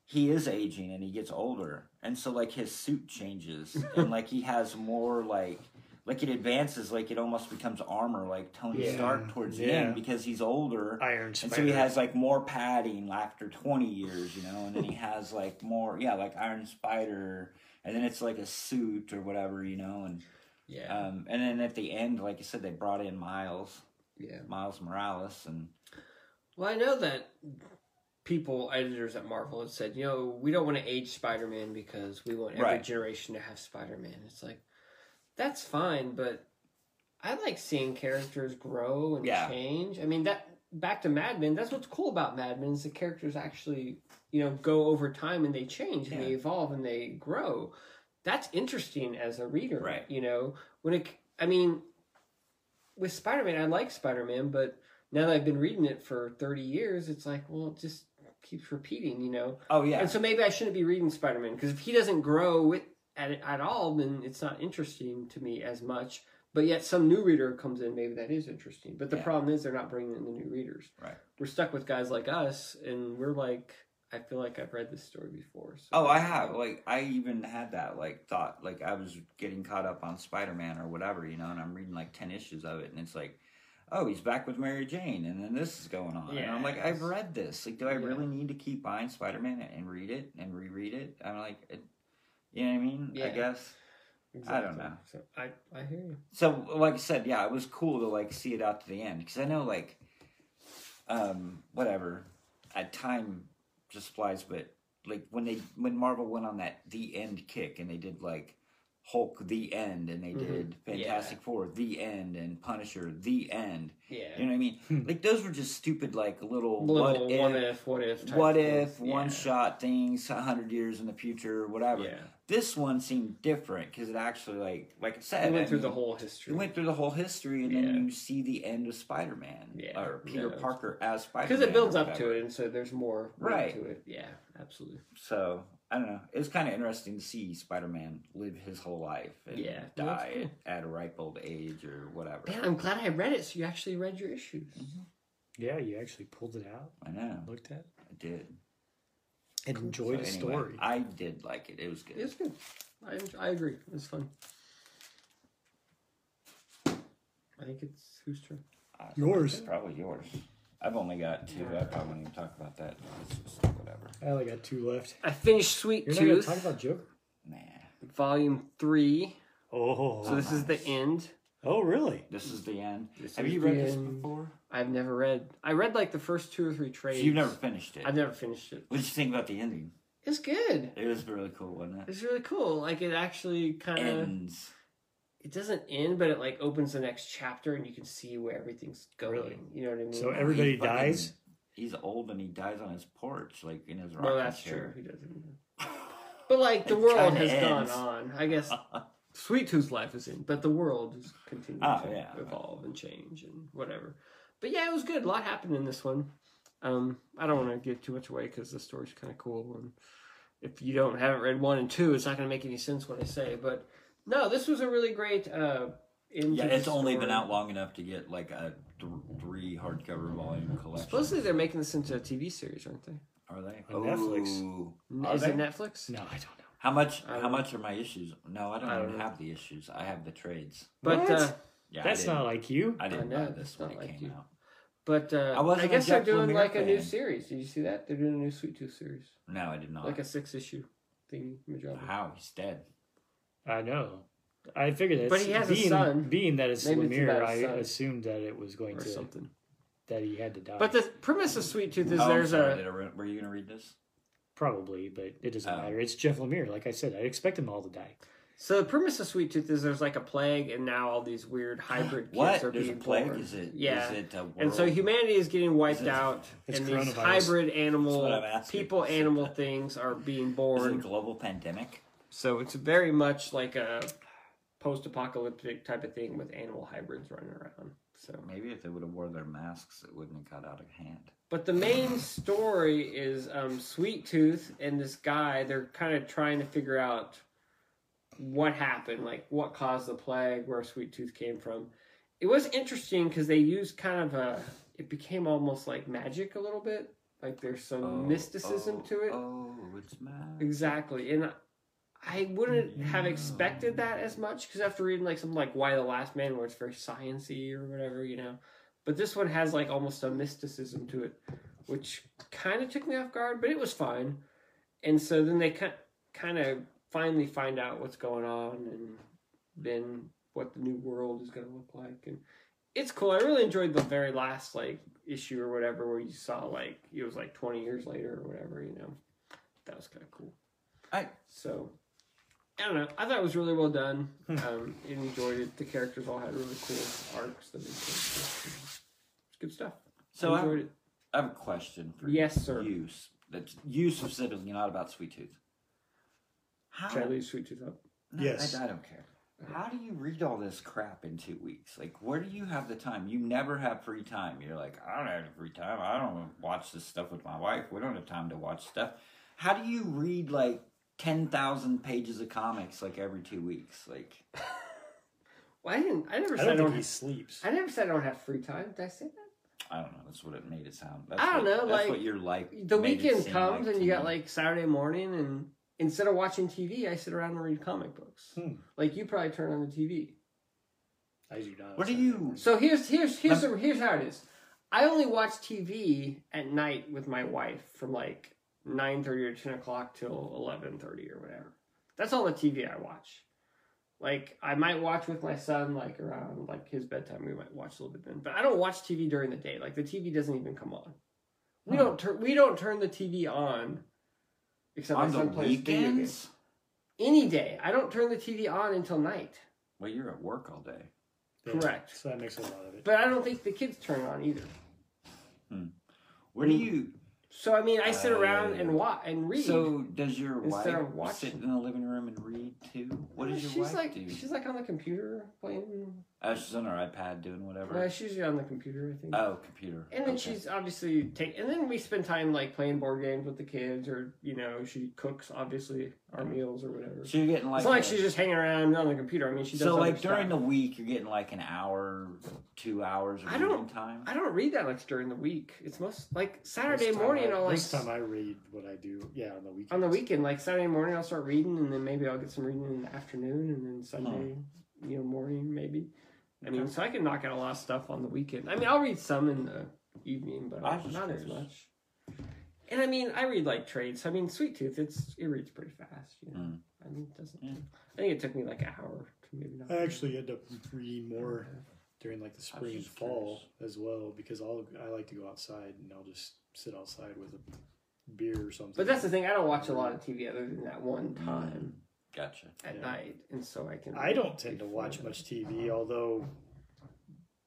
B: he is aging and he gets older, and so like his suit changes and like he has more like. like it advances, like it almost becomes armor, like Tony
C: Yeah.
B: Stark towards the
C: Yeah.
B: end because he's older.
C: Iron
B: And
C: Spider.
B: so he has like more padding after 20 years, you know, and then he has like more, yeah, like Iron Spider, and then it's like a suit or whatever, you know, and
A: Yeah.
B: um, and then at the end, like you said, they brought in Miles,
A: yeah.
B: Miles Morales, and
A: Well, I know that people, editors at Marvel, had said, you know, we don't want to age Spider Man because we want every
B: Right.
A: generation to have Spider Man. It's like, that's fine, but I like seeing characters grow and
B: Yeah.
A: change. I mean, that back to Mad Men, that's what's cool about Mad Men is the characters actually, you know, go over time and they change and they
B: Yeah.
A: evolve and they grow. That's interesting as a reader,
B: Right.
A: You know, when it, I mean, with Spider Man, I like Spider Man, but now that I've been reading it for 30 years, it's like, well, it just keeps repeating, you know?
B: oh yeah,
A: And so maybe I shouldn't be reading Spider Man because if he doesn't grow with, at, at all, then it's not interesting to me as much. But yet, some new reader comes in, maybe that is interesting. But the
B: Yeah.
A: problem is, they're not bringing in the new readers.
B: Right.
A: We're stuck with guys like us, and we're like, I feel like I've read this story before. So
B: Oh, I have. Like, I even had that like thought. Like, I was getting caught up on Spider Man or whatever, you know, and I'm reading like ten issues of it, and it's like, oh, he's back with Mary Jane, and then this is going on. And I'm like, I've
A: Yes.
B: read this. Like, do I
A: Yeah.
B: really need to keep buying Spider Man and read it and reread it? I'm like, it, you know what I mean? I
A: Yeah.
B: guess. I don't know.
A: So I, I hear you.
B: So, like I said, yeah, it was cool to like see it out to the end because I know like, um, whatever, at time just flies, but like when they when Marvel went on that the end kick and they did like Hulk the end and they
A: Mhm.
B: did Fantastic Four the end and Punisher the end,
A: Yeah.
B: you know what I mean?
C: Hmm.
B: like those were just stupid like little,
A: Little
B: what if.
A: what if, what if, type
B: what
A: things.
B: if one
A: Yeah.
B: shot things a hundred years in the future, whatever.
A: Yeah.
B: This one seemed different because it actually like like I said,
A: We
B: I
A: went through the
B: mean,
A: whole history.
B: you went through the whole history, and
A: Yeah.
B: then you see the end of Spider Man
A: Yeah.
B: or Peter
A: Yeah.
B: Parker as Spider Man
A: because it builds up to it, and so there's more weight
B: Right.
A: to it. Yeah, absolutely.
B: So I don't know. It was kind of interesting to see Spider Man live his whole life and
A: Yeah, no, that's
B: die
A: cool.
B: at a ripe old age or whatever.
A: Man, I'm glad I read it. So you actually read your issues.
C: yeah, you actually pulled it out,
B: I know.
C: looked at,
B: I did.
C: it, and enjoyed
B: So
C: the
B: anyway,
C: story.
B: I did like it. It was good.
A: It's good. I I agree. It's fun. I think it's whose turn?
B: I-
C: Yours.
B: Probably yours. I've only got two. I probably won't even talk about that. It's just whatever.
C: I only got two left.
A: I finished Sweet
C: You're not going to
A: Tooth,
C: talk about Joker?
B: Nah.
A: Volume Three.
C: Oh,
A: So this is the end.
C: oh, really?
B: This is the end.
A: This
B: Have
A: is
B: you
A: the
B: read this
A: end.
B: before?
A: I've never read. I read like the first two or three
B: So
A: trades.
B: you've never finished it.
A: I've never finished it.
B: What did you think about the ending?
A: It's good.
B: It was really cool, wasn't it?
A: It's really cool. Like it actually kind of.
B: Ends.
A: it doesn't end, but it like opens the next chapter, and you can see where everything's going.
C: Really?
A: You know what I mean?
C: So everybody
B: He fucking-
C: dies?
B: He's old and he dies on his porch, like in his rocking
A: well, that's true.
B: chair.
A: He doesn't. But like the
B: It
A: world
B: kinda
A: has
B: ends.
A: gone on. I guess Sweet Tooth's life is in, but the world is continuing
B: Oh,
A: to
B: yeah.
A: evolve and change and whatever. But yeah, it was good. A lot happened in this one. Um, I don't want to give too much away because the story's kind of cool, and if you don't haven't read one and two, it's not going to make any sense what I say. But no, this was a really great. Uh, end
B: yeah,
A: to the
B: it's only been
A: story.
B: out long enough to get like a th- three hardcover volume collection.
A: Supposedly they're making this into a TV series, aren't they?
B: Are they?
C: On Netflix.
B: Ooh.
A: N-
B: Are
A: Is
B: they?
A: it Netflix?
C: No, I don't know.
B: How much?
A: I
B: how
A: don't-
B: much are my issues? No, I don't
A: I
B: even
A: don't know.
B: have the issues. I have the trades.
A: But
C: What?
A: uh,
B: Yeah, I
C: That's
B: didn't-
C: not like you.
B: I didn't
A: I know,
B: buy this
A: it's
B: when
A: not
B: it
A: like
B: came
A: you.
B: out.
A: but uh,
B: I wasn't
A: I
B: a
A: guess
B: Jack
A: they're doing
B: Lemire
A: like a new
B: fan.
A: series. Did you see that? They're doing a new Sweet Tooth series,
B: No, I did not.
A: like a six issue thing. Majority.
B: How he's dead.
C: I know. I figured that.
A: But he has a
C: being,
A: son.
C: Being that it's
A: Maybe it's
C: Lemire,
A: about
C: I
A: his son.
C: assumed that it was going
A: or
C: to
A: something.
C: that he had to die.
A: But the premise of Sweet Tooth is
B: oh, I'm
A: there's
B: sorry,
A: a
B: did I re- were you gonna read this?
C: probably, but it doesn't
B: Oh.
C: matter. It's Jeff Lemire. Like I said, I expect them all to die.
A: so the premise of Sweet Tooth is there's like a plague, and now all these weird hybrid kids
B: What?
A: are
B: There's a
A: being
B: plague.
A: born.
B: Is it?
A: Yeah.
B: Is it a world?
A: and so humanity is getting wiped
B: Is it-
A: out,
C: It's
A: and these
C: coronavirus.
A: hybrid
B: That's what
A: animal
B: I'm asking.
A: people animal things are being
B: Is it a
A: born.
B: global pandemic?
A: So it's very much like a post-apocalyptic type of thing with animal hybrids running around. So,
B: Maybe if they would have wore their masks, it wouldn't have got out of hand.
A: but the main story is um, Sweet Tooth and this guy. They're kind of trying to figure out what happened, like what caused the plague, where Sweet Tooth came from. It was interesting because they used kind of a. It became almost like magic a little bit. Like there's some Mm, mysticism
B: oh,
A: to it.
B: Oh, it's mad.
A: Exactly. And I wouldn't have expected that as much because after reading like something like Why the Last Man, where it's very sciency or whatever, you know. But this one has like almost a mysticism to it, which kind of took me off guard, but it was fine. And so then they kind of finally find out what's going on and then what the new world is going to look like and it's cool. I really enjoyed the very last like issue or whatever where you saw like it was like 20 years later or whatever, you know. That was kind of cool.
B: I-
A: so I don't know. I thought it was really well done.
C: Hmm.
A: Um, it enjoyed it. The characters all had really cool arcs. That made sense. It's good stuff.
B: So I,
A: enjoyed it.
B: I have a question for
A: Yes, sir.
B: you. s- That's you specifically, not about Sweet Tooth. How?
A: Should I leave Sweet Tooth up?
B: No,
C: Yes.
B: I, I don't care. How do you read all this crap in two weeks? Like, where do you have the time? You never have free time. You're like, I don't have any free time. I don't watch this stuff with my wife. We don't have time to watch stuff. How do you read like ten thousand pages of comics like every two weeks? Like,
A: Well, I didn't. I never
C: I
A: said I
C: don't
A: don't.
C: think he sleeps.
A: I never said I don't have free time. Did I say that?
B: I don't know. That's what it made it sound. That's
A: I don't
B: what,
A: know,
B: That's
A: like,
B: what your life.
A: The
B: made it
A: weekend
B: seem
A: comes
B: like
A: and
B: to
A: you got
B: me.
A: like Saturday morning, and instead of watching TV, I sit around and read comic books.
C: Hmm.
A: Like you probably turn on the TV.
C: I do not.
B: What do you?
A: So here's here's here's the, here's how it is. I only watch TV at night with my wife from like nine thirty or ten o'clock till eleven thirty or whatever. That's all the TV I watch. Like I might watch with my son like around like his bedtime. We might watch a little bit then, but I don't watch TV during the day. Like the TV doesn't even come on. We
B: Huh.
A: don't turn we don't turn the TV on. Except my
B: on the
A: son plays video games.
B: weekends?
A: Any day, I don't turn the TV on until night.
B: Well, you're at work all day.
A: Correct.
C: So that makes a lot of it.
A: But I don't think the kids turn it on either.
B: Where do you?
A: So I mean, I sit
B: Uh,
A: around and watch and read.
B: So does your
A: Instead of
B: wife
A: watching.
B: sit in the living room and read too? What does your
A: she's
B: wife
A: like?
B: do?
A: She's like on the computer playing.
B: Oh, she's on her iPad doing whatever.
A: Uh, she's on the computer, I think.
B: oh, computer.
A: and then
B: Okay.
A: she's obviously take. And then we spend time like playing board games with the kids, or you know, she cooks obviously our
B: Mm-hmm.
A: meals or whatever.
B: So you're getting like.
A: it's not like
B: a-
A: she's just hanging around on the computer. I mean, she does.
B: so like during the week, you're getting like an hour, two hours of
A: I
B: reading
A: don't-
B: time.
A: I don't read that much during the week. It's most like
C: Most
A: Saturday
C: time
A: morning.
C: I,
A: I'll like
C: most time I read what I do. Yeah, on the weekend.
A: on the weekend, like Saturday morning, I'll start reading, and then maybe I'll get some reading in the afternoon, and then Sunday, you know, morning maybe. I mean, so I can knock out a lot of stuff on the weekend. I mean, I'll read some in the evening, but
B: I was just
A: not as
B: curious.
A: much. And I mean, I read like trades. I mean, Sweet Tooth, it's it reads pretty fast. You know,
B: Mm.
A: I mean, it doesn't.
B: Yeah.
A: I think it took me like an hour to maybe not.
C: I actually end up reading more during like the spring and
B: just
C: fall as well because I'll I like to go outside and I'll just sit outside with a beer or something.
A: But that's the thing. I don't watch a lot of TV other than that one
B: Mm.
A: time
B: Gotcha.
A: at
C: Yeah.
A: night, and so I can.
C: I
A: read
C: don't tend to
A: before
C: watch
A: that.
C: much TV, although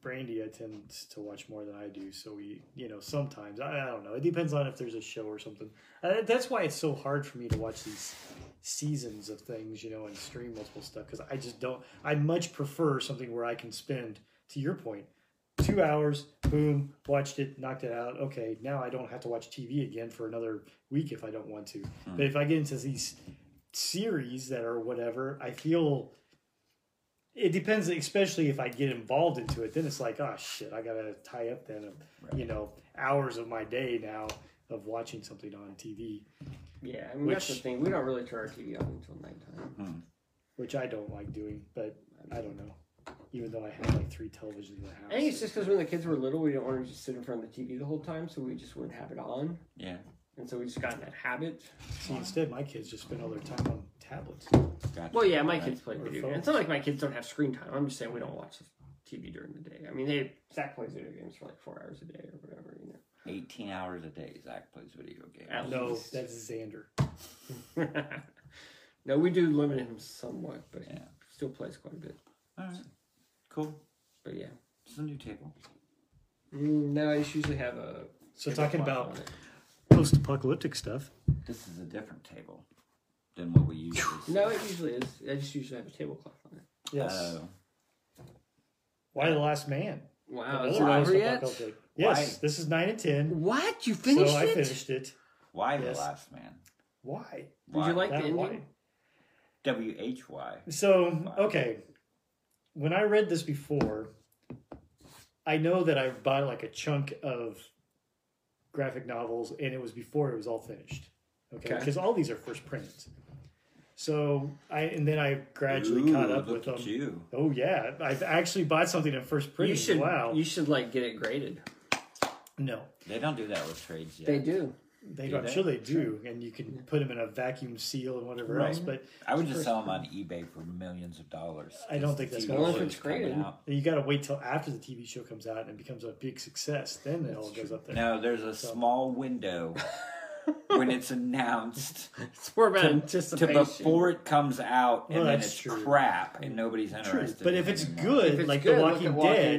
C: Brandy I tend to watch more than I do. So we, you know, sometimes I, I don't know. It depends on if there's a show or something. Uh, that's why it's so hard for me to watch these seasons of things, you know, and stream multiple stuff because I just don't. I much prefer something where I can spend, to your point, two hours. Boom, watched it, knocked it out. Okay, now I don't have to watch TV again for another week if I don't want to. But if I get into these series that are whatever, I feel it depends, especially if I get involved into it. Then it's like, oh shit, I gotta tie up then, uh, you know, hours of my day now of watching something on TV,
A: Yeah, I mean that's the
C: Which-
A: thing. We don't really turn our TV on until nighttime.
C: which I don't like doing, but I don't know. Even though I have like three televisions in the house,
A: I think it's just because when the kids were little, we didn't want to just sit in front of the TV the whole time, so we just wouldn't have it on,
B: Yeah,
A: and so we just got in that habit.
C: See, instead my kids just spend all their time on tablets.
B: gotcha.
A: Well, yeah, my
B: Right.
A: kids play
C: Or
A: video
C: phones.
A: games. It's not like my kids don't have screen time. I'm just saying we don't watch TV during the day. I mean, they Zach plays video games for like four hours a day or whatever, you know.
B: Eighteen hours a day. Zach plays video games.
A: At
C: No,
A: least.
C: that's Xander.
A: no, we do limit him somewhat, but he
B: Yeah.
A: still plays quite a bit.
B: All right. Cool.
A: But yeah,
B: It's a new table.
A: Mm, no, I just usually have a.
C: So
A: have a
C: talking
A: file
C: about
A: on it.
C: post-apocalyptic stuff.
B: This is a different table than what we used. to see.
A: No, it usually is. I just usually have a tablecloth on it.
C: Yes.
B: Oh.
C: Why the Last Man?
A: Wow, Oh, is it
C: Another
A: over yet?
C: post-apocalyptic. Yes,
B: Why?
C: this is nine and ten.
A: What? You
C: So
A: finished
C: I
A: it?
C: finished it.
B: why
C: Yes.
B: the last man?
C: Why?
A: Did you like the
C: That
A: ending?
C: why?
B: W H Y?
C: So okay, when I read this before, I know that I bought like a chunk of graphic novels, and it was before it was all finished. Okay,
A: Okay.
C: because all these are first printings. So I and then I gradually
B: Ooh,
C: caught up
B: look
C: with them.
B: at You.
C: Oh yeah, I actually bought something at first printing.
A: You should
C: wow.
A: you should like get it graded.
C: no,
B: They don't do that with trades yet.
A: They do.
C: they.
B: Do
C: I'm
B: they?
C: sure they do, and you can put them in a vacuum seal and whatever
B: Right.
C: else. But
B: I would just sell them on eBay for millions of dollars.
C: I don't think that's
B: Just
C: gonna
B: the
A: work.
B: TVs
A: It's great.
B: coming out.
C: you got to wait till after the TV show comes out and it becomes a big success. Then it all goes up there.
B: No, there's a small window when it's announced
A: It's more about
B: to
A: anticipation.
B: before it comes out, and
C: Well,
B: then
C: that's
B: it's
C: true.
B: crap, and nobody's
C: True,
B: interested.
C: but
B: in
C: if
B: it
C: it's
B: anymore.
C: good,
A: If it's
C: like
A: good,
C: The Walking,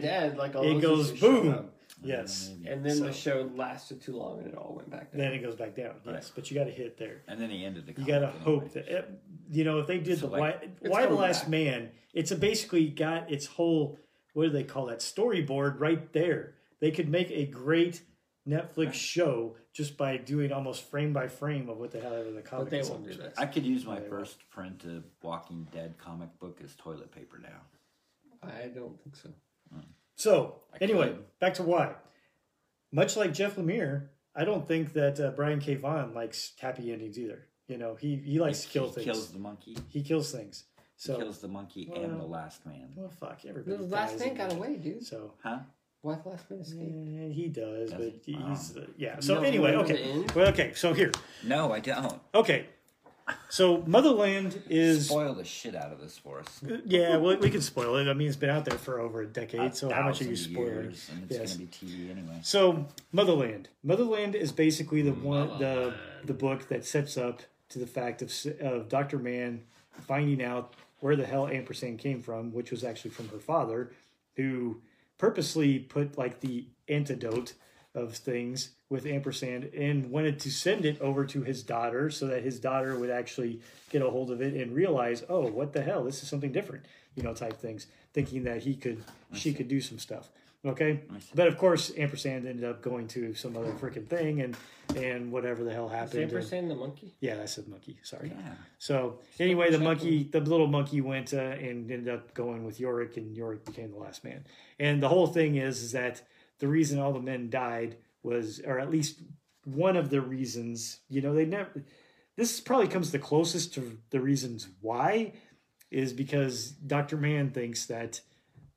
C: Dead,
A: like
C: it
A: those
C: goes
A: used to show
C: boom.
A: up.
C: Yes,
A: And then
C: So-
A: the show lasted too long and it all went back down.
C: then it goes back down. Yes,
B: Right.
C: but you got to hit there.
B: and then he ended the.
C: You gotta
B: comic
C: hope
B: anyway.
C: that it, you know if they did
B: So,
C: the
B: like,
A: it's
C: why, why the
A: coming
C: last
A: back.
C: man. It's a basically got its whole what do they call that storyboard right there. They could make a great Netflix show just by doing almost frame by frame of what the hell ever the comic.
A: but they
C: is
A: won't
C: on
A: do
C: this.
A: that.
B: I could use my
C: Yeah.
B: first printed Walking Dead comic book as toilet paper now.
A: I don't think so.
C: So
B: I
C: anyway,
B: could.
C: back to why. Much like Jeff Lemire, I don't think that uh, Brian K. Vaughan likes happy endings either. You know, he he likes to
B: He-
C: kill
B: he
C: things.
B: Kills the monkey.
C: He kills things. So
B: kills the monkey and the
C: Well-
B: last man.
C: well, fuck
A: The
C: everybody.
A: last
C: dies
A: man
C: in
A: got
C: the-
A: away, dude.
C: So
B: Huh?
A: Why the last man escaped?
C: Yeah, he does,
B: Does
C: but
B: he? Wow.
C: he's uh, yeah. So
A: don't
C: anyway,
A: remember the
C: okay.
A: end?
C: Well, okay. So here,
B: No, I don't.
C: okay. So Motherland is
B: Spoil the shit out of this for us.
C: yeah. Well, we can spoil it. I mean, it's been out there for over a decade. So how much are you
B: Thousand
C: spoiling?
B: years, And it's
C: Yes.
B: going to be TV anyway.
C: So Motherland, Motherland is basically the one the the book that sets up to the fact of s- of Doctor Man finding out where the hell ampersand came from, which was actually from her father, who purposely put like the antidote of things with ampersand and wanted to send it over to his daughter so that his daughter would actually get a hold of it and realize, oh, what the hell, this is something different, you know, type things, thinking that he could, she could do some stuff. Okay, but of course, ampersand ended up going to some other freaking thing and and whatever the hell
A: Is
C: happened. and-
A: ampersand the monkey?
C: yeah, I said monkey. Sorry.
B: Yeah.
C: So anyway, the monkey, the little monkey went uh, and ended up going with Yorick, and Yorick became the last man. And the whole thing is, is that the reason all the men died was, or at least one of the reasons. You know, they never. This probably comes the closest to the reasons why, is because Doctor Man thinks that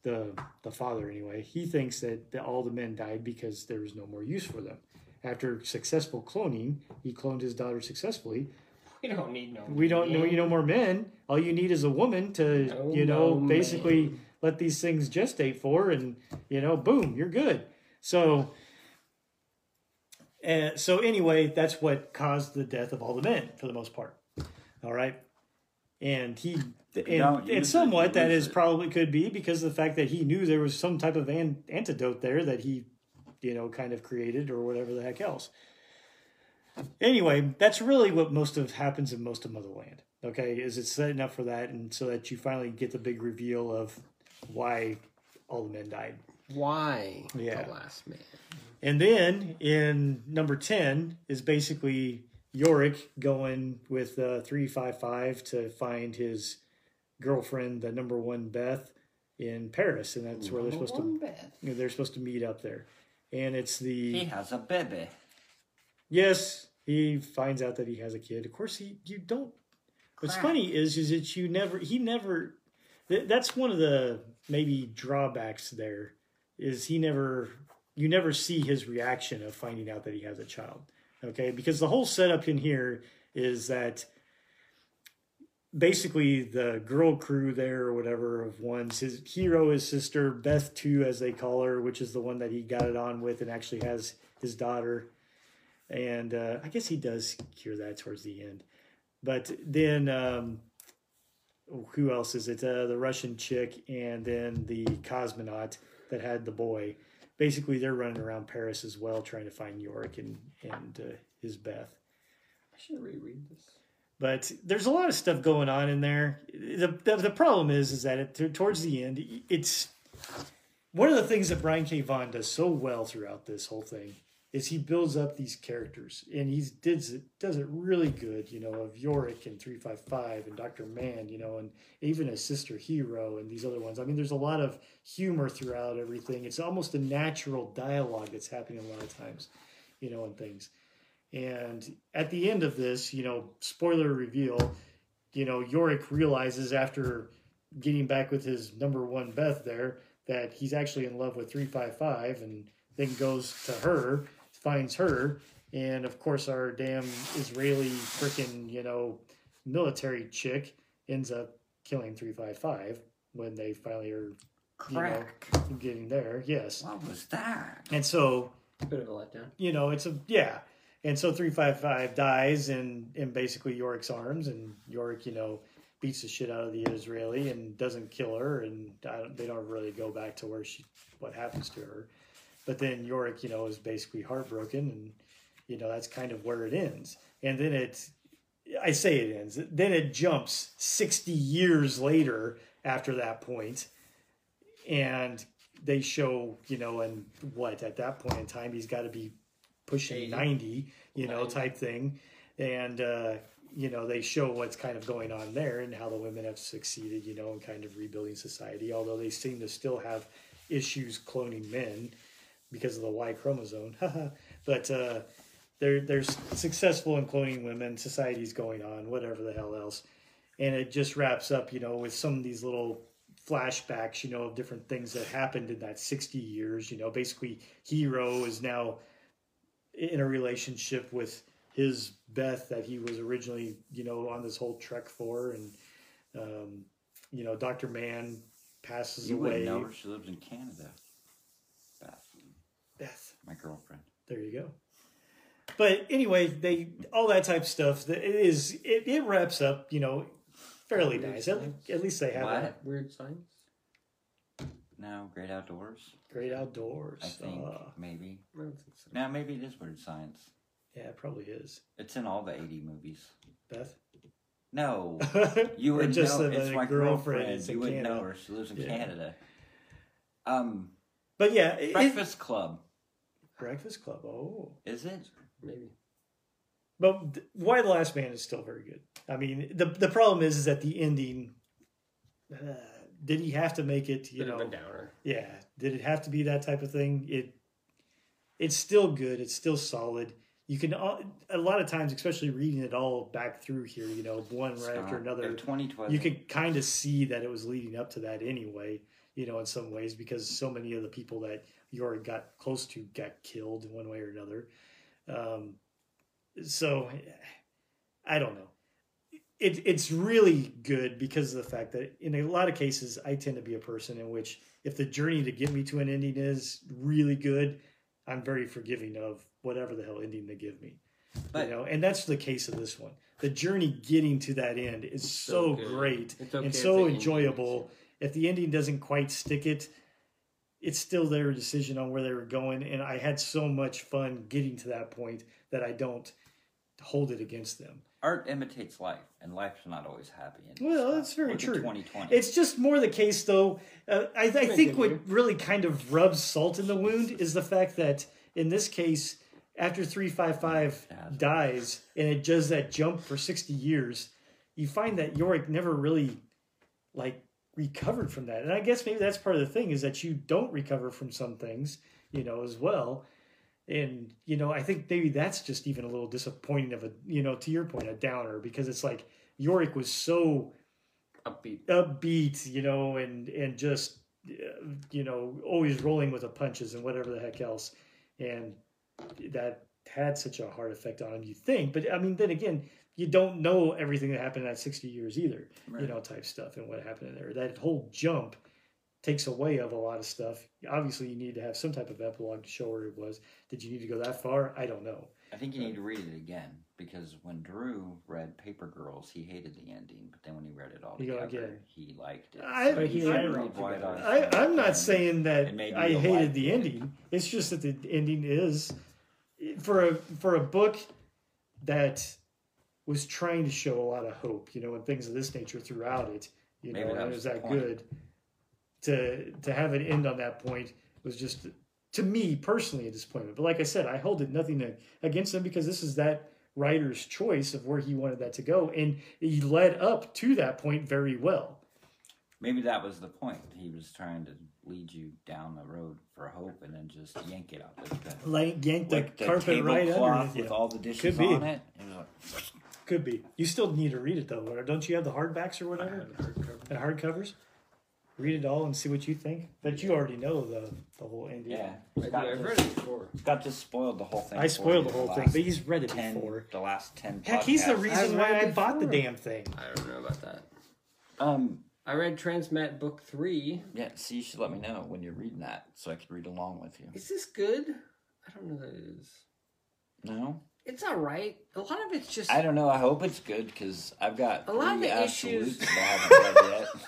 C: the the father anyway he thinks that the, all the men died because there was no more use for them. After successful cloning, he cloned his daughter successfully,
A: We don't need no.
C: we don't know
A: man.
C: you know more men. All you need is a woman to
A: No
C: you know
A: more
C: basically
A: men.
C: let these things gestate for, and you know boom, you're good. So, uh, so anyway, that's what caused the death of all the men for the most part. All right, and he
B: If you don't
C: and, and
B: use it, you
C: somewhat that
B: lose
C: is
B: it.
C: probably could be because of the fact that he knew there was some type of an, antidote there that he you know kind of created or whatever the heck else anyway that's really what most of happens in most of motherland okay is it's setting up for that and so that you finally get the big reveal of why all the men died
A: Why
C: Yeah.
A: the last man?
C: and then in number 10 is basically Yorick going with uh, 355 to find his girlfriend, the number one Beth, in Paris. And that's where they're supposed
A: One
C: to
A: bed.
C: you know, they're supposed to meet up there. And it's
B: He
C: the
B: has a baby.
C: yes, he finds out that he has a kid. Of course he you don't What's
B: Crap.
C: funny is is that you never he never th- that's one of the maybe drawbacks there is he never you never see his reaction of finding out that he has a child. Okay? Because the whole setup in here is that basically the girl crew there or whatever of ones his hero is sister Beth 2 as they call her which is the one that he got it on with and actually has his daughter and uh, I guess he does cure that towards the end but then um, who else is it? Uh, the Russian chick and then the cosmonaut that had the boy. Basically, they're running around Paris as well, trying to find York and and uh, his Beth.
A: I should reread this.
C: But there's a lot of stuff going on in there. The the, the problem is is that it, towards the end, it's one of the things that Brian K. Vaughan does so well throughout this whole thing is he builds up these characters and he does it does it really good, you know, of Yorick and three five five and Doctor Man, you know, and even his sister Hero and these other ones. I mean, there's a lot of humor throughout everything. It's almost a natural dialogue that's happening a lot of times, you know, and things. And at the end of this, you know, spoiler reveal, you know, Yorick realizes after getting back with his number one Beth there that he's actually in love with 355 and then goes to her, finds her, and of course our damn Israeli freaking, you know, military chick ends up killing 355 when they finally are
B: Crack.
C: getting there. Yes.
B: What was that?
C: And so
A: Bit of a letdown.
C: you know, it's a yeah. And so three five five dies in in basically Yorick's arms, and Yorick, you know, beats the shit out of the Israeli and doesn't kill her, and I don't, they don't really go back to where she what happens to her. But then Yorick, you know, is basically heartbroken, and you know that's kind of where it ends. And then it, I say it ends. Then it jumps sixty years later after that point, and they show you know, and what at that point in time he's got to be pushing
A: Eighty.
C: ninety, you know,
A: Ninety.
C: type thing, and uh, you know they show what's kind of going on there and how the women have succeeded, you know, in kind of rebuilding society. Although they seem to still have issues cloning men because of the Y chromosome. but uh, they're they're successful in cloning women. Society's going on, whatever the hell else, and it just wraps up, you know, with some of these little flashbacks, you know, of different things that happened in that sixty years. You know, basically, Hero is now in a relationship with his Beth that he was originally, you know, on this whole trek for, and um, you know, Doctor Man passes
B: You
C: away.
B: wouldn't know her. She lives in Canada. Beth,
C: Beth.
B: my girlfriend.
C: There you go. But anyway, they all that type of stuff. that It is it, it wraps up, you know, fairly nice. At, at least they have a
B: What?
A: Weird signs.
B: No, great outdoors.
C: great outdoors.
B: I think
C: Uh,
B: maybe.
A: I don't think so.
B: Now maybe it is weird science.
C: yeah, it probably is.
B: It's in all the eighty movies.
C: Beth.
B: No, you
C: Or
B: would
C: just
B: know.
C: that
B: It's
C: the
B: my
C: girlfriend
B: girlfriend.
C: is in
B: You would not know
C: Canada.
B: her. She lives in
C: Yeah.
B: Canada. Um,
C: But yeah, it- it-
B: Breakfast Club.
C: Breakfast Club. Oh,
B: Is it?
A: Maybe.
C: but th- Why the Last Man is still very good. I mean, the the problem is, is that the ending. Uh, did he have to make it? You
A: Bit
C: know,
A: of a downer.
C: Yeah. Did it have to be that type of thing? It it's still good. It's still solid. You can al- a lot of times, especially reading it all back through here, you know, one right after another,
B: Twenty twelve.
C: you could kind of see that it was leading up to that anyway. You know, in some ways, because so many of the people that Yorick got close to got killed in one way or another. Um, so I don't know. It, it's really good because of the fact that in a lot of cases, I tend to be a person in which if the journey to get me to an ending is really good, I'm very forgiving of whatever the hell ending they give me.
B: But-
C: you know, and that's the case of this one. The journey getting to that end is so,
A: good.
C: great
A: It's okay
C: and
A: if
C: so
A: the
C: enjoyable. If the ending doesn't quite stick it, it's still their decision on where they were going. And I had so much fun getting to that point that I don't hold it against them.
B: Art imitates life, and life's not always happy. and
C: Well,
B: stuff.
C: that's very
B: Look at
C: true.
B: 2020.
C: It's just more the case, though. Uh, I, I think what really kind of rubs salt in the wound is the fact that in this case, after 355 dies and it does that jump for 60 years, you find that Yorick never really like recovered from that. And I guess maybe that's part of the thing is that you don't recover from some things, you know, as well. And you know, I think maybe that's just even a little disappointing of a, you know, to your point, a downer because it's like Yorick was so
A: Upbeat.
C: upbeat, you know, and and just uh, you know always rolling with the punches and whatever the heck else, and that had such a hard effect on him. You think, but I mean, then again, you don't know everything that happened in that sixty years either, you
B: Right.
C: know, type stuff and what happened in there. That whole jump takes away of a lot of stuff. Obviously, you need to have some type of epilogue to show where it was. Did you need to go that far? I don't know.
B: I think you need to read it again because when Drew read Paper Girls, he hated the ending, but then when he read it all
C: You go
B: together,
C: again.
B: he liked it.
C: I-
B: So he
A: he
B: should
A: read it
B: read
A: all
B: White
A: together.
B: Eyes
C: I,
B: Wide
C: I'm
B: Open.
C: not saying that
B: It may be
C: I
B: a
C: hated
B: lot.
C: the ending. It's just that the ending is for a for a book that was trying to show a lot of hope, you know, and things of this nature throughout it. You
B: Maybe
C: know,
B: that
C: and it was
B: was the
C: that
B: point.
C: good. To to have it end on that point was just to me personally a disappointment. But like I said, I hold it nothing a- against them because this is that writer's choice of where he wanted that to go, and he led up to that point very well.
B: Maybe that was the point. He was trying to lead you down the road for hope, and then just yank it out. Like the,
C: Like yanked the
B: like the
C: carpet right
B: tablecloth
C: underneath you.
B: with all the dishes
C: Could be.
B: on it. It was like,
C: Could be. You still need to read it though. or Don't you have the hardbacks or
B: I
C: whatever?
B: haven't heard cover.
C: The hardcovers. Read it all and see what you think. But you already know the the whole ending.
B: Yeah,
A: I
B: Scott
A: have read
B: just,
A: it before.
B: Scott just spoiled the whole thing.
C: I
B: for you
C: spoiled the whole thing,
B: last
C: but he's read it
B: ten,
C: before.
B: the last ten.
C: Heck, he's the
B: podcasts.
C: reason
A: I've read
C: why I
A: it
C: bought the
A: before.
C: damn thing.
A: I don't know about that.
B: Um,
A: I read Transmat Book 3.
B: yeah. So you should let me know when you're reading that, so I could read along with you.
A: Is this good? I don't know that it is.
B: No,
A: It's alright. A lot of it's just
B: I don't know. I hope it's good because I've got
A: A lot of
B: three
A: the issues-
B: absolutes that I haven't read yet.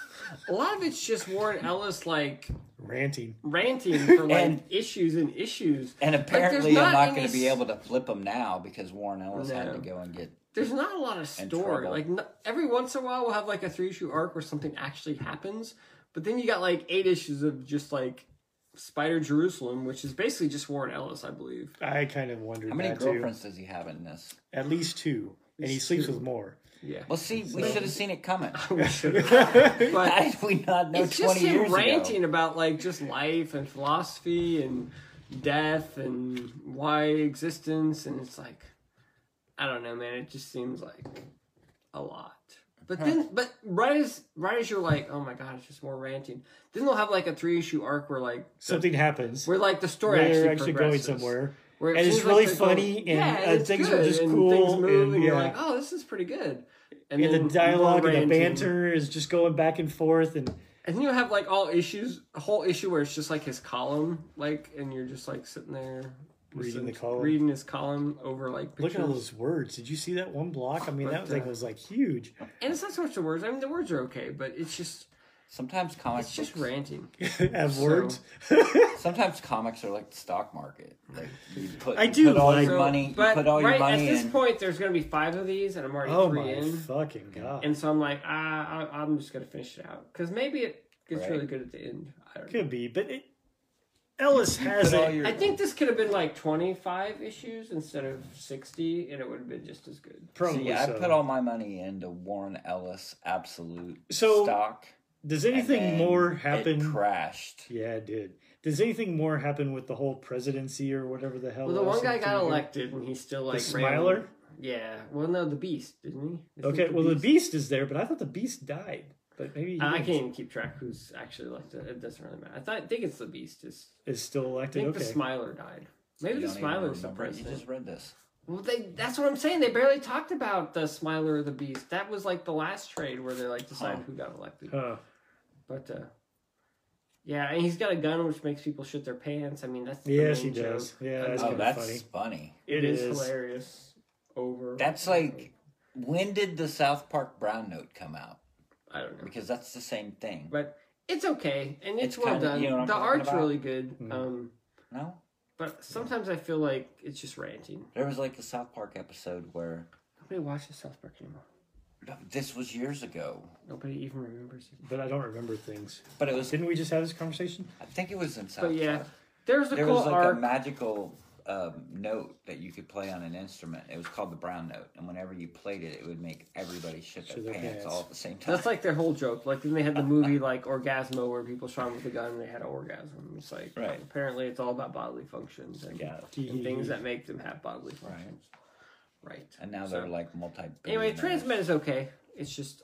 A: a lot of it's just Warren Ellis like
C: Ranting.
A: ranting for like
B: And-
A: issues and issues.
B: And apparently,
A: not
B: I'm not
A: any
B: going to be
A: s-
B: able to flip them now because Warren Ellis had
A: No.
B: to go and get.
A: There's not a lot of
B: And
A: story.
B: trouble.
A: Like n every once in a while, we'll have like a three issue arc where something actually happens, but then you got like eight issues of just like Spider Jerusalem, which is basically just Warren Ellis, I believe.
C: I kind of wondered
B: How many
C: that
B: girlfriends does he have in this?
C: too. At least two, and he
A: Least
C: sleeps
A: two.
C: with more.
A: Yeah.
B: Well, see, we should have seen it coming.
A: We should-
B: How
A: but
B: did we not know
A: it's
B: 20
A: just
B: years
A: him
B: ago?
A: ranting about like just life and philosophy and death and why existence and it's like I don't know man it just seems like a lot but then but right as right as you're like oh my god it's just more ranting then they'll have like a three issue arc where like
C: Something happens.
A: where like the
C: They're
A: story actually,
C: going
A: progresses.
C: somewhere.
A: Where it
C: And it's
A: seems
C: really
A: they're going-
C: funny and,
A: yeah,
C: uh,
A: it's
C: things are
A: good,
C: just
A: and
C: cool
A: things move
C: and,
A: and, you're
C: yeah.
A: like oh this is pretty good
C: And,
A: then more
C: the dialogue and the
A: ranting.
C: banter is just going back and forth, and
A: And then you have like all issues, a whole issue where it's just like his column, like, and you're just like sitting there
C: Reading the
A: to-
C: column.
A: reading his column over like
C: look
A: pictures.
C: at all those words. Did you see that one block? I mean,
A: But,
C: that thing
A: uh,
C: was like huge.
A: And it's not so much the words. I mean, the words are okay, but it's just
B: Sometimes comics.
A: it's just
B: books-
A: ranting.
C: Have words.
B: Sometimes comics are like the stock market. Like you put,
C: I
B: you
C: do
B: put all
C: like-
B: your money. You
A: but
B: put all
A: right
B: your money
A: at this
B: in.
A: point, there's gonna be five of these, and I'm already
C: oh
A: three
C: my
A: in.
C: fucking god!
A: And so I'm like, ah, I, I'm just gonna finish it out because maybe it gets
B: Right.
A: really good at the end. I don't know.
C: Could be, but it, Ellis
B: You
C: has
B: put all
C: it.
B: your-
A: I think this could have been like 25 issues instead of 60, and it would have been just as good.
C: Probably
B: See, I
C: so.
B: put all my money into Warren Ellis absolute
C: So,
B: stock.
C: Does
B: and
C: anything
B: then
C: more
B: it
C: happen?
B: crashed.
C: yeah, it did. Does anything more happen with the whole presidency or whatever the hell?
A: Well, the
C: it was,
A: one guy got
C: something-
A: elected, and he's still
C: The
A: like
C: Smiler.
A: railing- Yeah. Well, no, the Beast, didn't he? Isn't
C: Okay,
A: it
C: well, the beast is there, but I thought the beast died. But maybe he
A: I can't
C: didn't.
A: even keep track who's actually elected. It doesn't really matter. I thought, think it's the Beast. Is
C: is still
A: I
C: elected.
A: think
C: Okay,
A: the Smiler died. Maybe the
B: You don't even
A: Smiler is the
B: remember it. You
A: president.
B: just read this.
A: Well, they, that's what I'm saying. They barely talked about the Smiler or the Beast. That was like the last trade where they like decided
B: Huh.
A: who got elected.
C: huh.
A: But uh, yeah, and he's got a gun which makes people shit their pants. I mean, that's the
C: Yes,
A: main
C: he does.
A: joke.
C: Yeah,
A: I
C: that's
A: know.
B: oh,
C: kinda
B: that's
C: funny.
B: funny.
A: it is, hilarious. Over.
B: That's like when did the South Park Brown Note come out?
A: I don't know.
B: Because that's the same thing.
A: but it's okay and it's,
B: It's
A: well
B: kinda-
A: done.
B: you know what I'm
A: the
B: talking
A: art's
B: about? Mm-hmm.
A: really good,
C: Mhm.
A: um,
B: No,
A: but sometimes I feel like it's just ranting.
B: there was like a South Park episode where
A: Nobody watches South Park anymore.
B: this was years ago,
A: Nobody even remembers it.
C: But I don't remember things.
B: but it was.
C: Didn't we just have this conversation?
B: I think it was in South
A: But yeah,
B: Park.
A: there's a
B: There
A: cool
B: was like
A: arc.
B: a magical um, note that you could play on an instrument. It was called the Brown Note, and whenever you played it, it would make everybody shit their,
C: Shit their
B: pants,
C: pants.
B: all at the same time.
A: That's like their whole joke. Like then they had the movie like Orgasmo where people shot 'em with a gun and they had an orgasm. It's like
B: Right.
A: apparently it's all about bodily functions and,
B: yeah,
A: and things that make them have bodily
B: Right.
A: functions. Right.
B: and now
A: So-
B: they're like multi.
A: Anyway, Transmet is okay. It's just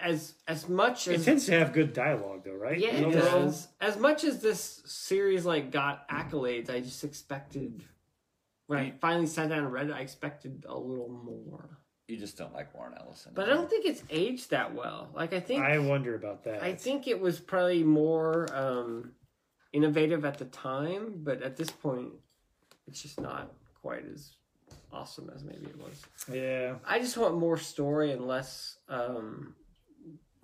A: as as much
C: It
A: as
C: tends to have good dialogue, though, right?
A: Yeah, it
C: Overall,
A: does. As much as this series like got accolades, I just expected when I finally sat down and read it, I expected a little more.
B: You just don't like Warren Ellison.
A: But I don't think it's aged that well. Like I think
C: I
A: I,
C: wonder about that.
A: think it was probably more um, innovative at the time, but at this point, it's just not quite as awesome as maybe it was.
C: yeah,
A: I just want more story and less um,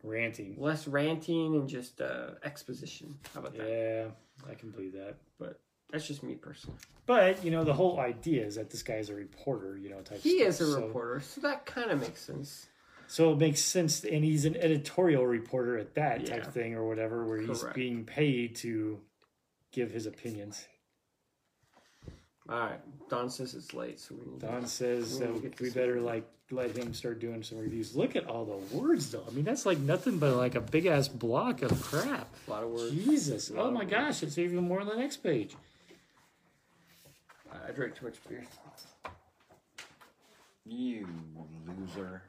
C: ranting.
A: less ranting and just uh, exposition. How about that?
C: Yeah, I can believe that.
A: That's just me personally.
C: But you know, the whole idea is that this guy is a reporter, you know, type.
A: He
C: stuff,
A: is a
C: so-
A: reporter, so that kind of makes sense.
C: so it makes sense, and he's an editorial reporter at that
A: Yeah.
C: type thing or whatever, where he's
A: Correct.
C: being paid to give his opinions.
A: All right, Don says it's late, so we need to-
C: Don says
A: We'll
C: that
A: get
C: we
A: this-
C: better like let him start doing some reviews. Look at all the words, though. I mean, that's like nothing but like a big ass block of crap.
A: a lot of words.
C: Jesus!
A: Lot
C: Oh
A: of
C: my
A: words.
C: gosh! It's even more on the next page.
A: I I drank too much beer.
B: You loser.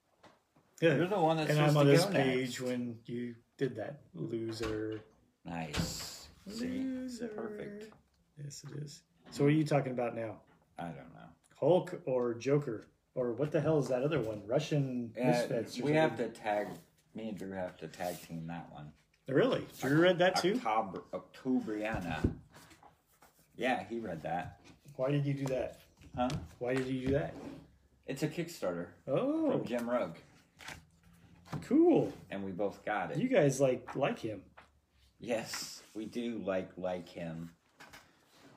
B: You're
C: and
B: the one that's
C: I'm
B: supposed
C: on
B: to
C: this
B: go next.
C: page when you did that. Loser.
B: Nice. See?
C: Loser.
B: Perfect.
C: Yes, it is. So what are you talking about now?
B: I don't know.
C: Hulk or Joker? Or what the hell is that other one? Russian
B: Uh,
C: misfits. or
B: we have
C: something.
B: to tag. Me and Drew have to tag team that one.
C: Really? Drew read that too?
B: October, Octobriana. Yeah, he read that.
C: Why did you do that?
B: Huh?
C: Why did you do that?
B: It's a Kickstarter
C: Oh,
B: from Jim Rogue,
C: cool.
B: and we both got it.
C: You guys like like him.
B: Yes, we do like like him.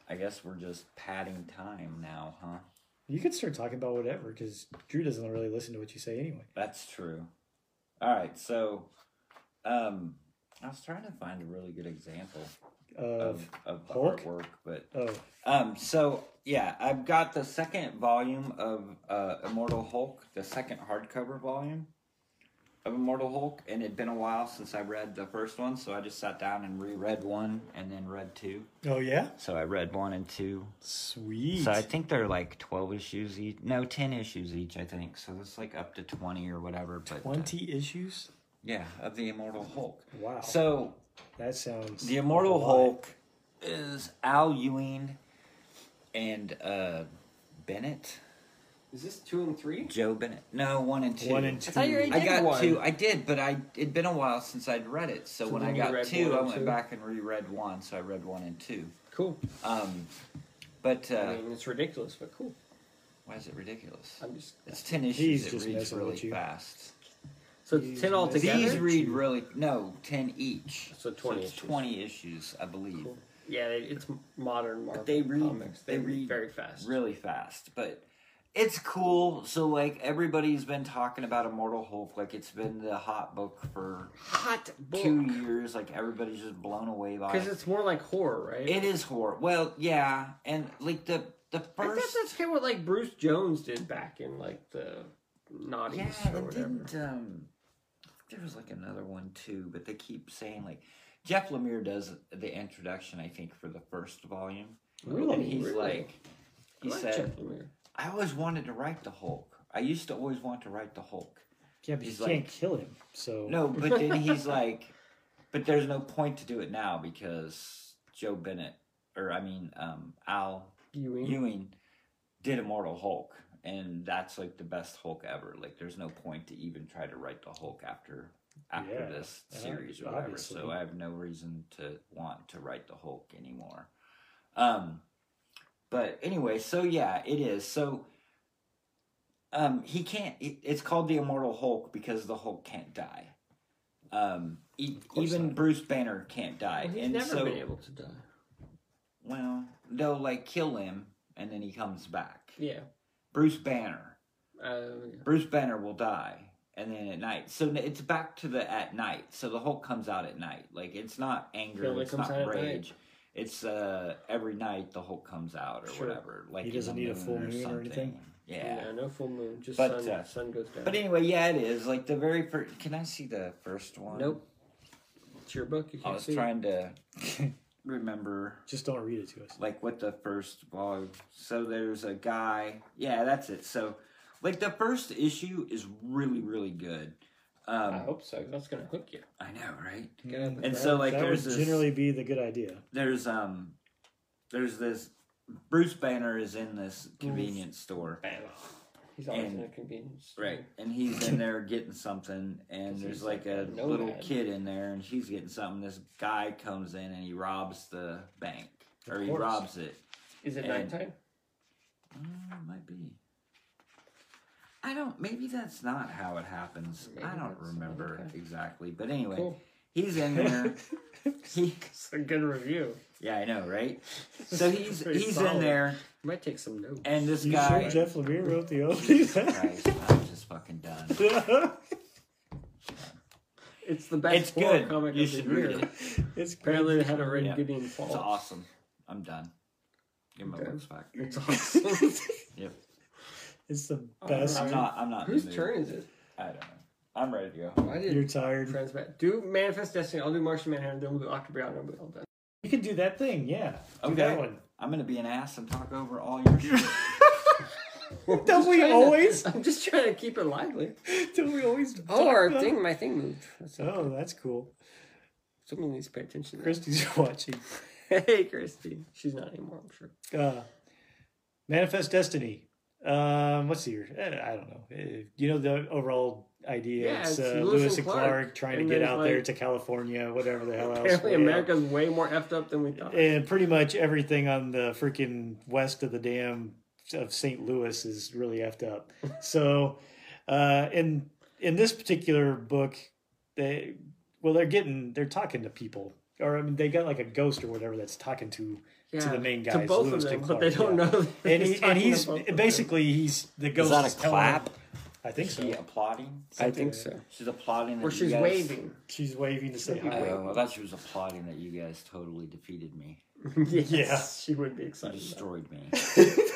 B: I guess we're just padding time now, huh?
C: You could start talking about whatever because Drew doesn't really listen to what you say anyway.
B: That's true. All right, so um I was trying to find a really good example
C: Of
B: of of the
C: Hulk?
B: artwork, but
C: oh,
B: um so yeah, I've got the second volume of uh Immortal Hulk, the second hardcover volume of Immortal Hulk, and it'd been a while since I read the first one, so I just sat down and reread one and then read two.
C: oh yeah,
B: So I read one and two
C: sweet.
B: so I think they're like twelve issues each. No, ten issues each. I think so. That's like up to twenty or whatever. But uh,
C: Twenty issues.
B: yeah, of the Immortal Hulk.
C: Wow,
B: So
C: that sounds.
B: the Immortal
C: like a lot.
B: Hulk is Al Ewing and uh, Bennett,
A: Is this two and three?
B: Joe Bennett. No, one and two.
C: One and
A: I
C: two.
A: thought you already
B: I
A: did
B: got
A: one.
B: two. I did, but I it'd been a while since I'd read it. So,
A: So
B: when
A: then
B: I
A: you
B: got
A: read
B: two,
A: one
B: I
A: and
B: went
A: two?
B: back and reread one. So I read one and two.
A: Cool.
B: Um, but uh,
A: I mean, it's ridiculous, but cool.
B: why is it ridiculous?
A: I'm just
B: It's ten issues.
C: just
B: It reads
C: messing with
B: really
C: you.
B: fast.
A: so
C: These
A: it's ten all
C: guys-
A: together.
B: These
C: Two.
B: read really no ten each.
A: So 20
B: it's
A: issues.
B: twenty issues, I believe.
A: Cool. Yeah, they- it's modern Marvel
B: They read.
A: comics. They, read, very fast.
B: really fast. But it's cool. So like everybody's been talking about Immortal Hulk. Like it's been the hot book for
A: hot
B: two
A: book
B: years. Like everybody's just blown away by
A: because
B: it.
A: it's more like horror, right?
B: It is horror. Well, yeah, and like the the
A: I guess
B: first.
A: that's kind of what like Bruce Jones did back in like the noughties
B: Yeah,
A: or
B: and
A: whatever.
B: didn't um, there was like another one too, but they keep saying like Jeff Lemire does the introduction, I think, for the first volume, and
C: Really?
B: he's
A: Oh, Really?
B: like,
A: I
B: he
A: like
B: said,
A: Jeff Lemire.
B: I always wanted to write the Hulk. I used to always want to write the Hulk.
C: yeah, but you
B: he's
C: can't
B: like-
C: kill him. So
B: No, but then he's like, but there's no point to do it now because Joe Bennett, or I mean, um, Al
A: Ewing.
B: Ewing did Immortal Hulk, and that's like the best Hulk ever. Like, there's no point to even try to write the Hulk after after
C: Yeah,
B: this
C: yeah,
B: series or whatever. So
C: obviously.
B: I have no reason to want to write the Hulk anymore. Um, but anyway, so yeah, it is. So um, he can't. it- it's called the Immortal Hulk because the Hulk can't die. Um, e-
C: course
B: even
C: not.
B: Bruce Banner can't die,
A: Well, he's
B: and
A: never
B: so
A: been able to die.
B: well, they'll like kill him and then he comes back.
A: Yeah.
B: Bruce Banner.
A: Uh,
B: Bruce Banner will die and then at night. So it's back to the at night. So the Hulk comes out at night. Like it's not anger,
A: Yeah, it
B: it's
A: comes
B: not
A: out at night.
B: rage. It's uh every night the Hulk comes out or
A: Sure.
B: whatever. Like
C: He
B: in the
C: doesn't need a full moon or
B: something.
C: anything?
B: Yeah.
A: yeah, no full moon, just
B: But,
A: sun.
B: uh,
A: sun goes down.
B: But anyway, yeah, it is. Like the very first Can I see the first one?
A: nope, it's your book. You
B: I
A: can't
B: was
A: see.
B: trying to remember
C: just don't read it to us.
B: like what the first volume. So there's a guy. Yeah, that's it. So like the first issue is really really good. Um,
A: I hope so. 'cause That's gonna hook you.
B: I know, right?
A: Get up
B: And
A: that-
B: so like
C: that would
B: there's this,
C: generally be the good idea.
B: there's um there's this Bruce Banner is in this convenience store.
A: Bam. He's always
B: And-
A: in a convenience. store.
B: Right, and he's in there getting something, and
A: 'Cause
B: there's
A: he's
B: like
A: like
B: a
A: a
B: little
A: nomad.
B: kid in there, and he's getting something. This guy comes in and he robs the bank,
C: Of
B: or he
C: course.
B: robs it.
A: Is it
B: And-
A: nighttime?
B: Mm, might be. I don't. Maybe that's not how it happens.
A: Maybe
B: I don't
A: that's-
B: remember
A: okay.
B: exactly. But anyway,
A: Cool.
B: he's in there. he,
A: It's a good review.
B: yeah, I know, right? So he's
C: Pretty
B: he's in
C: solid.
B: there,
A: Might take some notes.
B: and this
C: You
B: guy.
C: sure Jeff Lemire wrote the
B: Jesus Christ, I'm just fucking done.
C: opening?
A: it's the best
B: It's
A: horror
B: good.
A: comic
B: You
A: of the
B: should
A: year.
B: read it.
A: Apparently,
C: it's apparently
A: it had already
B: Yeah.
A: good in
B: It's
A: fall.
B: awesome. I'm done. Give my
A: Okay.
B: books back.
A: It's awesome.
B: Yep.
C: it's the
A: Oh,
C: best.
B: I'm not. I'm not. in the
A: Whose
B: mood.
A: turn is it?
B: I don't know. I'm ready to go.
A: I
C: You're
A: did
C: tired.
A: Transmat. Do Manifest Destiny. I'll do Martian Manhunter. Then we'll do Octobriana. and We'll be all done.
C: You can do that thing, yeah. Do
B: Okay.
C: that one.
B: I'm gonna be an ass and talk over all your shit.
C: Don't we
A: trying to-
C: always?
A: I'm just trying to keep it lively.
C: Don't we always?
A: Oh,
C: talk
A: our
C: about-
A: thing, my thing moved. That's all.
C: Oh, that's cool.
A: Someone needs to pay attention. to that.
C: Christy's watching.
A: Hey, Christy. She's not anymore, I'm sure.
C: Uh, Manifest Destiny. Um, what's here? I don't know. Eh, You know the overall idea.
A: Yeah,
C: it's,
A: it's
C: uh,
A: Lewis
C: Lewis
A: and
C: and
A: Clark,
C: Clark, trying
A: and
C: to get
A: there's,
C: out there
A: like-
C: to California, whatever the hell else.
A: Apparently,
C: Yeah.
A: America's way more effed up than we thought.
C: And pretty much everything on the freaking west of the dam of St. Louis is really effed up. so, uh, in in this particular book, they well they're getting they're talking to people, or I mean they got like a ghost or whatever that's talking to
A: yeah.
C: the main
A: to
C: guys,
A: both
C: Lewis
A: of them,
C: and
A: but they
C: Clark,
A: don't
C: yeah.
A: know. that
C: and, he, and
A: talking to
C: he's
A: both of them.
C: basically he's the
B: Is
C: ghost.
B: that a
C: is telling
B: clap?
C: him- I think
B: Is
C: so.
B: she applauding?
A: I think so.
B: She's applauding. that
A: Or
B: you
A: she's
B: guys-
A: waving.
C: She's waving to say
A: Should be
C: hi.
A: waving.
B: Oh, I thought she was applauding that you guys totally defeated me,
A: yes,
C: Yeah.
A: she would be excited. about it.
B: destroyed me.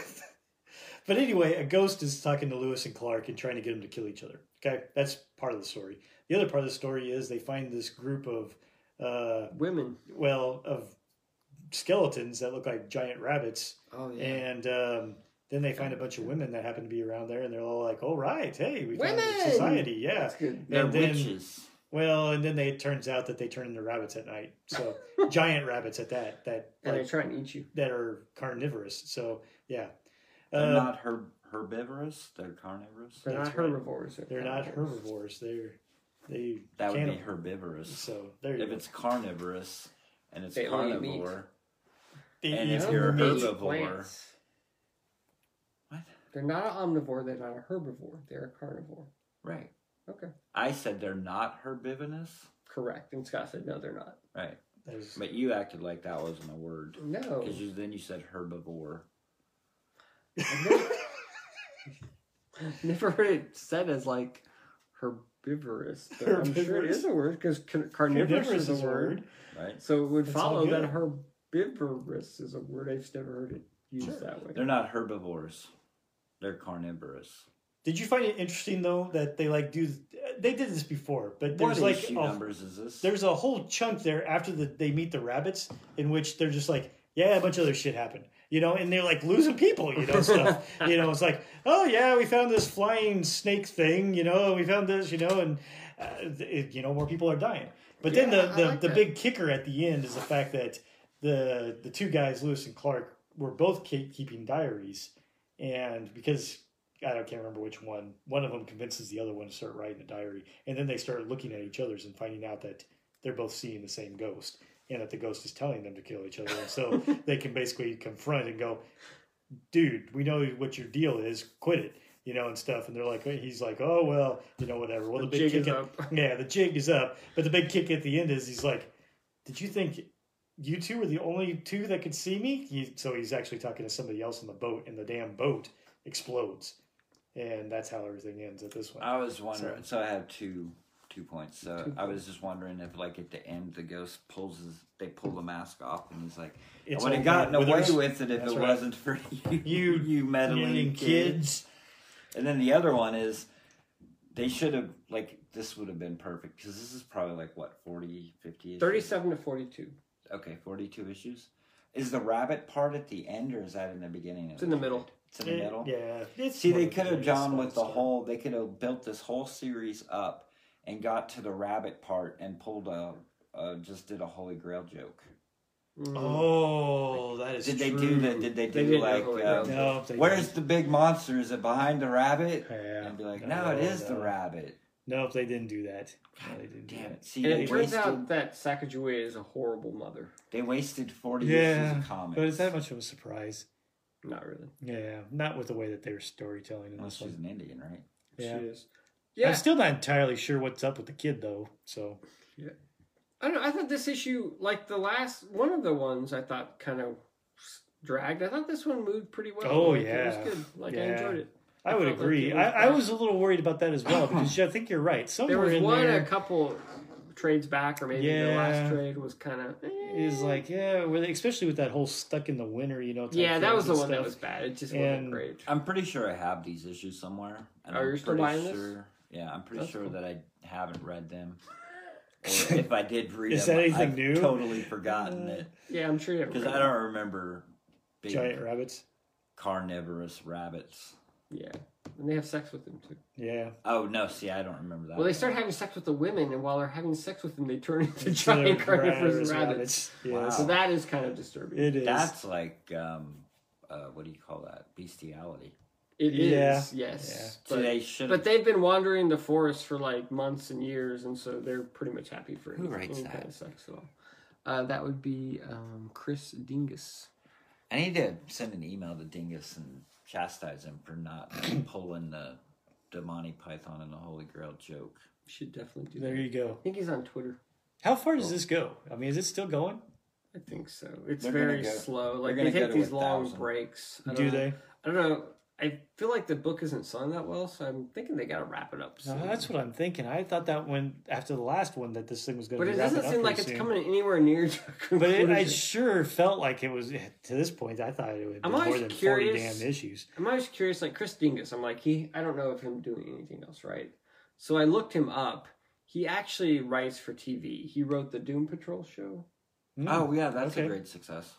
C: but anyway, a ghost is talking to Lewis and Clark and trying to get them to kill each other. Okay, that's part of the story. The other part of the story is they find this group of, uh,
A: Women.
C: well, of skeletons that look like giant rabbits,
A: Oh yeah.
C: and um, then they find a bunch of women that happen to be around there, and they're all like, "All right, hey, we found
A: Women!
C: a society, yeah."
A: That's good.
B: They're
C: And then-
B: witches.
C: Well, and then they, it turns out that they turn into rabbits at night. So giant rabbits at that. That
A: And they
C: like,
A: try and eat you.
C: that are carnivorous. So yeah,
B: They're
C: Uh,
B: not herb- herbivorous. They're carnivorous.
A: They're
C: That's
A: not
C: right.
A: herbivores.
C: they're not herbivores. They're they
B: That would be
C: cannibal.
B: herbivorous.
C: So there you
B: If
C: go.
B: it's carnivorous and it's
A: They only eat meat.
B: carnivore,
C: They
B: and
C: eat
B: if you're a
A: They eat
C: meat.
B: herbivore-
A: plants.
B: what?
A: They're not an omnivore. They're not a herbivore. They're a carnivore.
B: Right.
A: Okay.
B: I said they're not herbivorous.
A: Correct. And Scott said, no, they're not.
B: Right.
C: There's-
B: But you acted like that wasn't a word.
C: Oh.
A: No.
B: Because then you said herbivore.
A: I've Never heard it said as like herbivorous. But I'm sure it
C: Herbivorous.
A: is a word because carnivorous is a word.
B: Right?
A: So it would
C: It's all
A: follow that
C: good.
A: herbivorous is a word. I've just never heard it used
C: Sure.
A: that way.
B: They're not herbivores. They're carnivorous.
C: Did you find it interesting though that they like do? They did this before, but
B: What
C: there's like
B: issue
C: a,
B: numbers is this?
C: there's a whole chunk there after the, they meet the rabbits in which they're just like, yeah, a bunch of other shit happened, you know, and they're like losing people, you know, stuff. you know, it's like, oh yeah, we found this flying snake thing, you know, we found this, you know, and uh, it, you know, more people are dying. But then
A: Yeah,
C: the
A: I
C: the,
A: like
C: the
A: that.
C: big kicker at the end is the fact that the the two guys, Lewis and Clark, were both keep, keeping diaries, and because. I don't, can't remember which one. One of them convinces the other one to start writing a diary, and then they start looking at each other's and finding out that they're both seeing the same ghost and that the ghost is telling them to kill each other. And so they can basically confront and go, dude, we know what your deal is. Quit it, you know, and stuff. And they're like, he's like, oh, well, you know, whatever. Well, the,
A: jig
C: big kick
A: is
C: at-
A: up.
C: yeah, the jig is up. But the big kick at the end is he's like, did you think you two were the only two that could see me? He, so he's actually talking to somebody else in the boat, and the damn boat explodes. And that's how everything ends at this one.
B: I was wondering. So, I have two two points. So I was just wondering if, like, at the end, the ghost pulls his they pull the mask off, and he's like,
C: It's
B: "I would have
C: all
B: gotten
C: gone.
B: away
C: Withers-
B: with it if
C: That's
B: it
C: right.
B: wasn't for you,
C: You-
B: you meddling
C: meddling
B: kids."
C: kids.
B: And then the other one is they should have like this would have been perfect because this is probably like what 40 50 issues?
A: 37 to 42.
B: okay 42 issues is the rabbit part at the end or is that in the beginning of
A: It's in the middle.
B: it's in the
C: Eh,
B: middle
C: Yeah. It's
B: see
C: one
B: they
C: of
B: could have
C: those
B: done
C: side
B: with the
C: stories.
B: whole they could have built this whole series up and got to the rabbit part and pulled a uh, just did a holy grail joke
A: Mm.
C: Oh, that is
B: did they
C: true.
B: do that did they
A: They didn't
B: do
A: do
B: like
A: Holy
B: uh,
A: Grail.
C: No, they
B: where's
C: didn't.
B: the big monster is it behind the rabbit
C: Yeah.
B: and be like no, it is the rabbit
C: No, they didn't do that. No, they didn't do
B: damn
C: that.
B: it see
A: And
B: they
A: it turns
B: wasted-
A: out that Sacagawea is a horrible mother.
B: They wasted 40 issues
C: Yeah,
B: of comics.
C: but is that much of a surprise?
A: Not really.
C: Yeah, not with the way that they were storytelling in
B: Unless
C: this
B: she's
C: one.
B: an Indian, right?
C: Yeah.
A: She is. Yeah.
C: I'm still not entirely sure what's up with the kid though. So
A: I don't know. I thought this issue, like the last one of the ones, I thought kind of dragged. I thought this one moved pretty well.
C: Oh,
A: Like, it
C: yeah.
A: was good. Like I
C: Yeah.
A: enjoyed it.
C: I would
A: felt like
C: agree.
A: it was
C: I, I
A: bad.
C: was a little worried about that as well because I think you're right.
A: There
C: Somewhere
A: was
C: in
A: one a
C: there
A: couple trades back, or maybe the last
C: Yeah.
A: trade was eh. kind of.
C: is like yeah, where they- especially with that whole stuck in the winter, you know. type
A: yeah, that
C: things
A: was the
C: and
A: one that
C: stuff.
A: was bad. It just
C: And-
A: wasn't great.
B: I'm pretty sure I have these issues somewhere. And
A: Oh,
B: I'm
A: you're still
B: pretty
A: buying this?
B: sure, Yeah, I'm pretty
A: That's
B: sure
A: cool.
B: that I haven't read them. Or if I did read
C: Is
B: them,
C: that anything
B: I've
C: new?
B: totally forgotten
A: Uh,
B: it.
A: Yeah, I'm sure you have.
B: Because I don't remember big
C: giant rabbits.
B: carnivorous rabbits.
A: Yeah. And they have sex with them too.
C: Yeah.
B: Oh no, see, I don't remember that.
A: Well, they
B: one.
A: start having sex with the women, and while they're having sex with them, they turn into
C: It's
A: giant
C: the
A: carnivorous rabbits.
C: rabbits. Yeah,
B: Wow.
C: it's-
A: So that is kind of disturbing.
C: it is.
B: That's like, um, uh, what do you call that? Bestiality.
A: It is,
C: Yeah.
A: yes.
B: So
A: But,
B: they should.
A: but they've been wandering the forest for like months and years, and so they're pretty much happy for
B: Who
A: any-
B: writes
A: any
B: that?
A: kind of sex at all. Uh, that would be um, Chris Dingus.
B: I need to send an email to Dingus and chastise him for not pulling the, the Monty Python and the Holy Grail joke.
A: Should definitely do
C: there
A: that.
C: you go.
A: I think he's on Twitter.
C: How far does this go? I mean, is it still going?
A: I think so. It's
B: They're gonna
A: very
B: go-
A: slow. Like
B: gonna
A: they
B: go
A: take
B: to
A: these
B: a
A: long
B: thousand.
A: breaks. I
C: Do
A: don't-
C: they?
A: I don't know. I feel like the book isn't selling that well, so I'm thinking they got to wrap it up.
C: No,
A: Soon.
C: that's what I'm thinking. I thought that when after the last one that this thing was going
A: but
C: to.
A: it
C: be wrapping
A: doesn't
C: up
A: seem
C: pretty
A: like it's
C: soon.
A: coming anywhere near. To a
C: But it, I
A: conclusion.
C: sure felt like it was eh, to this point. I thought it would be
A: I'm
C: more
A: always
C: than forty
A: curious-
C: damn issues.
A: I'm always curious, like Chris Dingus. I'm like, he, I don't know of him doing anything else, right? So I looked him up. He actually writes for TV. He wrote the Doom Patrol show.
C: Mm.
B: Oh yeah, that's a
C: Okay.
B: great success.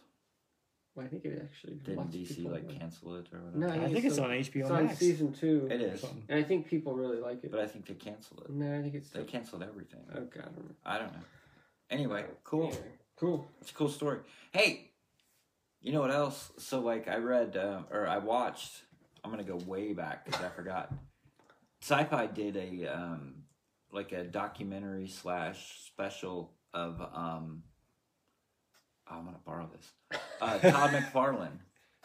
A: Well, I think it actually
B: Didn't
A: lots of
B: DC
A: people
B: like
A: like-
B: cancel it or whatever?
A: No,
C: I think it's on
A: It's
C: HBO
A: on
C: Max.
A: season two,
B: It is,
C: Something. Hmm.
A: and I think people really like it.
B: but I think they canceled it.
A: No, I think it's
B: They canceled everything.
A: okay. I don't know.
B: I don't know. Anyway, cool.
A: Anyway, cool.
B: It's a cool story. Hey, you know what else? So like I read uh, or I watched. I'm gonna go way back because I forgot. Sci-fi did a um, like a documentary slash special of um. I'm gonna borrow this. Uh, Todd McFarlane.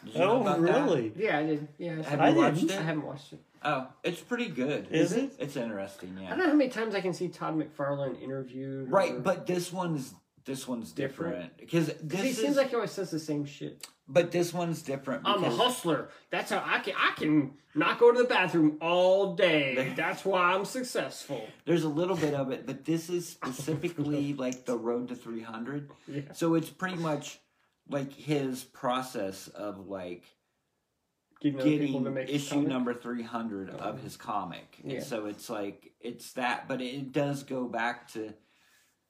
B: Did you know
C: Oh
B: about that?
C: really?
A: Yeah, I did. Yeah, I,
B: Have
A: saw
C: I
B: you
A: it.
B: watched
C: didn't.
B: it?
A: I haven't watched it.
B: Oh, it's pretty good.
C: Is it?
B: It's interesting.
A: I don't
B: Yeah.
A: know how many times I can see Todd McFarlane interviewed. or-
B: Right, but this one's this one's different
A: Different?
B: because
A: 'Cause
B: this
A: he
B: is,
A: seems like he always says the same shit.
B: but this one's different.
A: I'm a
B: because-
A: hustler. That's how I can I can not go to the bathroom all day. That's why I'm successful.
B: There's a little bit of it, but this is specifically like the road to 300.
A: Yeah.
B: So it's pretty much like his process of like
A: Getting, other people to
B: getting
A: make the
B: issue
A: comic.
B: number 300 of his comic.
A: Yeah.
B: And so it's like it's that, but it does go back to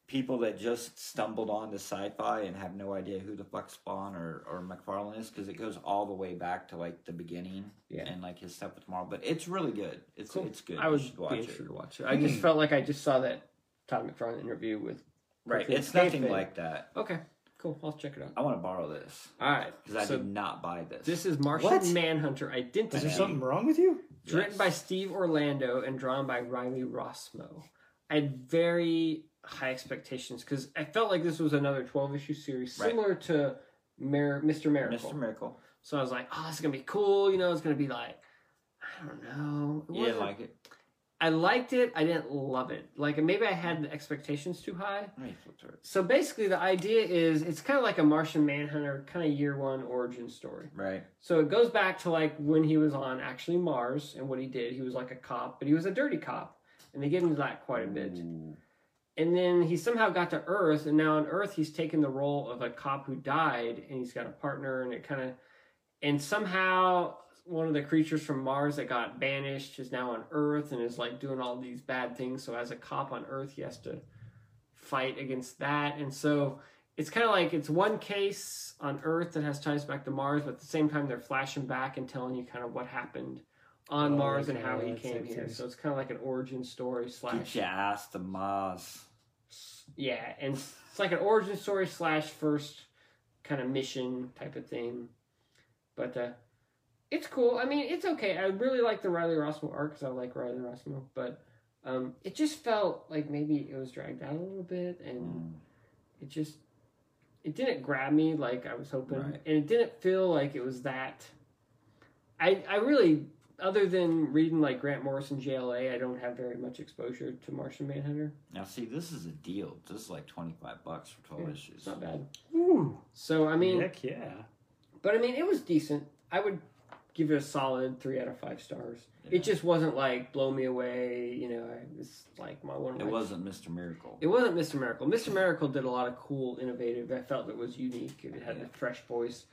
B: people that just stumbled onto sci-fi and have no idea who the fuck Spawn or or McFarlane is because it goes all the way back to like the beginning
A: Yeah.
B: and like his stuff with Marvel. But it's really good. It's
A: Cool.
B: it's good.
A: I
B: You
A: was
B: should watch it. Hmm.
A: interested to watch it. I just felt like I just saw that Todd McFarlane interview with.
B: Right.
A: Okay.
B: It's nothing
A: Kayfabe.
B: like that.
A: Okay, cool. I'll check it out.
B: I want to borrow this
A: All right.
B: because I
A: so
B: did not buy this.
A: this is Martian
B: What?
A: Manhunter
C: Is
A: Identity.
C: there something wrong with you?
A: It's written
B: Yes.
A: by Steve Orlando and drawn by Riley Rossmo. I had very high expectations because I felt like this was another 12 issue series
B: Right.
A: similar to Mir- Mr. Miracle.
B: Mr. Miracle.
A: so I was like, oh, this is going to be cool. You know, it's going to be like, I don't know. It
B: You
A: wasn't-
B: didn't like it?
A: I liked it. I didn't love it. Like, maybe I had the expectations too high.
B: Let me flip to it.
A: So basically, the idea is it's kind of like a Martian Manhunter kind of year one origin story.
B: Right.
A: So it goes back to like when he was on actually Mars and what he did. He was like a cop, but he was a dirty cop. And they get into that quite a bit.
B: Ooh.
A: And then he somehow got to Earth, and now on Earth he's taken the role of a cop who died, and he's got a partner, and it kind of, and somehow one of the creatures from Mars that got banished is now on Earth and is like doing all these bad things. So as a cop on Earth, he has to fight against that, and so it's kind of like it's one case on Earth that has ties back to Mars, but at the same time they're flashing back and telling you kind of what happened on
C: Oh,
A: Mars
C: okay,
A: and how he
C: that's
A: came here.
C: interesting.
A: So it's kind of like an origin story slash
B: Get your ass to Mars.
A: yeah, and it's like an origin story slash first kind of mission type of thing. But uh, it's cool. I mean, it's okay. I really like the Riley Rossmo art because I like Riley Rossmo, but um, it just felt like maybe it was dragged out a little bit, and
B: Mm.
A: it just it didn't grab me like I was hoping,
B: Right.
A: and it didn't feel like it was that. I I really. Other than reading like Grant Morrison JLA, I don't have very much exposure to Martian Manhunter.
B: Now, see, this is a deal. This is like 25 bucks for 12
A: Yeah,
B: issues.
A: It's not bad.
C: Ooh,
A: So I mean,
C: heck yeah.
A: But I mean, it was decent. I would give it a solid three out of five stars.
B: Yeah.
A: It just wasn't like blow me away. You know, I- it's like my one. of
B: It
A: my-
B: wasn't Mr. Miracle.
A: It wasn't Mr. Miracle. Mr. Miracle did a lot of cool, innovative. I felt it was unique. and It had
B: Yeah.
A: a fresh voice.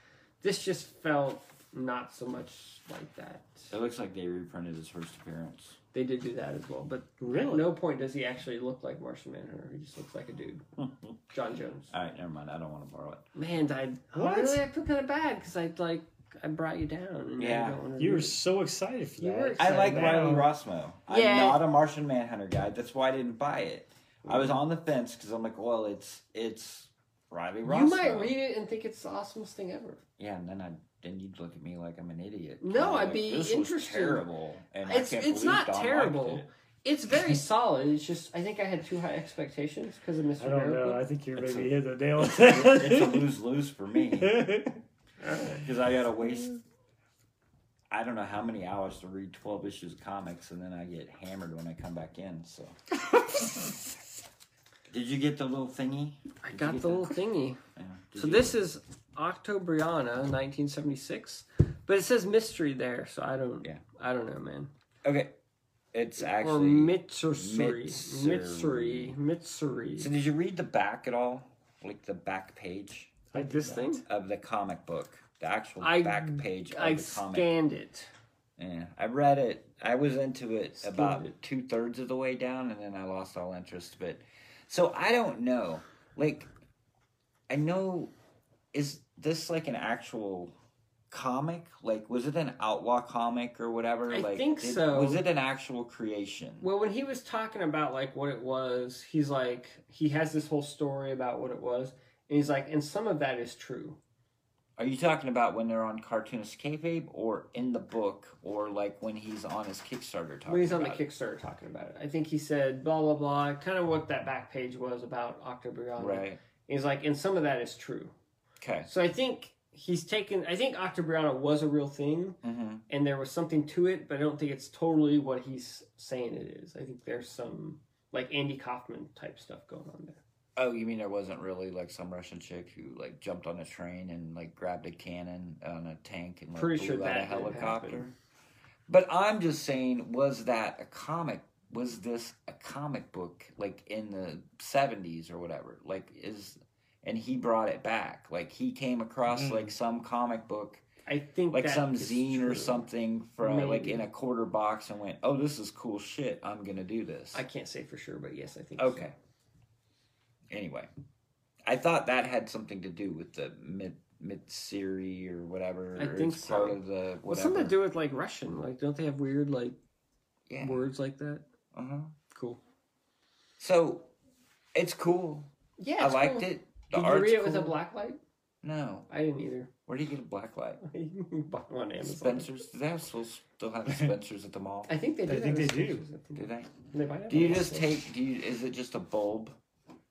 A: This just felt not so much like that.
B: It looks like they reprinted his first appearance.
A: They did do that as well, but at
C: Really?
A: no point does he actually look like Martian Manhunter. He just looks like a dude,
B: All
A: John Jones.
B: right, never mind. I don't want to borrow it.
A: Man, I oh,
C: What?
A: really I feel kind of bad because I like I brought you down. and now
B: Yeah.
A: You, don't wanna
C: You were
A: do it.
C: so excited for
A: You
C: that.
A: were
B: I like
A: Now-
B: Riley Rossmo.
A: Yeah.
B: I'm not a Martian Manhunter guy. That's why I didn't buy it. I
A: Mm.
B: was on the fence because I'm like, well, it's it's Riley Rossmo.
A: You might read it and think it's the awesomest thing ever.
B: Yeah, and then I then you'd look at me like I'm an idiot.
A: No,
B: Like,
A: I'd be
B: this Was
A: interested.
B: terrible, and
A: It's-
B: I can't
A: it's
B: believe
A: not
B: Don liked
A: terrible.
B: it.
A: It's very solid. It's just I think I had too high expectations because of Mr.
C: I don't know.
A: Miracle.
C: I think you're
B: It's
C: maybe hit the nail on
B: it's a
C: the
B: lose lose for me
C: head.
B: because I gotta waste. I don't know how many hours to read twelve issues of comics, and then I get hammered when I come back in. So, did you get the little thingy?
A: I got the little thingy.
B: Yeah. Did
A: So
B: you-
A: this is Octobriana, 1976, but it says mystery there, so I don't.
B: Yeah.
A: I don't know, man.
B: okay. It's
A: or
B: actually.
A: Mitsuri. Mitsuri.
B: Mitsuri.
A: Mitsuri.
B: so did you read the back at all, like the back page
A: like this thing?
B: of the comic book, the actual
A: I-
B: back page of
A: I
B: the comic?
A: scanned it.
B: Yeah, I read it. I was into it
A: Skimmed
B: about
A: it.
B: two thirds of the way down, and then I lost all interest. But so I don't know. Like, I know. Is this like an actual comic? Like, was it an outlaw comic or whatever?
A: I
B: like,
A: think
B: did-
A: so.
B: Was it an actual creation?
A: Well, when he was talking about like what it was, he's like he has this whole story about what it was, and he's like, and some of that is true.
B: Are you talking about when they're on Cartoonist Kayfabe, or in the book, or like when he's on his Kickstarter? Talking
A: When he's on the
B: about it?
A: Kickstarter talking about it, I think he said blah blah blah, kind of what that back page was about Octobriana.
B: right?
A: He's like, and some of that is true.
B: Okay.
A: So I think he's taken. I think Octobriana was a real thing,
B: hmm
A: and there was something to it, but I don't think it's totally what he's saying it is. I think there's some like Andy Kaufman type stuff going on there.
B: Oh, you mean there wasn't really like some Russian chick who like jumped on a train and like grabbed a cannon on a tank and like,
A: Pretty sure
B: blew out
A: that
B: a
A: didn't
B: helicopter?
A: happen.
B: But I'm just saying, was that a comic? Was this a comic book like in the '70s or whatever? Like is, and he brought it back. Like he came across
C: Mm.
B: like some comic book,
A: I think
B: like
A: that
B: some
A: is
B: zine or
A: true.
B: something from like
A: Maybe.
B: in a quarter box, and went, "Oh, this is cool shit. I'm gonna do this."
A: I can't say for sure, but yes, I think so.
B: Okay. Anyway, I thought that had something to do with the mid Mitsiri or whatever.
A: I
B: or
A: think
B: it's part
A: so.
B: of the
A: What's
B: whatever.
A: something to do with like Russian? Like, don't they have weird like
B: Yeah.
A: words like that?
B: Uh-huh.
A: Cool.
B: So it's cool.
A: Yeah,
B: I liked it. The
A: Did you
B: art's
A: read it with a
B: cool.
A: black light?
B: No.
A: I didn't either.
B: Where do you get a black light?
A: you can buy one on Amazon.
B: Spencer's? Do they have still still have Spencer's at the mall?
A: I think they do.
C: I think
A: have
C: they do.
A: extensions. I
B: Do
A: think
B: they?
A: They might have
B: Do you
A: them.
B: just take? Do you? Is it just a bulb,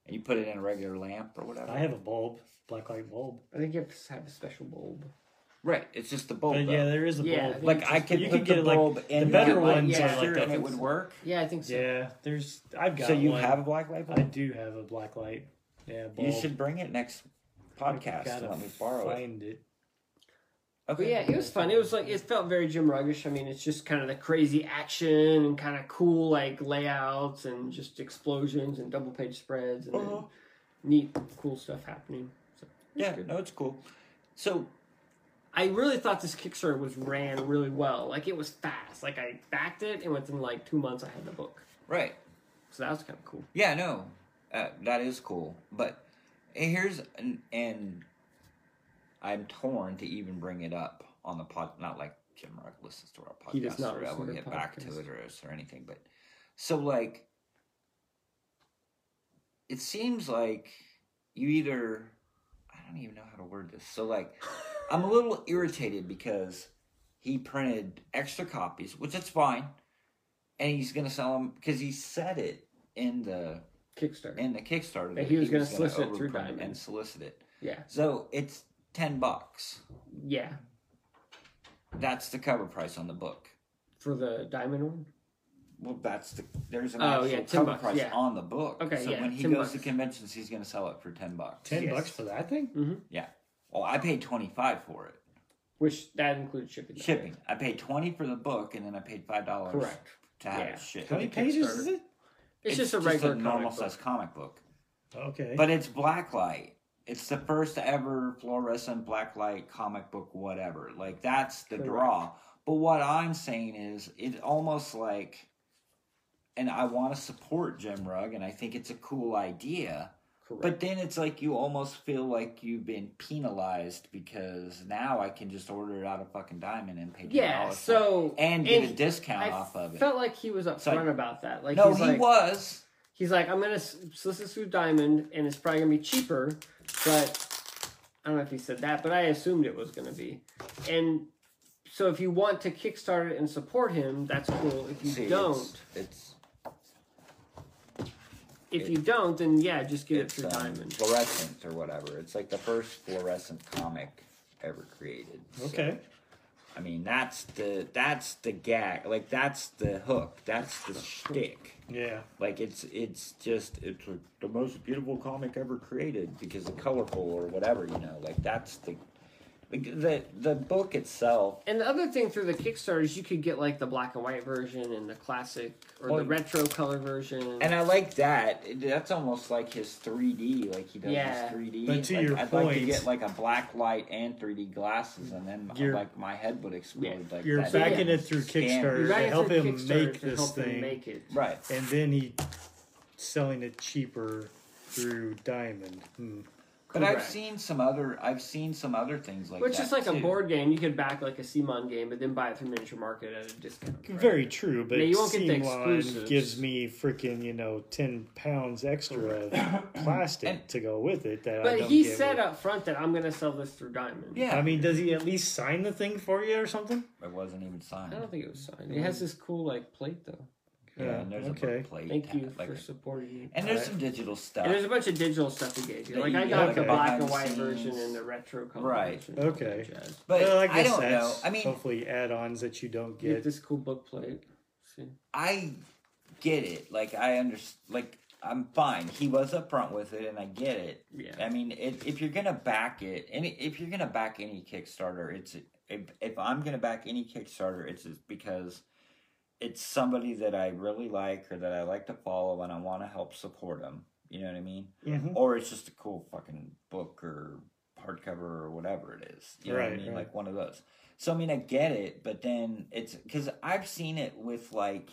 B: and you put it in a regular lamp or whatever?
C: I have a bulb, black light bulb.
A: I think you have to have a special bulb.
B: Right. It's just the bulb.
C: But
B: though.
C: yeah, there is a
A: Yeah,
C: bulb.
A: I
B: like I could
C: You
B: put
C: could
B: the
C: get, like,
B: bulb in
C: the better
B: that light
A: ones are like
B: fixture
C: that.
B: and it would work.
A: Yeah, I think so.
C: Yeah, there's. I've got.
B: So you
C: one.
B: have a black light
C: I
B: bulb?
C: do have a black light. Yeah, bulb.
B: You should bring it next podcast
C: Gotta
B: and let me borrow it.
C: find it.
A: But yeah, it was fun. It was like it felt very Jim Ruggish. I mean, it's just kind of the crazy action and kind of cool like layouts and just explosions and double page spreads and then
B: Uh-huh.
A: neat cool stuff happening. So
B: Yeah, no, it's cool. So
A: I really thought this Kickstarter was ran really well. Like it was fast. Like I backed it and within like two months I had the book.
B: right,
A: So that was kind of cool.
B: yeah, no, uh, that is cool. But eh, here's an, and I'm torn to even bring it up on the pod. Not like Jim Rock listens to our podcast.
A: He does not
B: or I
A: listen
B: will
A: to
B: get
A: our
B: back to
A: podcast.
B: it or, or anything. But so like, it seems like you either I don't even know how to word this. So like, I'm a little irritated because he printed extra copies, which it's fine, and he's gonna sell them because he said it in the
A: Kickstarter.
B: in the Kickstarter
A: That he was gonna
B: gonna
A: solicit it through
B: overprint
A: Diamond.
B: and solicit it.
A: yeah.
B: So it's ten bucks.
A: Yeah.
B: That's the cover price on the book.
A: For the diamond one.
B: Well, that's the there's an
A: Oh,
B: actual
A: yeah, 10
B: cover
A: bucks,
B: price
A: yeah.
B: on the book.
A: Okay,
B: so
A: yeah,
B: when he
A: 10
B: goes to
A: bucks.
B: conventions, he's gonna sell it for ten bucks.
C: Ten
A: Yes.
C: bucks for that thing?
B: Yeah. Well, I paid twenty five for it.
A: Which that included shipping.
B: Shipping. I paid twenty for the book, and then I paid five dollars
A: Correct.
B: to have
A: Yeah.
B: it shipped.
C: How many pages is it?
A: It's, just a regular
B: normal
A: comic book.
B: size comic book,
C: Okay.
B: but it's blacklight. It's the first ever fluorescent blacklight comic book, whatever. Like that's the
A: Correct.
B: draw. But what I'm saying is, it's almost like, and I want to support Jim Rugg, and I think it's a cool idea.
A: Correct.
B: But then it's like you almost feel like you've been penalized because now I can just order it out of fucking Diamond and pay.
A: yeah,
B: $10
A: so
B: for it and get a
A: and
B: discount
A: I
B: off of it.
A: felt like he was upfront
B: So I-
A: about that. Like
B: no,
A: he's
B: he
A: like,
B: was.
A: he's like, I'm gonna s- solicit through Diamond, and it's probably gonna be cheaper, but I don't know if he said that, but I assumed it was gonna be. And so, if you want to kickstart it and support him, that's cool. If you
B: See,
A: don't,
B: It's,
A: if
B: it-
A: you don't, then yeah, just get it
B: it's,
A: through
B: it's um,
A: Diamond.
B: fluorescent or whatever. It's like the first fluorescent comic ever created. So,
C: Okay.
B: I mean that's the that's the gag. Like that's the hook. That's the shtick.
C: Yeah.
B: Like it's it's just it's like the most beautiful comic ever created because it's colorful or whatever you know. Like that's the like the the book itself.
A: And the other thing through the Kickstarter is you could get like the black and white version and the classic or
B: Oh,
A: the
B: yeah.
A: retro color version.
B: And I like that. It- That's almost like his 3D. Like he does
A: Yeah.
B: his 3D.
C: But to
B: Like,
C: your
B: I'd like to
C: point-
B: get like a black light and 3D glasses, and then
C: You're-
B: like my head would explode. Like
C: You're
B: that
C: backing
B: damn
C: it through
B: scanner.
C: Kickstarter.
A: You're writing
C: to help
A: through
C: him
A: Kickstarter
C: make
A: to
C: this
A: help him
C: thing.
A: make it.
B: Right.
C: and then he selling it cheaper through Diamond. Hmm.
B: But I've
A: Correct.
B: seen some other. I've seen some other things like
A: Which
B: that
A: is like a
B: too.
A: board game. You could back like a CMON game, but then buy it through Miniature Market at a discount. right?
C: Very true, but
A: Yeah, you won't get the
C: Seamon
A: exclusives.
C: gives me freaking you know ten pounds extra of plastic
B: And-
C: to go with it. That I
A: But
C: don't
A: he
C: get
A: said uh,
C: with-
A: up front that I'm going to sell this through Diamond.
B: Yeah.
C: I mean, does he at least sign the thing for you or something?
B: it wasn't even signed.
A: I don't think it was signed. It has this cool like plate though.
B: Yeah, and there's a
C: okay.
B: book plate.
A: Thank you
B: like,
A: for supporting me.
B: And there's
C: Alright.
B: some digital stuff.
A: And there's a bunch of digital stuff he gave you.
B: That
A: Like
B: you
A: I
B: get,
A: got
C: like,
A: the
C: a
A: black
B: behind
A: and white
B: the
A: version
B: scenes.
A: and the retro color
B: Right.
A: version. and all that
C: Okay.
A: jazz.
B: but
C: Well,
B: I,
C: I guess
B: don't know.
C: that's
B: I mean,
C: hopefully add-ons that you don't
A: You get
C: get.
A: this cool book plate. See.
B: I get it. Like I understand. Like I'm fine. He was upfront with it, and I get it.
A: Yeah.
B: I mean, if if you're gonna back it, any if you're gonna back any Kickstarter, it's if if I'm gonna back any Kickstarter, it's just because it's somebody that I really like or that I like to follow, and I want to help support them. You know what I mean?
A: Mm-hmm.
C: Mhm.
B: Or it's just a cool fucking book or hardcover or whatever it is. You know what I
C: Right,
B: mean?
C: right.
B: Like one of those. So I mean, I get it, but then it's because I've seen it with like.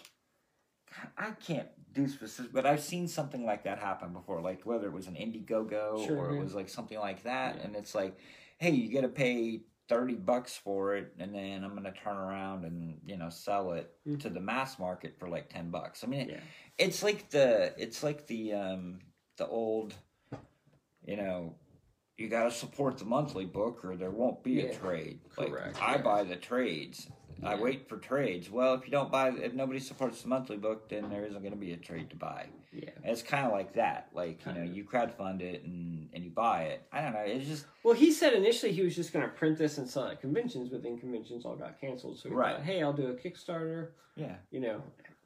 B: God, I can't do specific, but I've seen something like that happen before, like whether it was an Indiegogo
A: Sure,
B: or
A: yeah.
B: it was like something like that,
A: Yeah.
B: and it's like, hey, you got to pay thirty bucks for it, and then I'm gonna turn around and you know sell it
A: Mhm.
B: to the mass market for like ten bucks. I mean, it,
A: Yeah.
B: it's like the it's like the um the old you know you got to support the monthly book or there won't be a
A: Yeah.
B: trade
A: Correct,
B: like i
A: yes.
B: buy the trades i
A: Yeah.
B: wait for trades well if you don't buy if nobody supports the monthly book then there isn't going to be a trade to buy
A: Yeah.
B: and it's kind of like that like you know
A: Kinda.
B: you crowdfund it and and you buy it i don't know it's just
A: Well, he said initially he was just going to print this and sell it at conventions, but then conventions all got canceled. So he
B: Right.
A: thought, hey, I'll do a Kickstarter.
B: yeah
A: You know,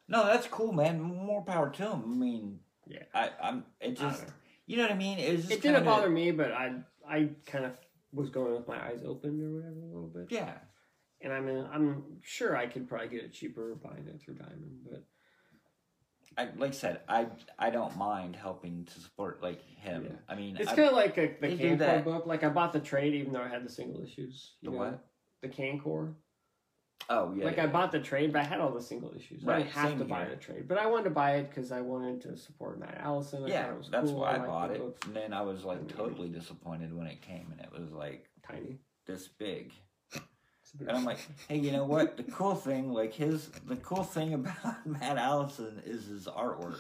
B: no that's cool man more power to him i mean
A: Yeah.
B: i i'm
A: I
B: it just
A: don't know.
B: you know what i mean it was just
A: it didn't
B: kinda-
A: bother me, but I I kind of was going with my eyes open or whatever a little bit.
B: yeah
A: And I mean, I'm sure I could probably get it cheaper buying it through Diamond, but
B: I, like I said, I I don't mind helping to support like him.
A: Yeah.
B: I mean,
A: it's
B: I,
A: kind of like a, the
B: they do
A: Cancor
B: that.
A: book. Like I bought the trade even though I had the single issues.
B: The what?
A: The Cancor.
B: oh yeah,
A: like
B: yeah,
A: I bought the trade, but I had all the single issues. I
B: Right,
A: didn't have
B: same
A: to buy
B: here.
A: the trade, but I wanted to buy it because I wanted to support Matt Allison. I
B: yeah.
A: thought it was
B: that's
A: cool.
B: why I,
A: liked
B: bought
A: the
B: it.
A: book.
B: And then I was
A: I
B: like
A: mean-
B: totally disappointed when it came, and it was like
A: Tiny.
B: this big.
A: It's a bit-
B: And I'm like, hey, you know what? The cool thing, like his, the cool thing about Matt Allison is his artwork,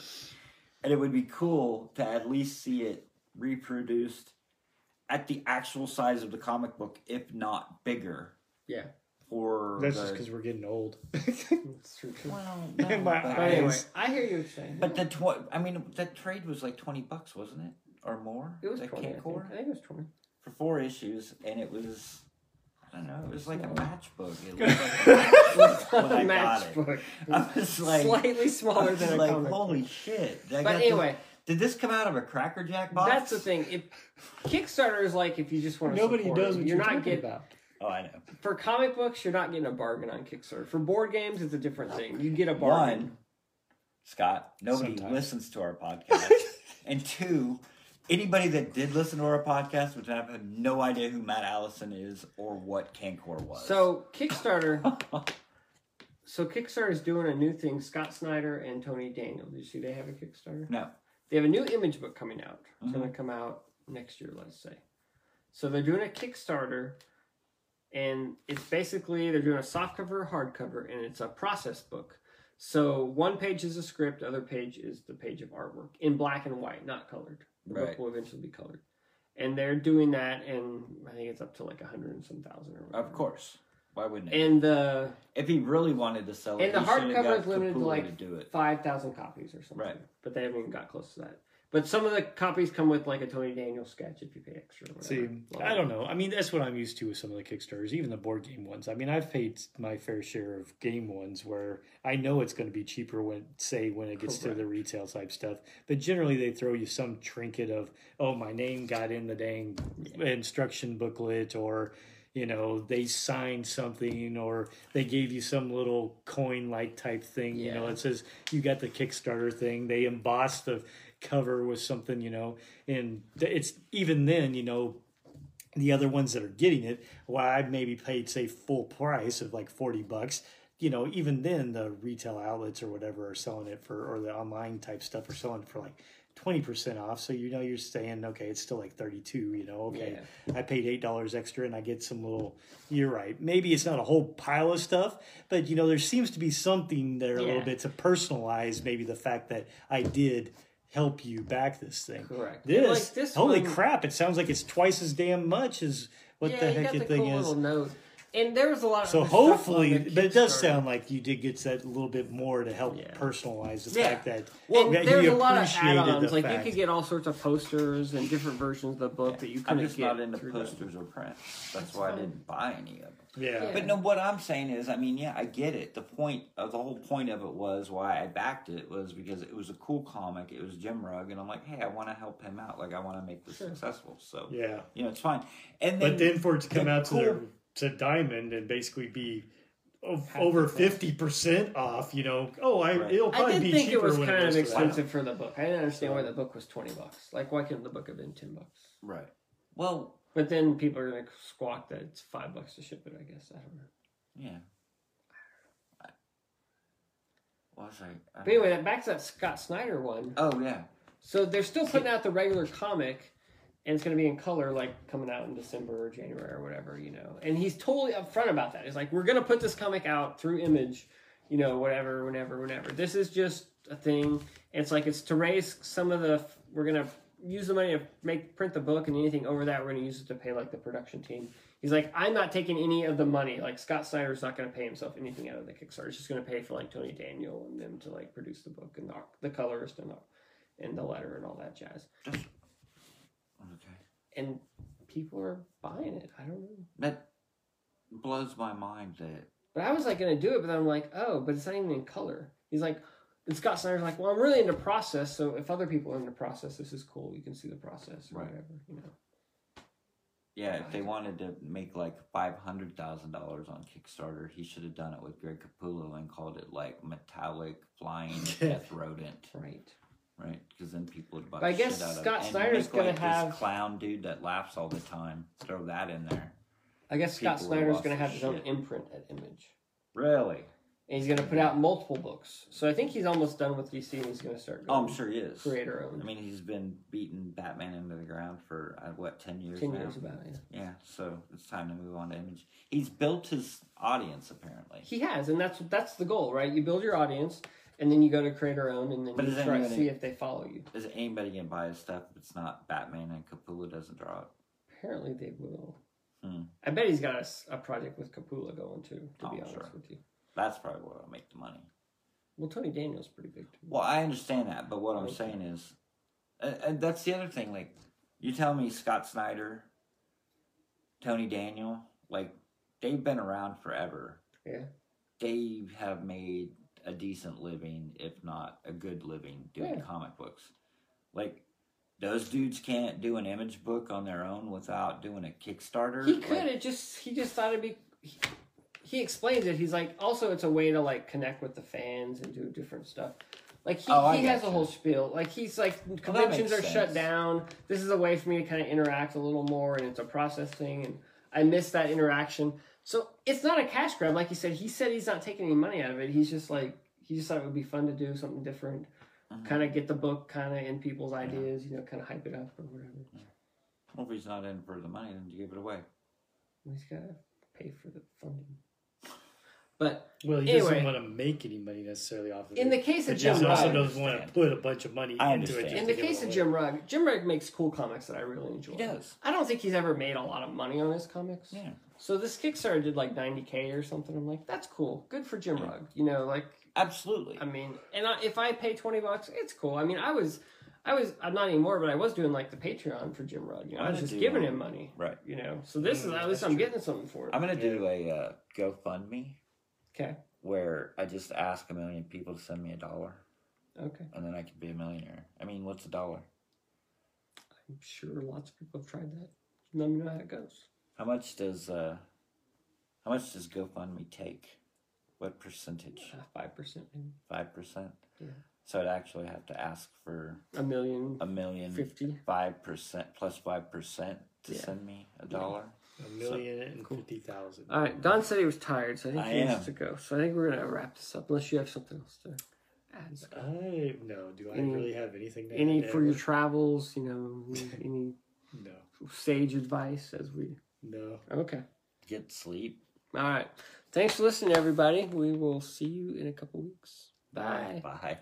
B: and it would be cool to at least see it reproduced at the actual size of the comic book, if not bigger.
A: yeah,
B: For
C: That's
B: the,
C: just because we're getting old.
A: it's true.
B: well,
C: My
B: no, but
A: But
B: I-
A: anyway,
C: Eyes.
A: I hear you saying.
B: But the tw- I mean, that trade was like twenty bucks, wasn't it, or more?
A: it was
B: That
A: twenty. I think.
B: Kinkor?
A: I think it was twenty.
B: for four issues, and it was. I don't know. It was like a
A: Small.
B: matchbook. It looked like a matchbook when I got it.
A: matchbook.
B: I was like,
A: slightly smaller
B: I was
A: than a
B: like,
A: comic.
B: holy
A: book.
B: shit! I
A: But
B: got this-
A: anyway,
B: did this come out of a Cracker Jack box?
A: that's the thing. If Kickstarter is like if you just want to
C: Nobody
A: support
C: knows
A: it.
C: what
A: you're,
C: you're,
A: not
C: talking
A: getting
C: about.
B: Oh, I know.
A: for comic books. You're not getting a bargain on Kickstarter. For board games, it's a different thing. You get a bargain.
B: One, Scott, nobody
C: Sometimes.
B: listens to our podcast. and two, anybody that did listen to our podcast would have no idea who Matt Allison is or what Cancor was.
A: So Kickstarter. so Kickstarter is doing a new thing. Scott Snyder and Tony Daniel. Did you see they have a Kickstarter?
B: no,
A: They have a new image book coming out. It's
B: Mhm.
A: going to come out next year, let's say. So they're doing a Kickstarter, and it's basically they're doing a softcover, hardcover, and it's a process book. So one page is a script, other page is the page of artwork in black and white, not colored. The
B: Right.
A: book will eventually be colored, and they're doing that, and I think it's up to like a hundred and some thousand or whatever.
B: Of course. Why wouldn't it?
A: And the
B: if he really wanted to sell it,
A: And the
B: he should've
A: hardcover
B: got
A: is limited to,
B: Capullo
A: like,
B: to do it.
A: five thousand copies or something.
B: Right.
A: But they haven't even got close to that. But some of the copies come with like a Tony Daniels sketch if you pay extra. Or
C: See,
A: whatever.
C: I don't know. I mean, that's what I'm used to with some of the Kickstarters, even the board game ones. I mean, I've paid my fair share of game ones where I know it's going to be cheaper when, say, when it gets to the
A: Correct.
C: retail type stuff. But generally, they throw you some trinket of, oh, my name got in the dang instruction booklet, or you know, they signed something, or they gave you some little coin-like type thing. You know,
A: Yeah.
C: it says you got the Kickstarter thing. They embossed the cover with something, you know, and th- it's even then, you know, the other ones that are getting it, while I maybe paid say full price of like forty bucks, you know, even then the retail outlets or whatever are selling it for, or the online type stuff are selling it for like twenty percent off. So you know you're saying, okay, it's still like thirty two. You know, okay, I paid eight dollars extra and I get some little. You're right. Maybe it's not a whole pile of stuff, but you know there seems to be something there a little
A: Yeah.
C: bit to personalize maybe the fact that I did help you back this thing.
A: Correct. And,
C: This,
A: like, this
C: holy
A: one-
C: crap! It sounds like it's twice as damn much as what
A: yeah,
C: the
A: you
C: heck
A: got
C: it
A: the
C: thing
A: cool
C: is.
A: Little note. And there was a lot of
C: So
A: other stuff on
C: hopefully,
A: the
C: but it does
A: Kickstarter.
C: sound like you did get that little bit more to help
A: Yeah.
C: personalize the
A: Yeah.
C: fact that
A: Well,
C: that
A: there's
C: you
A: a lot of
C: appreciated
A: add-ons.
C: the
A: Like
C: fact.
A: you could get all sorts of posters and different versions of the book that you couldn't
B: I'm just
A: get.
B: not into
A: through the-
B: posters or prints. That's
A: That's
B: why I
A: fine.
B: didn't buy any of them.
C: yeah.
A: Yeah.
B: But no, what I'm saying is, I mean, yeah, I get it. The point of the whole point of it was why I backed it was because it was a cool comic. It was Jim Rugg, and I'm like, hey, I want to help him out. Like, I want to make this
A: Sure.
B: successful. So
C: yeah.
B: you know, it's fine. And then,
C: But then for it to come
B: the
C: out to their
B: cool-
C: to Diamond and basically be o-
B: Half
C: over
B: the price.
C: fifty percent off, you know, oh, I
B: Right.
C: it'll
A: I
C: probably
A: did
C: be
A: think
C: cheaper
A: it was
C: when
A: kind
C: goes
A: of
C: to that.
A: expensive for the book. I didn't understand why the book was twenty bucks. Like, why couldn't the book have been ten bucks?
B: right. Well,
A: But then people are gonna squawk that it's five bucks to ship it. I guess I don't know.
B: yeah. I- What was I? I
A: But anyway, that back to that Scott Snyder one.
B: oh yeah.
A: So they're still putting out the regular comic, and it's going to be in color, like coming out in December or January or whatever, you know. And he's totally upfront about that. He's like, we're going to put this comic out through Image, you know, whatever, whenever, whenever. This is just a thing. It's like it's to raise some of the. We're going to use the money to make print the book, and anything over that, we're going to use it to pay like the production team. He's like, I'm not taking any of the money. Like Scott Snyder's not going to pay himself anything out of the Kickstarter. He's just going to pay for like Tony Daniel and them to like produce the book and the, the colorist and the and the letter and all that jazz.
B: Just okay.
A: And people are buying it. I don't know.
B: That blows my mind. That
A: But I was like gonna do it, but then I'm like, oh, but it's not even in color. He's like, and Scott Snyder's like, well, I'm really into process, so if other people are into process, this is cool. You can see the process or
B: Right.
A: whatever, you know.
B: Yeah, if they wanted to make like five hundred thousand dollars on Kickstarter, he should have done it with Greg Capullo and called it like metallic flying death rodent,
A: Right.
B: right? Because then people would buy.
A: But I
B: the
A: guess
B: shit out of it.
A: Scott
B: And
A: Snyder's
B: make,
A: gonna
B: like, this
A: have-
B: clown dude that laughs all the time. Throw that in there.
A: I guess Scott
B: People would've
A: Snyder's
B: lost
A: gonna
B: their
A: have his own
B: shit.
A: imprint at Image.
B: Really?
A: And he's gonna put out multiple books. So I think he's almost done with DC and he's gonna start
B: Oh,
A: going
B: I'm sure he is.
A: creator owned.
B: I mean, he's been beating Batman into the ground for uh, what ten years
A: ten
B: now.
A: years about it.
B: yeah, so it's time to move on to Image. He's built his audience apparently.
A: He has, and that's that's the goal, right? You build your audience, and then you go to creator owned, and then
B: But
A: you
B: is
A: try to
B: anybody-
A: see if they follow you.
B: Is anybody gonna buy his stuff if it's not Batman and Capullo doesn't draw it?
A: Apparently, they will.
B: Hmm.
A: I bet he's got a, s- a project with Capula going too. To be
B: Oh,
A: honest
B: sure.
A: with you,
B: That's probably where I'll make the money.
A: well, Tony Daniel's pretty big too.
B: Well, I understand that, but what I'm
A: Okay.
B: saying is, and, and that's the other thing. Like, you tell me Scott Snyder, Tony Daniel, like they've been around forever.
A: Yeah.
B: They have made a decent living, if not a good living, doing
A: Yeah.
B: comic books. Like those dudes can't do an image book on their own without doing a Kickstarter.
A: He could.
B: Like,
A: It just he just thought it'd be. He, he explains it. He's like, also, it's a way to like connect with the fans and do different stuff. Like he,
B: Oh, I
A: he has
B: gotcha.
A: a whole spiel. Like he's like
B: that
A: conventions are
B: makes sense.
A: shut down. This is a way for me to kind of interact a little more, and it's a process thing. And I miss that interaction. So it's not a cash grab, like you said. He said he's not taking any money out of it. He's just like he just thought it would be fun to do something different.
B: uh-huh.
A: kind of get the book kind of in people's ideas, you know, kind of hype it up or whatever.
B: Well, if he's not in for the money, then you give it away.
A: He's got to pay for the funding. But
C: Well, he
A: Anyway.
C: doesn't want to make any money necessarily off of
A: in
C: it.
A: the case of
C: but he
A: Jim
C: also
B: I
A: Rugg,
C: doesn't want to
B: understand.
C: put a bunch of money
B: I
C: into it.
B: understand.
C: just
A: in
C: to
A: the
C: give it
A: case of
C: away.
A: Jim Rugg, Jim Rugg makes cool comics that I really enjoy.
B: He does.
A: I don't think he's ever made a lot of money on his comics.
B: Yeah.
A: So this Kickstarter did like 90k or something. I'm like, that's cool. Good for Jim Rugg. You know, like
B: Absolutely.
A: I mean, and I, if I pay 20 bucks, it's cool. I mean, I was I was I'm not anymore, but I was doing like the Patreon for Jim Rugg. You know, I
B: I'm
A: was
B: gonna
A: just
B: do
A: giving
B: one.
A: him money.
B: Right.
A: You know, so this is
C: Mm,
A: at least
C: that's
A: I'm
C: true.
A: getting something for it.
B: I'm gonna do a uh, GoFundMe
A: Okay.
B: where I just ask a million people to send me a dollar,
A: Okay.
B: and then I could be a millionaire. I mean, what's a dollar?
A: I'm sure lots of people have tried that. Let me know how it goes.
B: How much does uh, how much does GoFundMe take? What percentage?
A: Uh, Five percent,
B: Five percent.
A: Yeah.
B: So I'd actually have to ask for
A: a million
B: a million
A: fifty.
B: five percent plus five percent to
A: Yeah.
B: send me a dollar.
C: a million and fifty thousand.
A: All right, Don said he was tired, so I think
B: I
A: he
B: am.
A: needs to go. So I think we're gonna wrap this up, unless you have something else to add. Scott.
C: I no. Do I
A: Any-
C: really have anything? To
A: Any
C: add?
A: for your travels, you know, any- any
C: No,
A: sage advice as we.
C: no.
A: Okay.
B: Get sleep.
A: All right. Thanks for listening, everybody. We will see you in a couple weeks. Bye.
B: Bye.